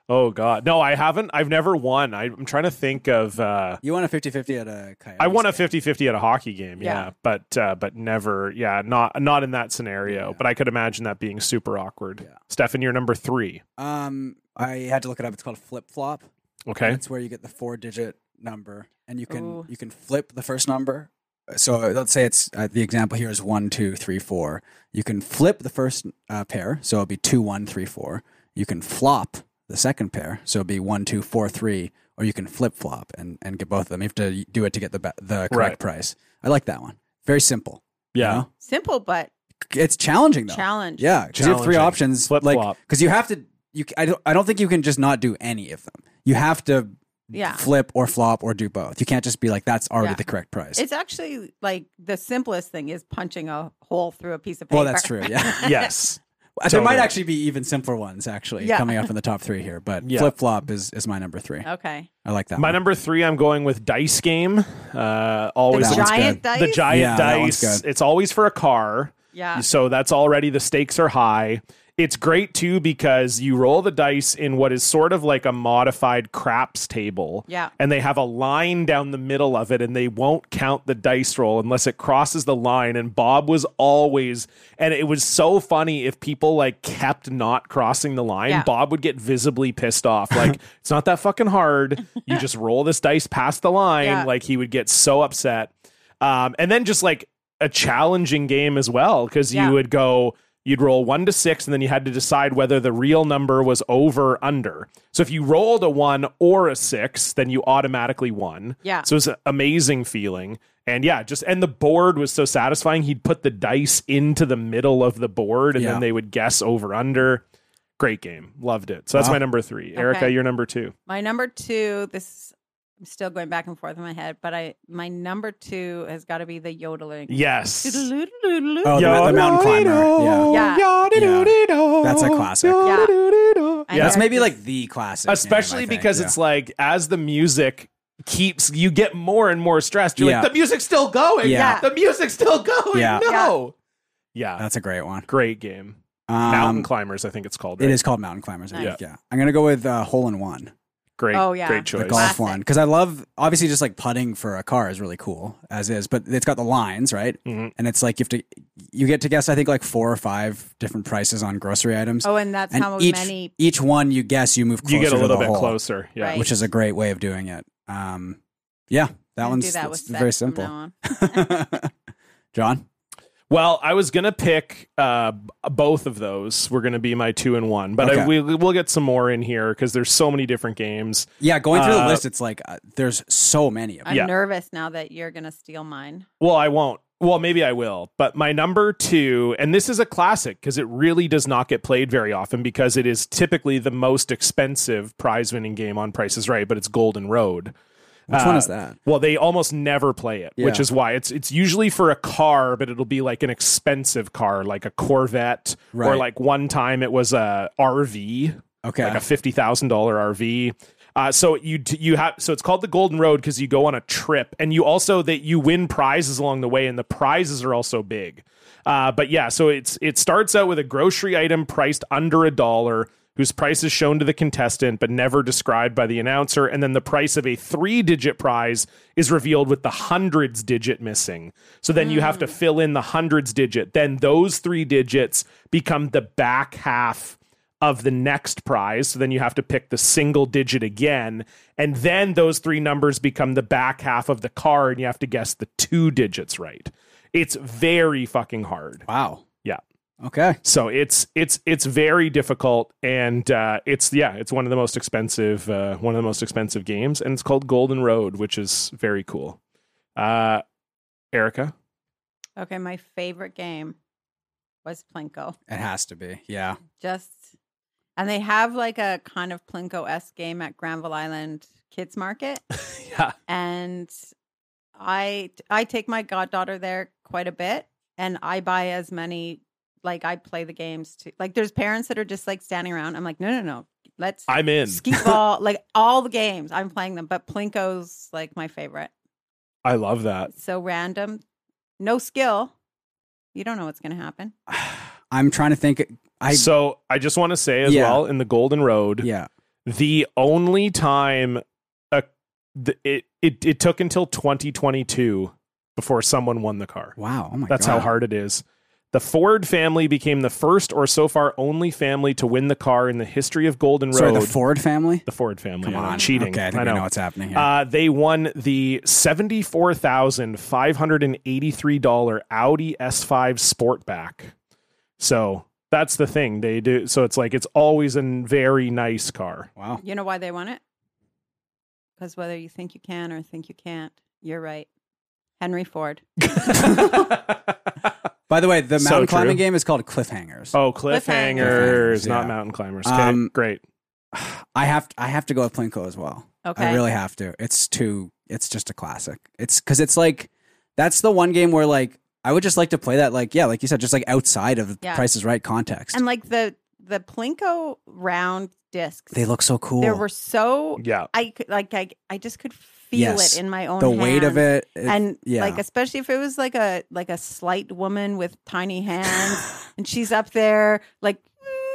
Speaker 1: Oh, God. No, I haven't. I've never won. I, I'm trying to think of. Uh,
Speaker 3: You won a 50 50 at a coyote.
Speaker 1: I won a 50-50 at a hockey game, yeah,
Speaker 4: Yeah.
Speaker 1: but uh, but never, yeah, not not in that scenario.
Speaker 3: Yeah.
Speaker 1: But I could imagine that being super awkward.
Speaker 3: Yeah.
Speaker 1: Stefan, you're number three.
Speaker 3: Um, I had to look it up. It's called flip flop.
Speaker 1: Okay,
Speaker 3: That's where you get the four digit number, and you can
Speaker 4: Ooh.
Speaker 3: you can flip the first number. So uh, let's say it's uh, the example here is one, two, three, four. You can flip the first uh, pair, so it'll be two, one, three, four. You can flop the second pair, so it'll be one, two, four, three. Or you can flip flop and, and get both of them. You have to do it to get the be- the correct
Speaker 1: Right.
Speaker 3: price. I like that one. Very simple. you
Speaker 1: yeah,
Speaker 3: know?
Speaker 4: Simple, but
Speaker 3: it's challenging though.
Speaker 4: challenge.
Speaker 3: Yeah, 'cause you have three
Speaker 1: Challenging.
Speaker 3: options.
Speaker 1: Flip-flop.
Speaker 3: Like, because you have to. You, c- I don't. I don't think you can just not do any of them. You have to
Speaker 4: Yeah.
Speaker 3: flip or flop or do both. You can't just be like, that's already
Speaker 4: Yeah.
Speaker 3: the correct price.
Speaker 4: It's actually like the simplest thing is punching a hole through a piece of paper.
Speaker 3: well, that's true. Yeah,
Speaker 1: yes,
Speaker 3: there might
Speaker 1: Totally.
Speaker 3: actually be even simpler ones actually
Speaker 4: Yeah.
Speaker 3: coming up in the top three here. But
Speaker 1: Yeah.
Speaker 3: flip flop is is my number three.
Speaker 4: Okay.
Speaker 3: I like that.
Speaker 1: My
Speaker 3: one.
Speaker 1: number three, I'm going with dice game. Uh, always
Speaker 4: the
Speaker 3: That one's
Speaker 4: giant
Speaker 3: good.
Speaker 4: dice.
Speaker 1: the giant
Speaker 3: Yeah, that one's
Speaker 1: dice.
Speaker 3: good.
Speaker 1: It's always for a car,
Speaker 4: Yeah.
Speaker 1: so that's already the stakes are high. It's great too because you roll the dice in what is sort of like a modified craps table.
Speaker 4: Yeah.
Speaker 1: And they have a line down the middle of it and they won't count the dice roll unless it crosses the line. And Bob was always, and it was so funny if people like kept not crossing the line,
Speaker 4: Yeah.
Speaker 1: Bob would get visibly pissed off. Like, it's not that fucking hard. You just roll this dice past the line.
Speaker 4: Yeah.
Speaker 1: Like, he would get so upset. Um, and then just like a challenging game as well because
Speaker 4: Yeah.
Speaker 1: you would go you'd roll one to six and then you had to decide whether the real number was over or under so if you rolled a one or a six then you automatically won
Speaker 4: Yeah.
Speaker 1: so it was an amazing feeling and yeah just and the board was so satisfying he'd put the dice into the middle of the board and
Speaker 3: Yeah.
Speaker 1: then they would guess over under Great game. Loved it. So that's
Speaker 3: Wow.
Speaker 1: my number three. Erica,
Speaker 4: Okay.
Speaker 1: you're number two.
Speaker 4: My number two, this I'm still going back and forth in my head, but I my number two has got to be the yodeling.
Speaker 1: Yes.
Speaker 3: Oh, the, the mountain climber. Yeah.
Speaker 4: Yeah.
Speaker 1: Yodidodido.
Speaker 3: That's a classic.
Speaker 1: Yodidodido.
Speaker 4: I
Speaker 1: Yeah.
Speaker 3: That's maybe like the classic.
Speaker 1: Especially because it's like as the music keeps you get more and more stressed. You're
Speaker 3: Yeah.
Speaker 1: like, the music's still going.
Speaker 3: Yeah.
Speaker 1: The music's still going.
Speaker 3: Yeah.
Speaker 1: No. Yeah.
Speaker 3: that's a great one.
Speaker 1: Great game. Mountain
Speaker 3: Um,
Speaker 1: climbers, I think it's called.
Speaker 3: it
Speaker 1: right?
Speaker 3: is called Mountain Climbers. I
Speaker 4: Nice.
Speaker 3: think, Yeah. I'm gonna go with uh, hole in one.
Speaker 1: great.
Speaker 4: Oh, yeah.
Speaker 1: Great
Speaker 3: the
Speaker 1: choice.
Speaker 3: golf
Speaker 4: Classic.
Speaker 3: one because I love obviously just like putting for a car is really cool as is, but it's got the lines right,
Speaker 1: Mhm.
Speaker 3: and it's like you have to you get to guess I think like four or five different prices on grocery items,
Speaker 4: Oh, and that's
Speaker 3: and
Speaker 4: how
Speaker 3: each e,
Speaker 4: many.
Speaker 3: each one you guess you move closer
Speaker 1: You get a
Speaker 3: to
Speaker 1: little
Speaker 3: the
Speaker 1: bit
Speaker 3: hole,
Speaker 1: closer. Yeah.
Speaker 4: Right.
Speaker 3: which is a great way of doing it. Um, yeah, that
Speaker 4: I'll
Speaker 3: one's
Speaker 4: do that
Speaker 3: that's
Speaker 4: with
Speaker 3: very
Speaker 4: sex from
Speaker 3: simple.
Speaker 4: now on.
Speaker 3: John,
Speaker 1: Well, I was gonna pick uh, b- both of those. Were gonna be my two and one, but I,
Speaker 3: Okay.
Speaker 1: we we'll get some more in here because there's so many different games.
Speaker 3: yeah, going through the
Speaker 1: Uh,
Speaker 3: list, it's like uh, there's so many of them.
Speaker 4: I'm
Speaker 1: Yeah.
Speaker 4: nervous now that you're gonna steal mine.
Speaker 1: Well, I won't. Well, maybe I will. But my number two, and this is a classic because it really does not get played very often because it is typically the most expensive prize winning game on Price is Right, but it's Golden Road.
Speaker 3: Which one
Speaker 1: Uh,
Speaker 3: is that?
Speaker 1: Well, they almost never play it, which
Speaker 3: Yeah.
Speaker 1: is why it's it's usually for a car, but it'll be like an expensive car, like a Corvette, or
Speaker 3: Right.
Speaker 1: like one time it was a RV,
Speaker 3: Okay,
Speaker 1: like a fifty thousand dollar RV. Uh, so you t- you have so it's called the Golden Road because you go on a trip and you also that you win prizes along the way and the prizes are also big. Uh, but yeah, so it's it starts out with a grocery item priced under a dollar whose price is shown to the contestant but never described by the announcer and then the price of a three digit prize is revealed with the hundreds digit missing so then you have to fill in the hundreds digit then those three digits become the back half of the next prize. So then you have to pick the single digit again. And then those three numbers become the back half of the car, and you have to guess the two digits right. It's very fucking hard.
Speaker 3: wow,
Speaker 1: Yeah.
Speaker 3: okay,
Speaker 1: So it's it's it's very difficult and uh it's yeah, it's one of the most expensive uh one of the most expensive games and it's called Golden Road, which is very cool. Uh Erica?
Speaker 4: Okay, my favorite game was Plinko.
Speaker 3: it has to be, yeah,
Speaker 4: Just and they have like a kind of Plinko s game at Granville Island Kids Market.
Speaker 1: Yeah.
Speaker 4: and I I take my goddaughter there quite a bit, and I buy as many like I play the games too. Like there's parents that are just like standing around. I'm like, no, no, no, let's
Speaker 1: I'm in.
Speaker 4: ski ball, like all the games. I'm playing them, but Plinko's like my favorite.
Speaker 1: I love that.
Speaker 4: It's so random, no skill. You don't know what's gonna happen.
Speaker 3: I'm trying to think. I
Speaker 1: so I just want to say as
Speaker 3: Yeah.
Speaker 1: well in the Golden Road,
Speaker 3: yeah,
Speaker 1: the only time a, the, it, it it took until 2022 before someone won the car.
Speaker 3: wow, oh my
Speaker 1: That's
Speaker 3: God.
Speaker 1: how hard it is. The Ford family became the first or so far only family to win the car in the history of Golden Road.
Speaker 3: Sorry, the Ford family.
Speaker 1: The Ford family.
Speaker 3: Come
Speaker 1: I know,
Speaker 3: on,
Speaker 1: cheating.
Speaker 3: Okay, I think
Speaker 1: I
Speaker 3: we
Speaker 1: know.
Speaker 3: know what's happening here.
Speaker 1: uh, they won the seventy-four thousand five hundred and eighty-three dollar Audi S5 Sportback. So that's the thing they do. So it's like it's always a very nice car.
Speaker 3: wow.
Speaker 4: You know why they want it? Because whether you think you can or think you can't, you're right. Henry Ford.
Speaker 3: By the way, the
Speaker 1: So
Speaker 3: mountain climbing
Speaker 1: true.
Speaker 3: game is called Cliffhangers.
Speaker 1: Oh, cliffhangers,
Speaker 4: Cliffhangers,
Speaker 1: not
Speaker 3: yeah.
Speaker 1: mountain climbers. Okay,
Speaker 3: Um,
Speaker 1: great.
Speaker 3: I have I have to go with Plinko as well.
Speaker 4: Okay.
Speaker 3: I really have to. It's too. It's just a classic. It's because it's like that's the one game where like I would just like to play that like yeah like you said just like outside of the
Speaker 4: Yeah.
Speaker 3: Price is Right context.
Speaker 4: And like the the Plinko round discs,
Speaker 3: they look so cool.
Speaker 4: There were so
Speaker 1: Yeah,
Speaker 4: I could like I I just could feel
Speaker 3: Yes.
Speaker 4: it in my own
Speaker 3: the weight of
Speaker 4: hands.
Speaker 3: it, it-
Speaker 4: and
Speaker 3: yeah.
Speaker 4: like especially if it was like a like a slight woman with tiny hands and she's up there like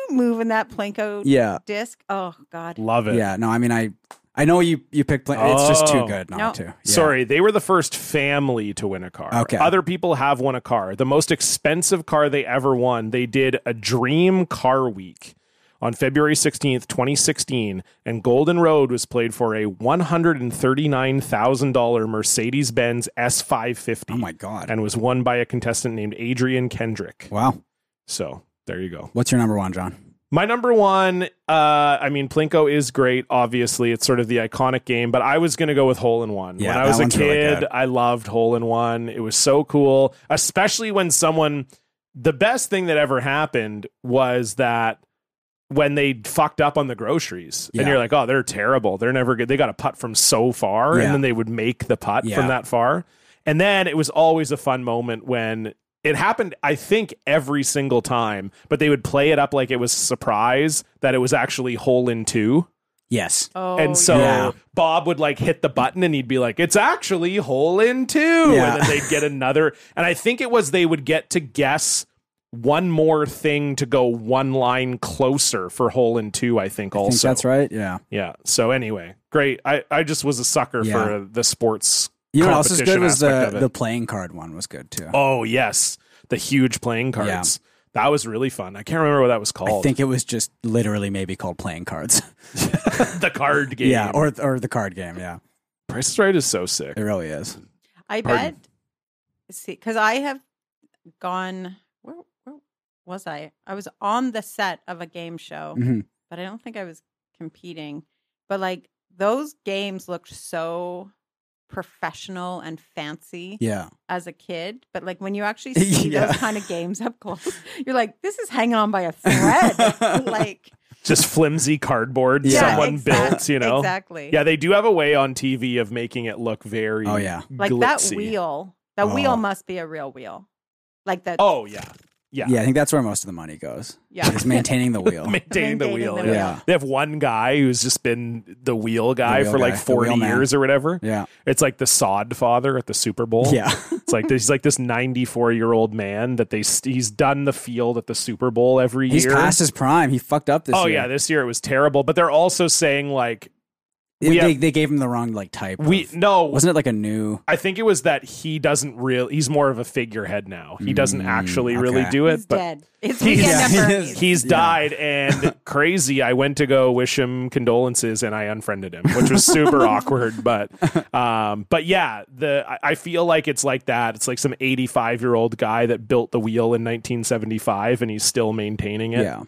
Speaker 4: moving that Plinko
Speaker 3: yeah
Speaker 4: disc. Oh God,
Speaker 1: love it.
Speaker 3: yeah no I mean I I know you you picked Plin- it's just
Speaker 1: Oh.
Speaker 3: too good not
Speaker 4: No.
Speaker 3: to. Yeah.
Speaker 1: Sorry, they were the first family to win a car.
Speaker 3: Okay.
Speaker 1: Other people have won a car. The most expensive car they ever won, they did a dream car week on February 16th, 2016, and Golden Road was played for a $139,000 Mercedes Benz S550
Speaker 3: Oh my god.
Speaker 1: and was won by a contestant named Adrian Kendrick.
Speaker 3: wow.
Speaker 1: So there you go.
Speaker 3: What's your number one, John?
Speaker 1: My number one, uh, I mean, Plinko is great. Obviously, it's sort of the iconic game, but I was going to go with Hole in One.
Speaker 3: Yeah,
Speaker 1: when I
Speaker 3: that
Speaker 1: was a
Speaker 3: one's really
Speaker 1: kid,
Speaker 3: good.
Speaker 1: I loved Hole in One. It was so cool, especially when someone. The best thing that ever happened was that when they fucked up on the groceries,
Speaker 3: Yeah.
Speaker 1: and you're like, oh, they're terrible. They're never good. They got a putt from so far,
Speaker 3: Yeah.
Speaker 1: and then they would make the putt
Speaker 3: Yeah.
Speaker 1: from that far. And then it was always a fun moment when it happened. I think every single time, but they would play it up like it was a surprise that it was actually hole in two.
Speaker 3: Yes.
Speaker 4: Oh,
Speaker 1: and so
Speaker 3: yeah.
Speaker 1: Bob would like hit the button and he'd be like, it's actually hole in two.
Speaker 3: Yeah.
Speaker 1: And then they'd get another. And I think it was they would get to guess one more thing to go one line closer for hole in two, I think
Speaker 3: I think
Speaker 1: also.
Speaker 3: that's right. Yeah.
Speaker 1: Yeah. So anyway, great. I, I just was a sucker
Speaker 3: Yeah.
Speaker 1: for the sports.
Speaker 3: You know what else is
Speaker 1: competition
Speaker 3: good was
Speaker 1: aspect
Speaker 3: the,
Speaker 1: of it.
Speaker 3: the playing card one was good too.
Speaker 1: Oh yes. The huge playing cards. That was really fun. I can't remember what that was
Speaker 3: I
Speaker 1: called.
Speaker 3: think it was just literally maybe called playing cards.
Speaker 1: the card game.
Speaker 3: yeah, or or the card game. Yeah,
Speaker 1: Price is Right is so sick.
Speaker 3: it really is.
Speaker 4: I
Speaker 1: Pardon.
Speaker 4: bet. See, because I have gone. Where, where was I? I was on the set of a game show,
Speaker 3: Mhm.
Speaker 4: but I don't think I was competing. But like those games looked so professional and fancy
Speaker 3: Yeah,
Speaker 4: as a kid. But like when you actually see
Speaker 3: Yeah.
Speaker 4: those kind of games up close, you're like, this is hanging on by a thread. like
Speaker 1: Just flimsy cardboard
Speaker 3: Yeah,
Speaker 1: someone
Speaker 4: exact-
Speaker 1: built, you know.
Speaker 4: exactly.
Speaker 1: Yeah, they do have a way on TV of making it look very
Speaker 3: Oh, yeah.
Speaker 4: like
Speaker 1: glitzy.
Speaker 4: that wheel. The
Speaker 3: Oh.
Speaker 4: wheel must be a real wheel. Like that.
Speaker 1: Oh yeah.
Speaker 3: yeah.
Speaker 1: Yeah.
Speaker 3: I think that's where most of the money goes.
Speaker 4: Yeah.
Speaker 3: is maintaining the wheel.
Speaker 1: Maintaining the
Speaker 4: Maintaining
Speaker 1: wheel.
Speaker 4: the
Speaker 1: yeah.
Speaker 3: wheel.
Speaker 1: They have one guy who's just been the wheel guy
Speaker 3: wheel
Speaker 1: for
Speaker 3: guy,
Speaker 1: like
Speaker 3: the wheel
Speaker 1: 40
Speaker 3: man.
Speaker 1: years or whatever.
Speaker 3: yeah,
Speaker 1: It's like the sod father at the Super Bowl.
Speaker 3: yeah,
Speaker 1: It's like he's like this 94 year old man that they he's done the field at the Super Bowl every
Speaker 3: he's
Speaker 1: year.
Speaker 3: past his prime. He fucked up this.
Speaker 1: oh
Speaker 3: year.
Speaker 1: yeah, this year it was terrible. But they're also saying like
Speaker 3: They-
Speaker 1: we have-
Speaker 3: they, they gave him the wrong like type.
Speaker 1: we
Speaker 3: of-
Speaker 1: no.
Speaker 3: wasn't it like a new.
Speaker 1: I think it was that he doesn't real. He's more of a figurehead now. He doesn't
Speaker 3: Mm,
Speaker 1: actually really
Speaker 3: okay.
Speaker 1: do it.
Speaker 4: He's
Speaker 1: but
Speaker 4: dead. It's
Speaker 1: He's-
Speaker 4: weekend
Speaker 1: Yeah,
Speaker 4: at
Speaker 3: he
Speaker 4: Bernie's.
Speaker 3: is.
Speaker 1: He's
Speaker 3: Yeah.
Speaker 1: died and crazy. I went to go wish him condolences and I unfriended him, which was super awkward. But, um, but yeah, the I, I feel like it's like that. It's like some 85 year old guy that built the wheel in 1975 and he's still maintaining it.
Speaker 3: Yeah,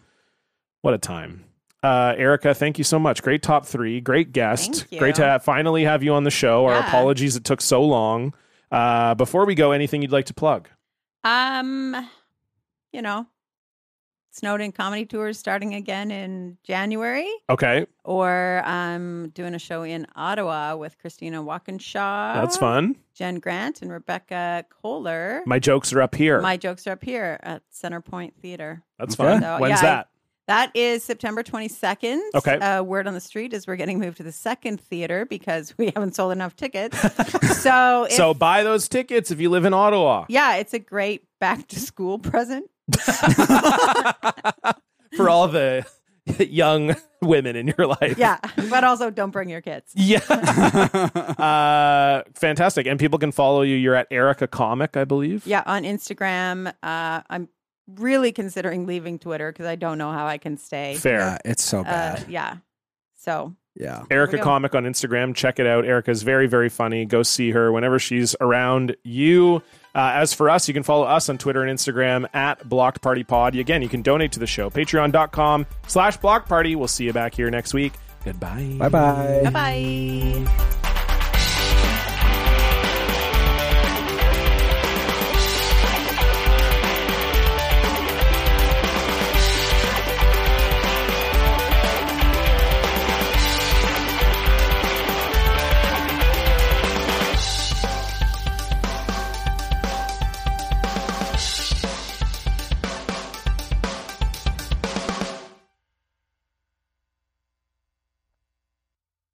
Speaker 1: What a time. Uh, Erica, thank you so much. Great top three. Great guest.
Speaker 4: Thank you.
Speaker 1: Great to ha- finally have you on the show. Our
Speaker 4: Yeah.
Speaker 1: apologies it took so long. Uh, before we go, anything you'd like to plug?
Speaker 4: Um, you know, Snowden comedy tour is starting again in January,
Speaker 1: Okay,
Speaker 4: or I'm doing a show in Ottawa with Christina Walkinshaw.
Speaker 1: that's fun.
Speaker 4: Jen Grant and Rebecca Kohler.
Speaker 1: My jokes are up here.
Speaker 4: My jokes are up here at Center Point Theater.
Speaker 1: that's
Speaker 3: Okay.
Speaker 1: fun.
Speaker 4: So,
Speaker 1: When's
Speaker 4: yeah, I-
Speaker 1: that?
Speaker 4: That is September 22nd.
Speaker 1: Okay.
Speaker 4: Uh, word on the street is we're getting moved to the second theater because we haven't sold enough tickets. so, if-
Speaker 1: So buy those tickets if you live in Ottawa
Speaker 4: yeah, it's a great back to school present.
Speaker 1: for all the young women in your life.
Speaker 4: Yeah. but also don't bring your kids.
Speaker 1: Yeah. uh, fantastic. And people can follow you. You're at Erica Comic, I believe.
Speaker 4: Yeah, on Instagram. Uh, I'm really considering leaving Twitter because I don't know how I can stay.
Speaker 1: Fair.
Speaker 3: yeah, it's so
Speaker 4: Uh,
Speaker 3: bad.
Speaker 4: yeah. So
Speaker 3: yeah,
Speaker 1: Erica
Speaker 4: we go.
Speaker 1: Comic on Instagram. Check it out. Erica's very, very funny. Go see her whenever she's around you. Uh, as for us, you can follow us on Twitter and Instagram at Blocked Party Pod. Again, you can donate to the show. Patreon.com slash Block Party. We'll see you back here next week. Goodbye.
Speaker 3: bye bye.
Speaker 4: bye bye.